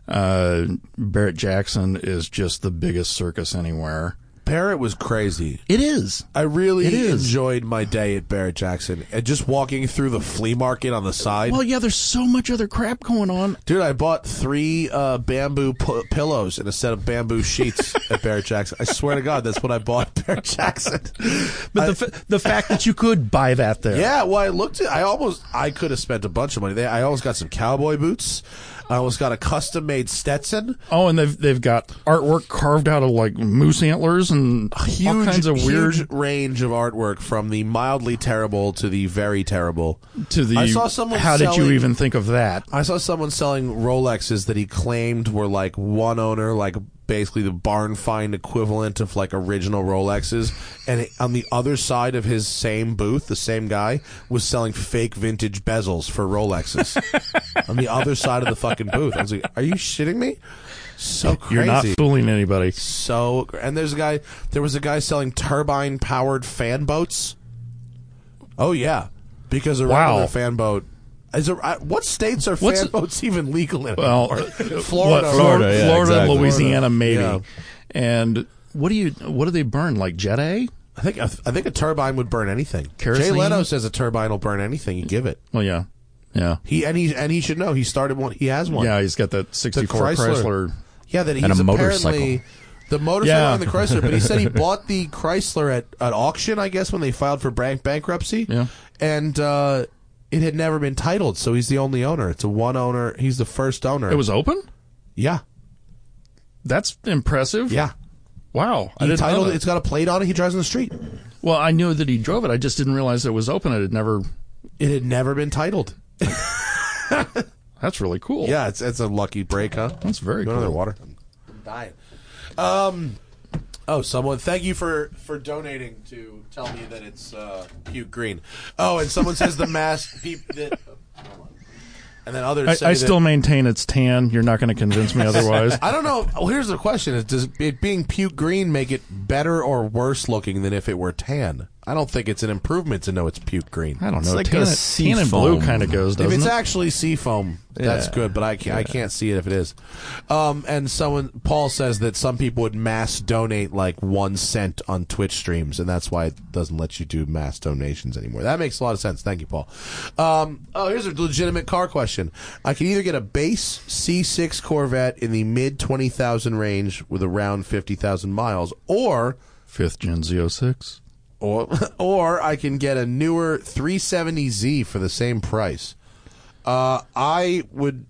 Speaker 2: Uh, Barrett Jackson is just the biggest circus anywhere.
Speaker 1: Barrett was crazy.
Speaker 2: It is.
Speaker 1: I really
Speaker 2: It is.
Speaker 1: enjoyed my day at Barrett Jackson and just walking through the flea market on the side.
Speaker 2: Well, yeah, there's so much other crap going on.
Speaker 1: Dude, I bought three uh, bamboo p- pillows and a set of bamboo sheets at Barrett Jackson. I swear to God, that's what I bought at Barrett Jackson. <laughs>
Speaker 2: But the fa- the fact that you could buy that there,
Speaker 1: Yeah, well, I looked at. I almost. I could have spent a bunch of money there. I almost got some cowboy boots. I almost got a custom made Stetson.
Speaker 2: Oh, and they've they've got artwork carved out of like moose antlers and all
Speaker 1: huge,
Speaker 2: kinds of weird
Speaker 1: huge range of artwork from the mildly terrible to the very terrible.
Speaker 2: to the.
Speaker 1: I saw someone
Speaker 2: how did you
Speaker 1: selling-
Speaker 2: even think of that?
Speaker 1: I saw someone selling Rolexes that he claimed were like one owner, like basically the barn find equivalent of like original Rolexes. And it- on the other side of his same booth, the same guy was selling fake vintage bezels for Rolexes. on the other side of the fucking booth. I was like, "Are you shitting me?" So crazy.
Speaker 2: You're not fooling anybody.
Speaker 1: so gr- and there's a guy there was a guy selling turbine powered fan boats oh yeah because a
Speaker 2: Wow.
Speaker 1: regular fan boat is there, I- what states are fan
Speaker 2: What's-
Speaker 1: boats even legal in
Speaker 2: Well, <laughs>
Speaker 1: Florida. Florida.
Speaker 2: what, Florida,
Speaker 3: yeah,
Speaker 2: Florida
Speaker 3: exactly.
Speaker 2: and Louisiana, maybe.
Speaker 1: Yeah.
Speaker 2: And what do you? What do they burn? Like Jet A?
Speaker 1: I think I think a turbine would burn anything
Speaker 2: Kerosene?
Speaker 1: Jay Leno says a turbine will burn anything you give it
Speaker 2: Well, yeah, yeah,
Speaker 1: he and he and he should know he started one he has one
Speaker 2: yeah. He's got that '64
Speaker 1: Chrysler.
Speaker 2: Chrysler.
Speaker 1: yeah that he's
Speaker 3: a motorcycle.
Speaker 1: apparently the motorcycle
Speaker 2: Yeah.
Speaker 1: and the Chrysler but he said
Speaker 2: <laughs>
Speaker 1: he bought the Chrysler at, at auction I guess when they filed for bank bankruptcy
Speaker 2: Yeah.
Speaker 1: and uh, it had never been titled, so he's the only owner. It's a one owner. He's the first owner.
Speaker 2: It was open.
Speaker 1: yeah,
Speaker 2: That's impressive.
Speaker 1: yeah.
Speaker 2: Wow. I
Speaker 1: He
Speaker 2: didn't know
Speaker 1: titled
Speaker 2: that.
Speaker 1: it. It's got a plate on it. He drives on the street.
Speaker 2: Well, I knew that he drove it. I just didn't realize it was open. It had never.
Speaker 1: It had never been titled.
Speaker 2: That's really cool.
Speaker 1: Yeah, it's it's a lucky break, huh?
Speaker 2: That's very
Speaker 1: You want
Speaker 2: cool.
Speaker 1: another water? I'm dying. Um. Oh, someone! Thank you for for donating to tell me that it's uh, puke green. Oh, and someone says the <laughs> mask. Peep, that, hold on. and then others. say
Speaker 2: I, I
Speaker 1: that-
Speaker 2: still maintain it's tan. You're not going to convince me otherwise.
Speaker 1: I don't know. Well, here's the question: Is does it being puke green make it better or worse looking than if it were tan? I don't think it's an improvement to know it's puke green.
Speaker 2: I don't know.
Speaker 3: It's like
Speaker 2: tan,
Speaker 3: a sea
Speaker 2: tan and blue
Speaker 3: foam.
Speaker 2: kind of goes,
Speaker 1: If
Speaker 2: doesn't
Speaker 1: it's
Speaker 2: it?
Speaker 1: actually seafoam, that's
Speaker 3: Yeah.
Speaker 1: good, but I can't, I can't see it if it is. Um, and someone Paul says that some people would mass donate like one cent on Twitch streams, and that's why it doesn't let you do mass donations anymore. That makes a lot of sense. Thank you, Paul. Um, oh, here's a legitimate car question. I could either get a base C6 Corvette in the mid twenty thousand range with around fifty thousand miles, or
Speaker 2: Fifth Gen Z06.
Speaker 1: or <laughs> or I can get a newer 370Z for the same price. Uh, I would.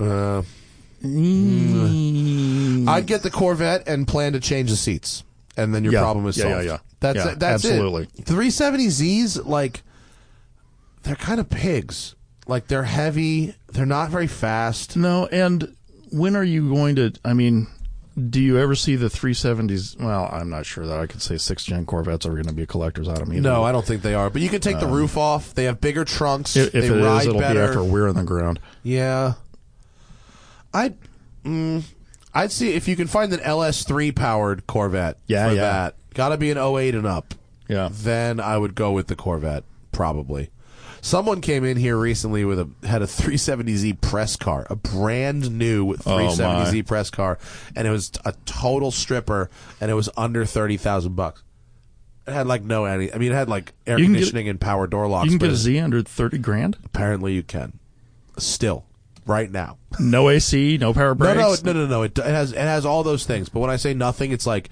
Speaker 1: Uh,
Speaker 2: Mm.
Speaker 1: I'd get the Corvette and plan to change the seats, and then your
Speaker 2: Yeah.
Speaker 1: problem is
Speaker 2: Yeah,
Speaker 1: solved.
Speaker 2: yeah, yeah.
Speaker 1: That's
Speaker 2: Yeah,
Speaker 1: it. that's
Speaker 2: absolutely.
Speaker 1: it. 370Zs like they're kind of pigs. Like they're heavy. They're not very fast.
Speaker 2: No, and when are you going to? I mean, do you ever see the 370s? Well, I'm not sure that I could say sixth gen Corvettes are going to be a collector's item either.
Speaker 1: No, I don't think they are. But you can take the roof off. They have bigger trunks.
Speaker 2: If,
Speaker 1: they
Speaker 2: if it
Speaker 1: ride
Speaker 2: is, it'll
Speaker 1: better.
Speaker 2: be after we're on the ground.
Speaker 1: Yeah. I'd mm, I'd see if you can find an LS3 powered Corvette.
Speaker 2: Yeah,
Speaker 1: for
Speaker 2: yeah.
Speaker 1: that. Gotta be an 08 and up.
Speaker 2: Yeah.
Speaker 1: Then I would go with the Corvette, probably. Someone came in here recently with a had a <laughs> 370Z press car, a brand new
Speaker 2: Oh,
Speaker 1: 370Z press car, and it was a total stripper, and it was under thirty thousand bucks. It had like no any. I mean, it had like air
Speaker 2: You can get-
Speaker 1: conditioning and power door locks.
Speaker 2: You can
Speaker 1: but
Speaker 2: get a
Speaker 1: it-
Speaker 2: Z under 30 grand.
Speaker 1: apparently, you can still right now.
Speaker 2: No AC, no power
Speaker 1: No,
Speaker 2: brakes.
Speaker 1: no, no, no, no. It, it has it has all those things. But when I say nothing, it's like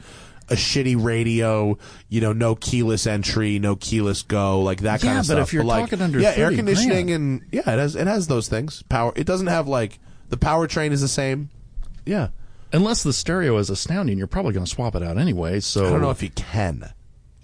Speaker 1: a shitty radio. You know, no keyless entry, no keyless go, like that
Speaker 2: Yeah,
Speaker 1: kind of
Speaker 2: but
Speaker 1: stuff.
Speaker 2: if you're
Speaker 1: like,
Speaker 2: talking under
Speaker 1: yeah, air
Speaker 2: 30
Speaker 1: conditioning
Speaker 2: grand.
Speaker 1: and yeah, it has it has those things. Power. It doesn't have like the powertrain is the same. Yeah,
Speaker 2: Unless the stereo is astounding, you're probably going to swap it out anyway. So
Speaker 1: I don't know if you can.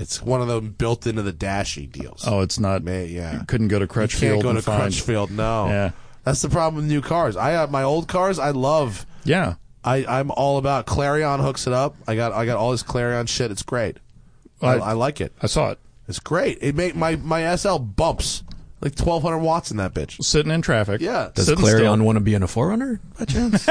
Speaker 1: It's one of them built into the dashy deals.
Speaker 2: Oh, it's not.
Speaker 1: May- yeah.
Speaker 2: You couldn't go to Crutchfield.
Speaker 1: can't go
Speaker 2: and
Speaker 1: to
Speaker 2: find-
Speaker 1: Crutchfield. No,
Speaker 2: Yeah.
Speaker 1: that's the problem with new cars. I have my old cars. I love.
Speaker 2: Yeah.
Speaker 1: I, I'm all about Clarion hooks it up. I got I got all this Clarion shit. It's great. I,
Speaker 2: I-
Speaker 1: I like it.
Speaker 2: I saw it.
Speaker 1: It's great. It made my my SL bumps like 1200 watts in that
Speaker 3: <laughs>
Speaker 1: bitch.
Speaker 2: Sitting in traffic.
Speaker 1: Yeah.
Speaker 3: Does
Speaker 2: Sitting
Speaker 3: Clarion
Speaker 2: still.
Speaker 3: want to be in a forerunner?
Speaker 1: By chance?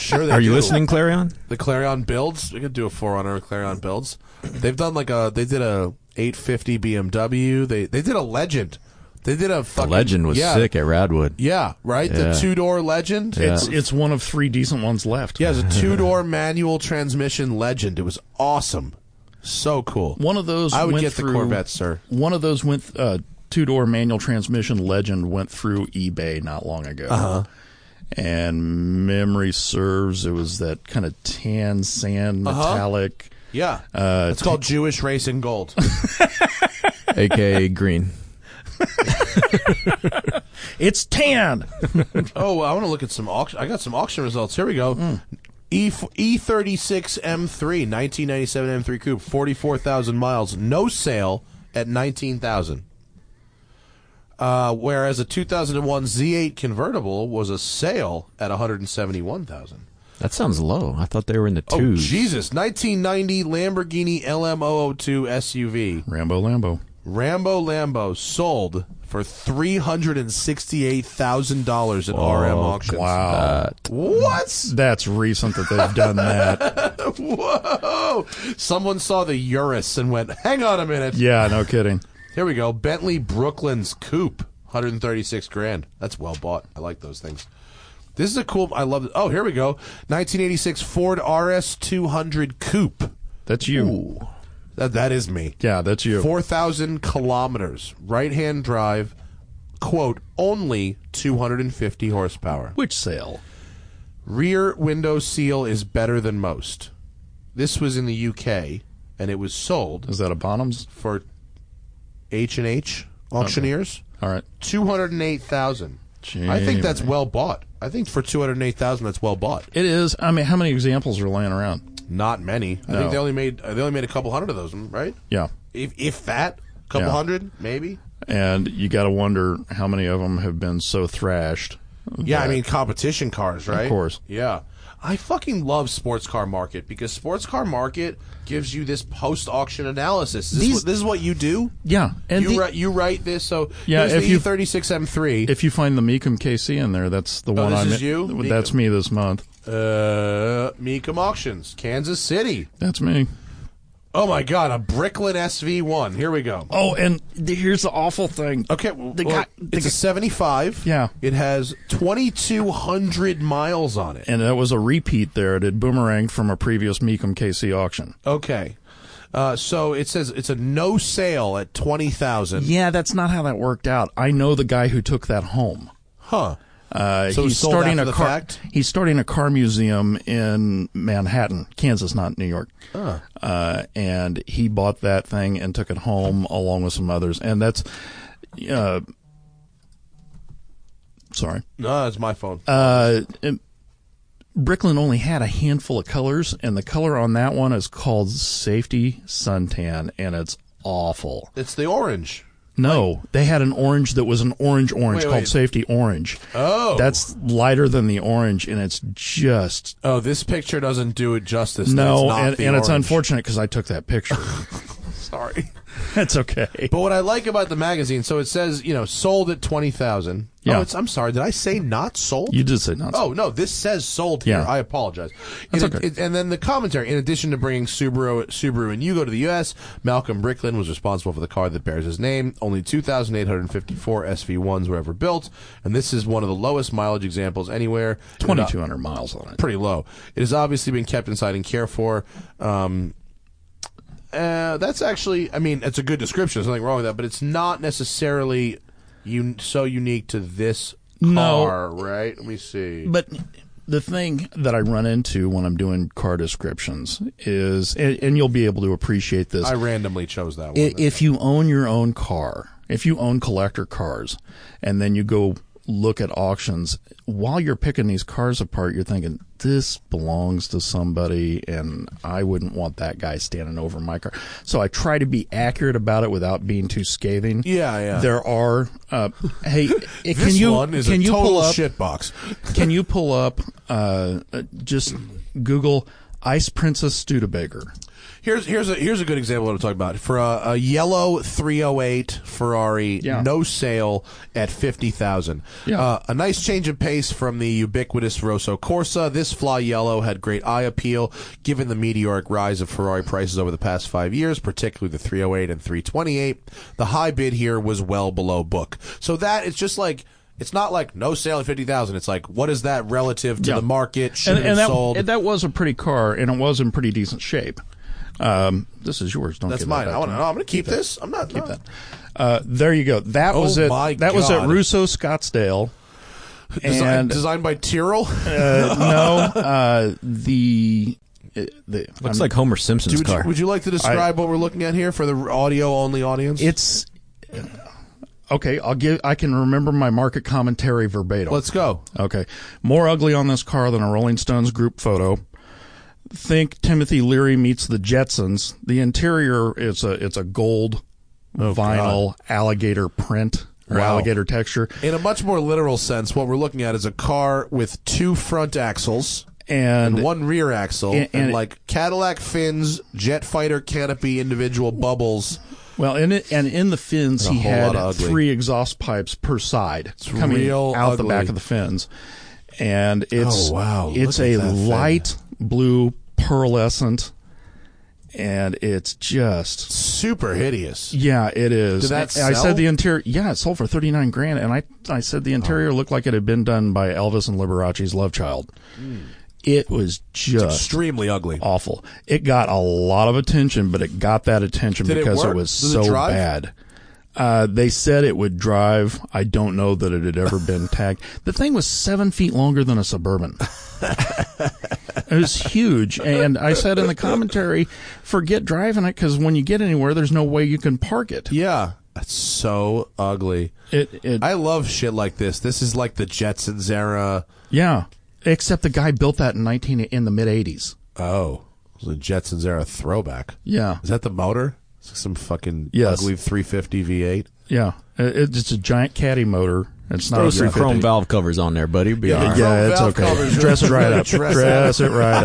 Speaker 1: sure. They
Speaker 3: Are you
Speaker 1: do.
Speaker 3: listening, Clarion?
Speaker 1: The Clarion builds. We could do a forerunner of Clarion builds. They've done like a they did a 850 BMW. They they did a Legend. They did a
Speaker 3: The
Speaker 1: fucking,
Speaker 3: legend was
Speaker 1: yeah,
Speaker 3: sick at Radwood.
Speaker 1: Yeah, right.
Speaker 3: Yeah.
Speaker 1: The two door Legend.
Speaker 2: It's, it's one of three decent ones left.
Speaker 1: yeah, it's
Speaker 3: <laughs>
Speaker 1: a two door manual transmission Legend. It was awesome. So cool.
Speaker 2: One of those
Speaker 1: I would
Speaker 2: went
Speaker 1: get the
Speaker 2: through,
Speaker 1: Corvette, sir.
Speaker 2: One of those went uh, two door manual transmission legend went through eBay not long ago.
Speaker 1: Uh-huh.
Speaker 2: And memory serves, it was that kind of tan sand
Speaker 1: Uh-huh.
Speaker 2: metallic.
Speaker 1: Yeah.
Speaker 2: Uh,
Speaker 1: it's called Jewish Race in Gold.
Speaker 3: aka Green.
Speaker 1: <laughs>
Speaker 2: It's tan.
Speaker 1: oh, I want to look at some auction. I got some auction results. Here we go. E E36 M3 1997 M3 coupe 44,000 miles, no sale at 19,000. Uh, whereas a 2001 Z8 convertible was a sale at 171,000.
Speaker 3: That sounds low. I thought they were in the
Speaker 1: Oh
Speaker 3: twos.
Speaker 1: Jesus! 1990 Lamborghini LM002 SUV
Speaker 2: Rambo Lambo.
Speaker 1: Rambo Lambo sold for three hundred and sixty-eight thousand dollars at RM auctions.
Speaker 2: Wow.
Speaker 1: What?
Speaker 2: That's recent that they've
Speaker 1: <laughs>
Speaker 2: done that.
Speaker 1: Whoa! Someone saw the Urus and went, "Hang on a minute."
Speaker 2: yeah, no kidding.
Speaker 1: Here we go. Bentley Brooklyn's coupe, 136 grand. That's well bought. I like those things. This is a cool. I love. Oh, here we go. 1986 Ford RS 200 coupe.
Speaker 2: That's you.
Speaker 1: That that is me.
Speaker 2: Yeah, that's you.
Speaker 1: 4,000 kilometers, right-hand drive. Quote only 250 horsepower.
Speaker 2: Which sale?
Speaker 1: Rear window seal is better than most. This was in the UK, and it was sold
Speaker 2: Is that a Bonhams?
Speaker 1: for H and H auctioneers.
Speaker 2: All right.
Speaker 1: Two hundred and eight thousand.
Speaker 2: Gee,
Speaker 1: I think that's
Speaker 2: man.
Speaker 1: well bought. I think for two hundred and eight thousand, that's well bought.
Speaker 2: It is. I mean, how many examples are laying around?
Speaker 1: Not many. I
Speaker 2: No.
Speaker 1: think they only made uh, they only made a couple hundred of those, right?
Speaker 2: Yeah.
Speaker 1: If if that, couple
Speaker 2: Yeah.
Speaker 1: hundred, maybe.
Speaker 2: And you got to wonder how many of them have been so thrashed.
Speaker 1: Yeah, I mean competition cars, right?
Speaker 2: course.
Speaker 1: Yeah. I fucking love sports car market because sports car market gives you this post auction analysis. Is this,
Speaker 2: These-
Speaker 1: what, this is what you do.
Speaker 2: Yeah. And
Speaker 1: you
Speaker 2: the-
Speaker 1: write you write this. So
Speaker 2: Yeah,
Speaker 1: here's
Speaker 2: if
Speaker 1: the E
Speaker 2: you-
Speaker 1: E36 M3.
Speaker 2: if you find the Mecum KC in there, that's the one
Speaker 1: Oh, this
Speaker 2: I'm.
Speaker 1: is you?
Speaker 2: That's
Speaker 1: Mecum.
Speaker 2: me this month.
Speaker 1: Uh, Mecum Auctions, Kansas City.
Speaker 2: That's me.
Speaker 1: Oh my God, a Bricklin SV1. Here we go.
Speaker 2: Oh, and the, here's the awful thing.
Speaker 1: Okay, well,
Speaker 2: The
Speaker 1: well,
Speaker 2: guy- the
Speaker 1: it's a
Speaker 2: guy-
Speaker 1: 75.
Speaker 2: Yeah.
Speaker 1: It has 2,200 miles on it.
Speaker 2: And that was a repeat there. It had boomeranged from a previous Mecum KC auction.
Speaker 1: Okay. Uh, so it says it's a no sale at 20,000.
Speaker 2: Yeah, that's not how that worked out. I know the guy who took that home.
Speaker 1: Huh.
Speaker 2: Uh,
Speaker 1: So it was
Speaker 2: he's
Speaker 1: sold
Speaker 2: starting
Speaker 1: after
Speaker 2: a
Speaker 1: the
Speaker 2: car.
Speaker 1: fact?
Speaker 2: He's starting a car museum in Manhattan, Kansas, not New York. Uh, and he bought that thing and took it home along with some others. And that's, uh, sorry,
Speaker 1: No, it's my phone.
Speaker 2: uh, it- Bricklin only had a handful of colors, and the color on that one is called Safety Suntan, and it's awful.
Speaker 1: it's the orange.
Speaker 2: No, they had an orange that was an orange orange
Speaker 1: Wait,
Speaker 2: called
Speaker 1: wait.
Speaker 2: Safety Orange.
Speaker 1: Oh.
Speaker 2: that's lighter than the orange, and it's just
Speaker 1: Oh, this picture doesn't do it justice. that it's
Speaker 2: no,
Speaker 1: not
Speaker 2: and,
Speaker 1: the
Speaker 2: and it's
Speaker 1: orange.
Speaker 2: unfortunate because I took that picture.
Speaker 1: <laughs> Sorry.
Speaker 2: <laughs> That's okay.
Speaker 1: But what I like about the magazine, so it says, you know, sold at 20,000.
Speaker 2: Yeah.
Speaker 1: Oh, it's, I'm sorry. Did I say not sold?
Speaker 2: You did say not.
Speaker 1: Oh no, this says sold here.
Speaker 2: Yeah.
Speaker 1: I apologize.
Speaker 2: That's
Speaker 1: In-
Speaker 2: okay.
Speaker 1: in- and then the commentary. In addition to bringing Subaru, Subaru and Yugo to the U.S., Malcolm Bricklin was responsible for the car that bears his name. Only 2,854 SV1s were ever built, and this is one of the lowest mileage examples anywhere. It
Speaker 2: twenty two hundred miles on it.
Speaker 1: pretty low. It has obviously been kept inside and cared for. Um, uh, that's actually, I mean, it's a good description. There's nothing wrong with that, but it's not necessarily un- so unique to this
Speaker 2: No.
Speaker 1: car, right? Let me see.
Speaker 2: But the thing that I run into when I'm doing car descriptions is, and, and you'll be able to appreciate this.
Speaker 1: I randomly chose that one.
Speaker 2: I- if you own your own car, if you own collector cars, and then you go look at auctions, while you're picking these cars apart, you're thinking, this belongs to somebody, and I wouldn't want that guy standing over my car. So I try to be accurate about it without being too scathing.
Speaker 1: Yeah, yeah.
Speaker 2: There are, uh,
Speaker 1: <laughs>
Speaker 2: hey,
Speaker 1: this
Speaker 2: can you,
Speaker 1: one is
Speaker 2: can
Speaker 1: a
Speaker 2: you
Speaker 1: total
Speaker 2: pull up,
Speaker 1: shit box.
Speaker 2: <laughs> can you pull up, uh, uh, just Google Ice Princess Studebaker?
Speaker 1: Here's here's a here's a good example of what I'm talking about. For a, a yellow 308 Ferrari,
Speaker 2: Yeah.
Speaker 1: no sale at fifty thousand.
Speaker 2: Yeah.
Speaker 1: Uh, a nice change of pace from the ubiquitous Rosso Corsa. This fly yellow had great eye appeal, given the meteoric rise of Ferrari prices over the past five years, particularly the 308 and 328. The high bid here was well below book. So that it's just like. It's not like no sale at fifty thousand. It's like what is that relative to
Speaker 2: Yeah.
Speaker 1: the market? Should
Speaker 2: and,
Speaker 1: it
Speaker 2: and
Speaker 1: have
Speaker 2: that,
Speaker 1: sold?
Speaker 2: and that was a pretty car, and it was in pretty decent shape. Um, this is yours. Don't
Speaker 1: That's
Speaker 2: give
Speaker 1: mine.
Speaker 2: That
Speaker 1: I
Speaker 2: back
Speaker 1: want
Speaker 2: to
Speaker 1: to.
Speaker 2: me.
Speaker 1: No, I'm going to keep, this. I'm not keep
Speaker 2: that. Uh, there you go. That was it.
Speaker 1: Oh my
Speaker 2: that was at
Speaker 1: God.
Speaker 2: Russo Scottsdale.
Speaker 1: Design,
Speaker 2: And
Speaker 1: designed by Tyrrell.
Speaker 2: uh, no, uh, the, uh, the
Speaker 3: Looks
Speaker 2: I'm-
Speaker 3: like Homer Simpson's
Speaker 1: would, you,
Speaker 3: car.
Speaker 1: would you like to describe what we're looking at here for the audio only audience?
Speaker 2: it's okay. I'll give. I can remember my market commentary verbatim.
Speaker 1: Let's go.
Speaker 2: Okay. More ugly on this car than a Rolling Stones group photo. Think Timothy Leary meets the Jetsons. The interior is a it's a gold vinyl alligator print or
Speaker 1: Oh, Wow.
Speaker 2: alligator texture.
Speaker 1: In a much more literal sense, what we're looking at is a car with two front axles
Speaker 2: And,
Speaker 1: and one rear axle, and,
Speaker 2: and-
Speaker 1: like Cadillac fins, jet fighter canopy, individual bubbles.
Speaker 2: Well, and it, and in the fins,
Speaker 1: And a
Speaker 2: he
Speaker 1: whole lot
Speaker 2: had
Speaker 1: of ugly.
Speaker 2: three exhaust pipes per side coming
Speaker 1: real
Speaker 2: out the
Speaker 1: ugly.
Speaker 2: back of the fins, and it's
Speaker 1: Oh, wow.
Speaker 2: it's
Speaker 1: Look
Speaker 2: a
Speaker 1: at that fin.
Speaker 2: light blue pearlescent, and it's just
Speaker 1: Super hideous.
Speaker 2: yeah, it is.
Speaker 1: Did that
Speaker 2: And I
Speaker 1: sell?
Speaker 2: said the interior. Yeah, it sold for thirty nine grand, and I I said the interior looked like it had been done by Elvis and Liberace's Love Child.
Speaker 1: Hmm.
Speaker 2: It was just
Speaker 1: Extremely ugly.
Speaker 2: awful. It got a lot of attention, but it got that attention
Speaker 1: Did it
Speaker 2: because it,
Speaker 1: work?
Speaker 2: was
Speaker 1: Does it
Speaker 2: so
Speaker 1: drive?
Speaker 2: bad. Uh, they said it would drive. I don't know that it had
Speaker 1: <laughs>
Speaker 2: ever been tagged. The thing was seven feet longer than a suburban. it was huge, and I said in the commentary, "Forget driving it because when you get anywhere, there's no way you can park it."
Speaker 1: Yeah. That's so ugly.
Speaker 2: It, it
Speaker 1: I love shit like this. This is like the Jetsons era.
Speaker 2: yeah. Except the guy built that in nineteen in the mid '80s.
Speaker 1: Oh, it was the Jetsons era throwback.
Speaker 2: Yeah,
Speaker 1: Is that the motor? It's some fucking
Speaker 2: Yes.
Speaker 1: ugly 350 V8.
Speaker 2: yeah. It, it's a giant caddy motor. It's not
Speaker 1: Oh,
Speaker 3: Throw
Speaker 2: a
Speaker 3: some
Speaker 2: 350.
Speaker 3: chrome valve covers on there, buddy. Be all right.
Speaker 2: Yeah,
Speaker 1: Chrome
Speaker 2: it's
Speaker 1: valve
Speaker 2: okay.
Speaker 1: covers.
Speaker 2: Dress it right
Speaker 1: <laughs>
Speaker 2: up.
Speaker 1: Dress
Speaker 2: Dress,
Speaker 1: it
Speaker 2: it right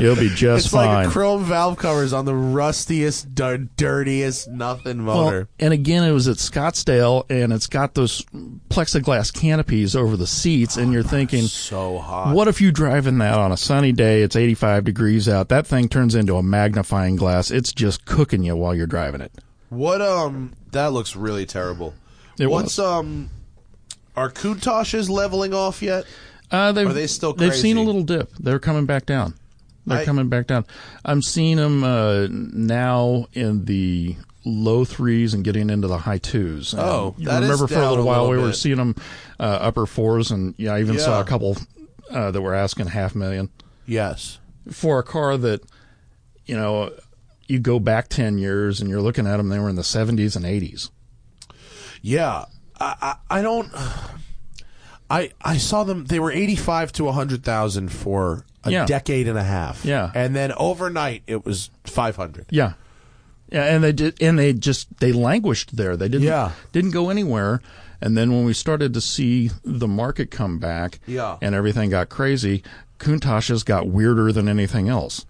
Speaker 1: <laughs>
Speaker 2: You'll be just
Speaker 1: It's
Speaker 2: fine.
Speaker 1: like chrome valve covers on the rustiest, dir- dirtiest nothing motor.
Speaker 2: well, and again, it was at Scottsdale, and it's got those plexiglass canopies over the seats, and you're thinking,
Speaker 1: so hot.
Speaker 2: what if you driving that on a sunny day? It's 85 degrees out. That thing turns into a magnifying glass. It's just cooking you while you're driving it.
Speaker 1: What um that looks really terrible.
Speaker 2: It
Speaker 1: What's um are Kutoshes leveling off yet?
Speaker 2: Uh, they've,
Speaker 1: Are they still
Speaker 2: They've seen a
Speaker 1: crazy?
Speaker 2: little dip. They're coming back down. They're
Speaker 1: I-
Speaker 2: coming back down. I'm seeing them uh, now in the low threes and getting into the high twos. And
Speaker 1: Oh,
Speaker 2: you
Speaker 1: that is
Speaker 2: remember for
Speaker 1: down
Speaker 2: a little
Speaker 1: a
Speaker 2: while
Speaker 1: little
Speaker 2: we were
Speaker 1: bit.
Speaker 2: seeing them uh, upper fours, and yeah, I even saw
Speaker 1: Yeah.
Speaker 2: a couple uh, that were asking half million
Speaker 1: Yes.
Speaker 2: for a car that you know you go back ten years and you're looking at them. They were in the 70s and 80s.
Speaker 1: Yeah. I I, I don't I I saw them they were 85 to 100,000 for a
Speaker 2: Yeah.
Speaker 1: decade and a half.
Speaker 2: Yeah.
Speaker 1: And then overnight it was 500.
Speaker 2: Yeah. Yeah, and they did, and they just they languished there. They didn't
Speaker 1: Yeah.
Speaker 2: didn't go anywhere. And then when we started to see the market come back,
Speaker 1: Yeah.
Speaker 2: and everything got crazy, Countach's got weirder than anything else.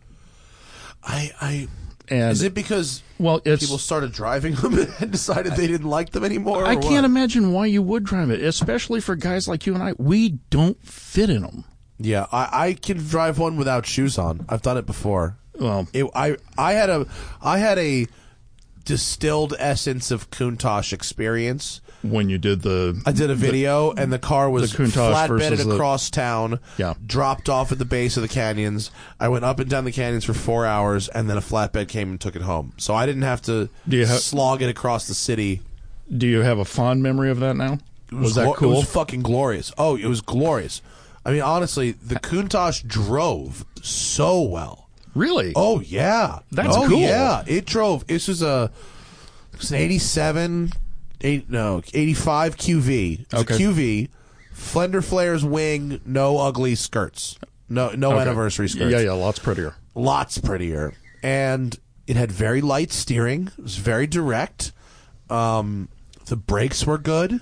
Speaker 1: I I
Speaker 2: And
Speaker 1: is it because
Speaker 2: well, it's
Speaker 1: people started driving them <laughs> and decided they didn't like them anymore?
Speaker 2: I
Speaker 1: or
Speaker 2: can't
Speaker 1: what?
Speaker 2: imagine why you would drive it, especially for guys like you and I. We don't fit in them.
Speaker 1: Yeah, I, I can drive one without shoes on. I've done it before.
Speaker 2: Well,
Speaker 1: It, I I had a I had a distilled essence of Countach experience.
Speaker 2: when you did the
Speaker 1: I did a video, and the car was
Speaker 2: the Countach versus
Speaker 1: flatbedded
Speaker 2: the-
Speaker 1: across town.
Speaker 2: Yeah.
Speaker 1: dropped off at the base of the canyons. I went up and down the canyons for four hours, and then a flatbed came and took it home. So I didn't have to
Speaker 2: Do you ha-
Speaker 1: slog it across the city.
Speaker 2: do you have a fond memory of that now?
Speaker 1: It
Speaker 2: was that
Speaker 1: glo-
Speaker 2: cool?
Speaker 1: It was fucking glorious. Oh, it was glorious. I mean, honestly, the Countach drove so well.
Speaker 2: really?
Speaker 1: Oh yeah,
Speaker 2: That's
Speaker 1: oh,
Speaker 2: cool.
Speaker 1: Yeah, it drove. This was a it's an eighty-seven, eight no eighty-five QV. It's
Speaker 2: Okay.
Speaker 1: a QV, Flender flares, wing, no ugly skirts, no no
Speaker 2: Okay.
Speaker 1: anniversary skirts.
Speaker 2: Yeah, yeah, lots prettier.
Speaker 1: lots prettier, and it had very light steering. It was very direct. Um, the brakes were good.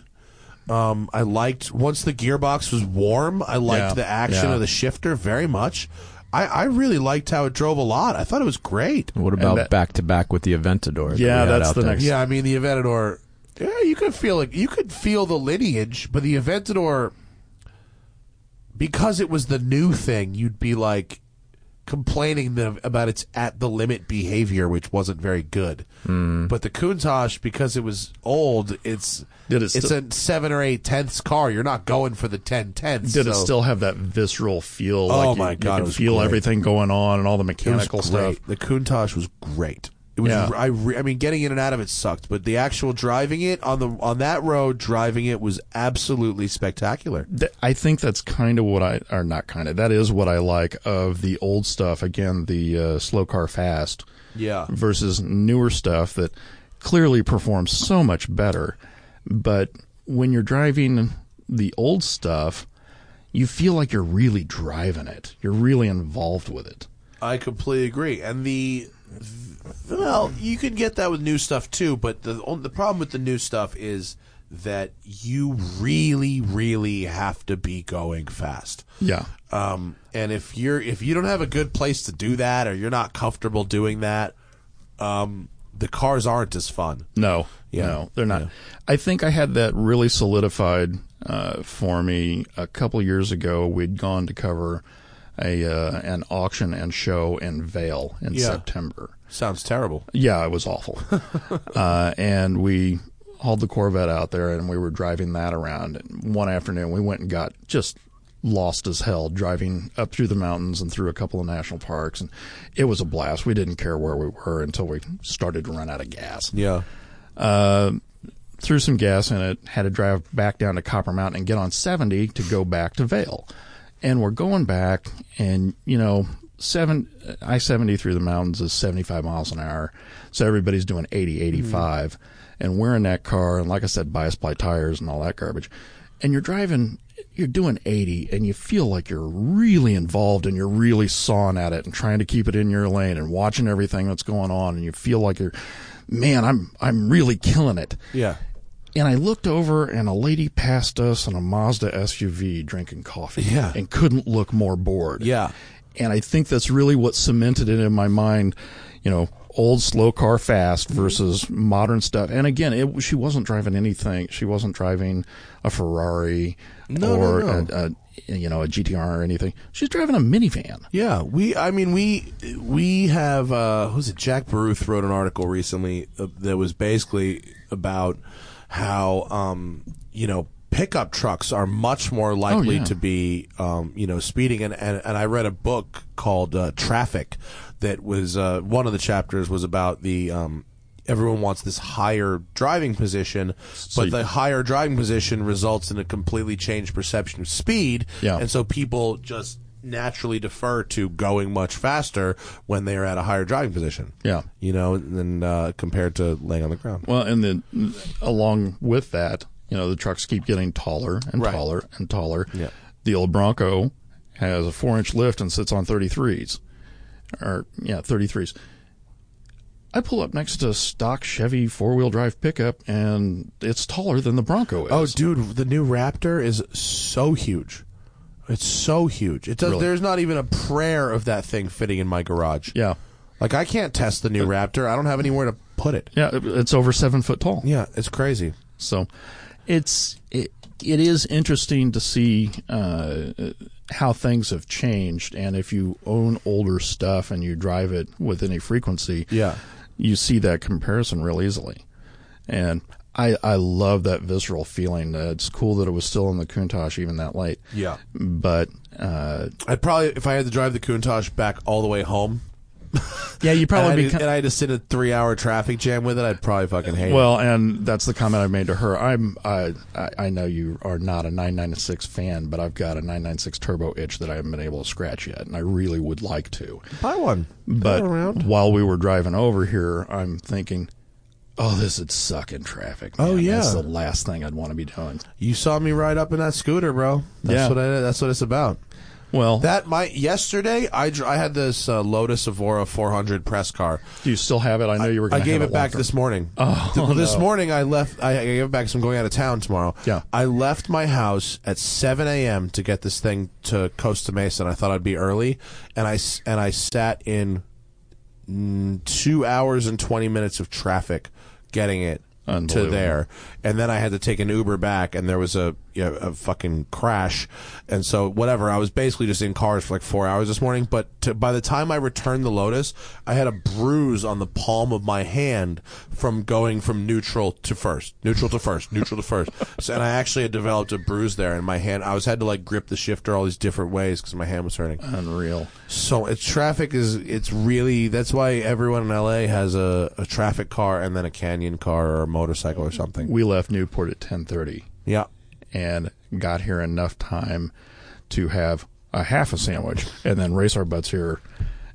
Speaker 1: Um, I liked once the gearbox was warm. I liked
Speaker 2: Yeah,
Speaker 1: the action
Speaker 2: yeah.
Speaker 1: of the shifter very much. I, I really liked how it drove a lot. I thought it was great.
Speaker 3: What about
Speaker 2: that-
Speaker 3: back to back with the Aventador? that
Speaker 2: Yeah,
Speaker 3: we had
Speaker 2: that's
Speaker 3: out
Speaker 2: the
Speaker 3: there?
Speaker 2: next-
Speaker 1: Yeah, I mean the Aventador. Yeah, you could feel it. You could feel the lineage, but the Aventador, because it was the new thing, you'd be like complaining the, about its at the limit behavior, which wasn't very good.
Speaker 2: Hmm.
Speaker 1: But the Countach, because it was old, it's
Speaker 2: Did it
Speaker 1: it's
Speaker 2: still-
Speaker 1: a seven or eight tenths car. You're not going for the ten tenths.
Speaker 2: Did it
Speaker 1: so-
Speaker 2: still have that visceral feel?
Speaker 1: Oh
Speaker 2: like
Speaker 1: my
Speaker 2: you,
Speaker 1: God,
Speaker 2: you
Speaker 1: it
Speaker 2: could
Speaker 1: was
Speaker 2: feel
Speaker 1: great.
Speaker 2: everything going on and all the
Speaker 1: It was
Speaker 2: mechanical
Speaker 1: great.
Speaker 2: stuff.
Speaker 1: The Countach was great. It was.
Speaker 2: Yeah.
Speaker 1: I. Re- I mean, getting in and out of it sucked, but the actual driving it on the on that road, driving it was absolutely spectacular.
Speaker 2: Th- I think that's kind of what I or not kind of that is what I like of the old stuff. Again, the uh, slow car fast
Speaker 1: Yeah.
Speaker 2: versus newer stuff that clearly performs so much better. But when you're driving the old stuff, you feel like you're really driving it. You're really involved with it.
Speaker 1: I completely agree. And the well, you can get that with new stuff too, but the on- the problem with the new stuff is that you really, really have to be going fast.
Speaker 2: Yeah.
Speaker 1: Um, and if you're if you don't have a good place to do that, or you're not comfortable doing that, um, the cars aren't as fun.
Speaker 2: No,
Speaker 1: Yeah.
Speaker 2: no, they're not.
Speaker 1: Yeah.
Speaker 2: I think I had that really solidified uh, for me a couple years ago. We'd gone to cover a uh, an auction and show in Vale in
Speaker 1: Yeah.
Speaker 2: September.
Speaker 1: Sounds terrible.
Speaker 2: Yeah, it was awful.
Speaker 1: <laughs>
Speaker 2: uh, and we hauled the Corvette out there, and we were driving that around. And one afternoon, we went and got just lost as hell driving up through the mountains and through a couple of national parks, and it was a blast. We didn't care where we were until we started to run out of gas
Speaker 1: Yeah.
Speaker 2: uh, threw some gas in it, had to drive back down to Copper Mountain and get on 70 to go back to Vale. And we're going back, and you know, seven I 70 through the mountains is 75 miles an hour, so everybody's doing 80, 85, and we're in that car, and like I said, bias ply tires and all that garbage, and you're driving. You're doing 80 and you feel like you're really involved and you're really sawing at it and trying to keep it in your lane and watching everything that's going on and you feel like you're man, I'm I'm really killing it.
Speaker 1: Yeah.
Speaker 2: And I looked over and a lady passed us in a Mazda SUV drinking coffee.
Speaker 1: Yeah.
Speaker 2: And couldn't look more bored.
Speaker 1: Yeah.
Speaker 2: And I think that's really what cemented it in my mind, you know, old slow car fast versus modern stuff. And again, it, she wasn't driving anything. She wasn't driving a Ferrari
Speaker 1: No, no,
Speaker 2: or
Speaker 1: no.
Speaker 2: A, a you know, a GTR or anything. She's driving a minivan.
Speaker 1: Yeah, we. I mean, we we have. Uh, who's it? Jack Baruth wrote an article recently uh, that was basically about how um, you know pickup trucks are much more likely
Speaker 2: Oh, yeah.
Speaker 1: to be um, you know speeding, and, and and I read a book called uh, Traffic that was uh, one of the chapters was about the. Um, Everyone wants this higher driving position, but
Speaker 2: you-
Speaker 1: the higher driving position results in a completely changed perception of speed.
Speaker 2: Yeah.
Speaker 1: And so people just naturally defer to going much faster when they are at a higher driving position.
Speaker 2: Yeah.
Speaker 1: You know, than uh, compared to laying on the ground.
Speaker 2: Well, and then along with that, you know, the trucks keep getting taller and
Speaker 1: Right.
Speaker 2: taller and taller.
Speaker 1: Yeah.
Speaker 2: The old Bronco has a four inch lift and sits on 33s. Or, yeah, 33s. I pull up next to a stock Chevy four wheel drive pickup and it's taller than the Bronco is.
Speaker 1: Oh, dude, the new Raptor is so huge. It's so huge. It does.
Speaker 2: Really?
Speaker 1: There's not even a prayer of that thing fitting in my garage.
Speaker 2: yeah.
Speaker 1: Like I can't test the new Raptor. I don't have anywhere to put it.
Speaker 2: Yeah, it- it's over seven foot tall.
Speaker 1: Yeah, it's crazy.
Speaker 2: So it's it, it is interesting to see uh, how things have changed, and if you own older stuff and you drive it with any frequency,
Speaker 1: Yeah.
Speaker 2: you see that comparison real easily. And I I love that visceral feeling. Uh, it's cool that it was still in the Countach even that late.
Speaker 1: Yeah.
Speaker 2: But uh,
Speaker 1: I'd probably if I had to drive the Countach back all the way home. And
Speaker 2: yeah, you
Speaker 1: I, had
Speaker 2: probably
Speaker 1: to- and I had to sit in a three-hour traffic jam with it. I'd probably fucking hate it.
Speaker 2: Well, and that's the comment I made to her. I'm I I I know you are not a 996 fan, but I've got a 996 turbo itch that I haven't been able to scratch yet, and I really would like to.
Speaker 1: Buy one.
Speaker 2: But
Speaker 1: Go around.
Speaker 2: while we were driving over here, I'm thinking, oh, this would suck in traffic. Man.
Speaker 1: Oh, yeah.
Speaker 2: that's the last thing I'd want to be doing.
Speaker 1: you saw me ride up in that scooter, bro. That's
Speaker 2: Yeah.
Speaker 1: what I, that's what it's about.
Speaker 2: Well,
Speaker 1: That my yesterday, I dr- I had this uh, Lotus Evora 400 press car.
Speaker 2: do you still have it? I know you were.
Speaker 1: I
Speaker 2: Gonna
Speaker 1: gave
Speaker 2: have
Speaker 1: it back
Speaker 2: locked up.
Speaker 1: this morning. Oh, this morning I left. I, I gave it back. So I'm going out of town tomorrow.
Speaker 2: Yeah.
Speaker 1: I left my house at 7 a.m. to get this thing to Costa Mesa. And I thought I'd be early, and I s- and I sat in mm, two hours and 20 minutes of traffic getting it to
Speaker 2: Unbelievable.
Speaker 1: there, and then I had to take an Uber back, and there was a you know, a fucking crash, and so whatever. I was basically just in cars for like four hours this morning. But to, by the time I returned the Lotus, I had a bruise on the palm of my hand from going from neutral to first, neutral to first, neutral to first. <laughs> So, and I actually had developed a bruise there in my hand. I was had to like grip the shifter all these different ways because my hand was hurting.
Speaker 2: Unreal.
Speaker 1: So it's traffic is it's really that's why everyone in LA has a, a traffic car and then a canyon car or a motorcycle or something.
Speaker 2: We left Newport at 10:30.
Speaker 1: Yeah.
Speaker 2: and got here enough time to have a half a sandwich and then race our butts here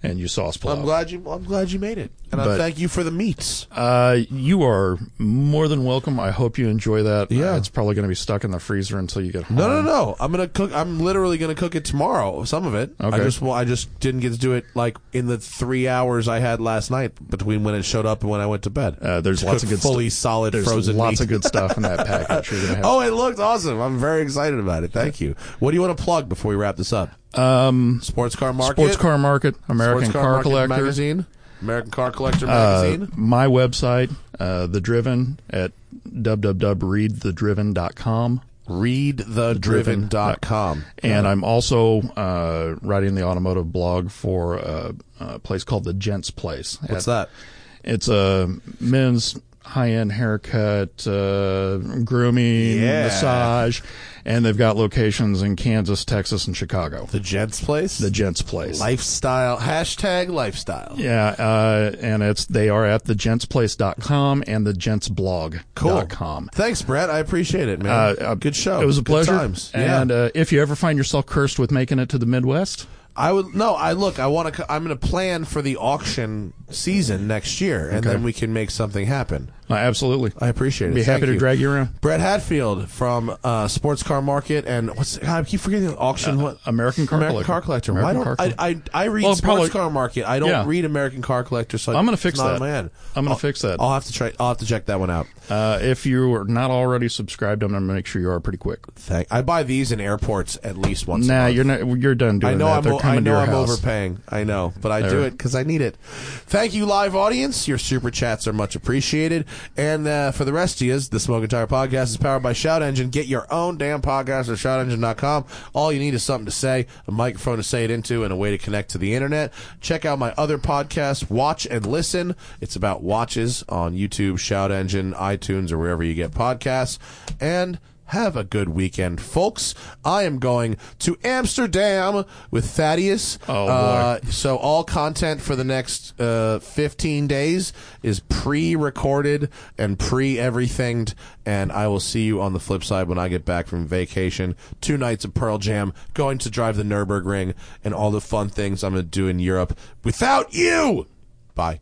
Speaker 2: and you saw us pull
Speaker 1: I'm
Speaker 2: out.
Speaker 1: glad you I'm glad you made it. And I
Speaker 2: But-
Speaker 1: thank you for the meats.
Speaker 2: Uh, you are more than welcome. I hope you enjoy that.
Speaker 1: Yeah.
Speaker 2: Uh, it's probably going to be stuck in the freezer until you get home.
Speaker 1: No, no, no. Um, I'm going to cook I'm literally going to cook it tomorrow, some of it. I
Speaker 2: Okay.
Speaker 1: just well, I just didn't get to do it like in the 3 hours I had last night between when it showed up and when I went to bed.
Speaker 2: Uh, there's
Speaker 1: Just
Speaker 2: lots of
Speaker 1: cook
Speaker 2: good
Speaker 1: fully
Speaker 2: stu-
Speaker 1: solid
Speaker 2: There's
Speaker 1: frozen
Speaker 2: lots
Speaker 1: meat.
Speaker 2: of good stuff in that package. You're <laughs> gonna have.
Speaker 1: Oh, it looked awesome. I'm very excited about it. Thank you. What do you want to plug before we wrap this up? Um, sports car market.
Speaker 2: Sports Car Market, American
Speaker 1: Sports
Speaker 2: Car,
Speaker 1: Market
Speaker 2: Collector, Uh,
Speaker 1: magazine. American Car Collector magazine.
Speaker 2: my website, uh, The Driven, at www.readthedriven.com.
Speaker 1: readthedriven.com.
Speaker 2: And I'm also uh, writing the automotive blog for uh, a place called The Gents Place.
Speaker 1: What's that?
Speaker 2: At- It's a men's high-end haircut, uh, grooming,
Speaker 1: Yeah.
Speaker 2: massage, and they've got locations in Kansas, Texas, and Chicago.
Speaker 1: The Gents Place?
Speaker 2: The Gents Place.
Speaker 1: lifestyle. Hashtag lifestyle.
Speaker 2: Yeah, uh, and it's they are at thegentsplace.com and thegentsblog.com.
Speaker 1: Thanks, Brett. I appreciate it, man.
Speaker 2: Uh, uh,
Speaker 1: Good show.
Speaker 2: It was a
Speaker 1: Good
Speaker 2: pleasure.
Speaker 1: times. Yeah.
Speaker 2: And uh, if you ever find yourself cursed with making it to the Midwest,
Speaker 1: I would no. I look. I want to. I'm going to plan for the auction season next year, and
Speaker 2: Okay.
Speaker 1: then we can make something happen.
Speaker 2: uh, absolutely.
Speaker 1: I appreciate it.
Speaker 2: Be
Speaker 1: Thank
Speaker 2: happy to
Speaker 1: you.
Speaker 2: drag you around.
Speaker 1: Brett Hatfield from uh, Sports Car Market and what's God, I keep forgetting the
Speaker 2: Uh,
Speaker 1: auction. what
Speaker 2: American Car
Speaker 1: American
Speaker 2: Collector.
Speaker 1: Car Collector.
Speaker 2: American
Speaker 1: Why
Speaker 2: Car
Speaker 1: don't
Speaker 2: Collector.
Speaker 1: I, I? I read
Speaker 2: Well,
Speaker 1: Sports
Speaker 2: probably-
Speaker 1: Car Market. I don't
Speaker 2: Yeah.
Speaker 1: read American Car Collector. So
Speaker 2: I'm gonna
Speaker 1: it's
Speaker 2: fix
Speaker 1: not
Speaker 2: that.
Speaker 1: in my head.
Speaker 2: I'm gonna
Speaker 1: I'll-
Speaker 2: fix that.
Speaker 1: I'll have to try. I'll have to check that one out.
Speaker 2: Uh, if you are not already subscribed, I'm going to make sure you are pretty quick.
Speaker 1: Thank. I buy these in airports at least once. a
Speaker 2: Nah,
Speaker 1: month.
Speaker 2: you're not. You're done doing
Speaker 1: I know
Speaker 2: that.
Speaker 1: I'm,
Speaker 2: They're
Speaker 1: o-
Speaker 2: coming
Speaker 1: I know
Speaker 2: to your
Speaker 1: I'm
Speaker 2: house.
Speaker 1: overpaying. I know, but I do
Speaker 2: There.
Speaker 1: it because I need it. Thank you, live audience. Your super chats are much appreciated. And uh, for the rest of you, the Smoke and Tire podcast is powered by Shout Engine. Get your own damn podcast at shoutengine.com. All you need is something to say, a microphone to say it into, and a way to connect to the internet. Check out my other podcast, Watch and Listen. It's about watches on YouTube, Shout Engine, iTunes, or wherever you get podcasts. And have a good weekend, folks. I am going to Amsterdam with Thaddeus.
Speaker 2: Oh, boy.
Speaker 1: Uh, so all content for the next uh, 15 days is pre-recorded and pre-everythinged, and I will see you on the flip side when I get back from vacation. Two nights of Pearl Jam, going to drive the Nürburgring, and all the fun things I'm going to do in Europe without you. Bye.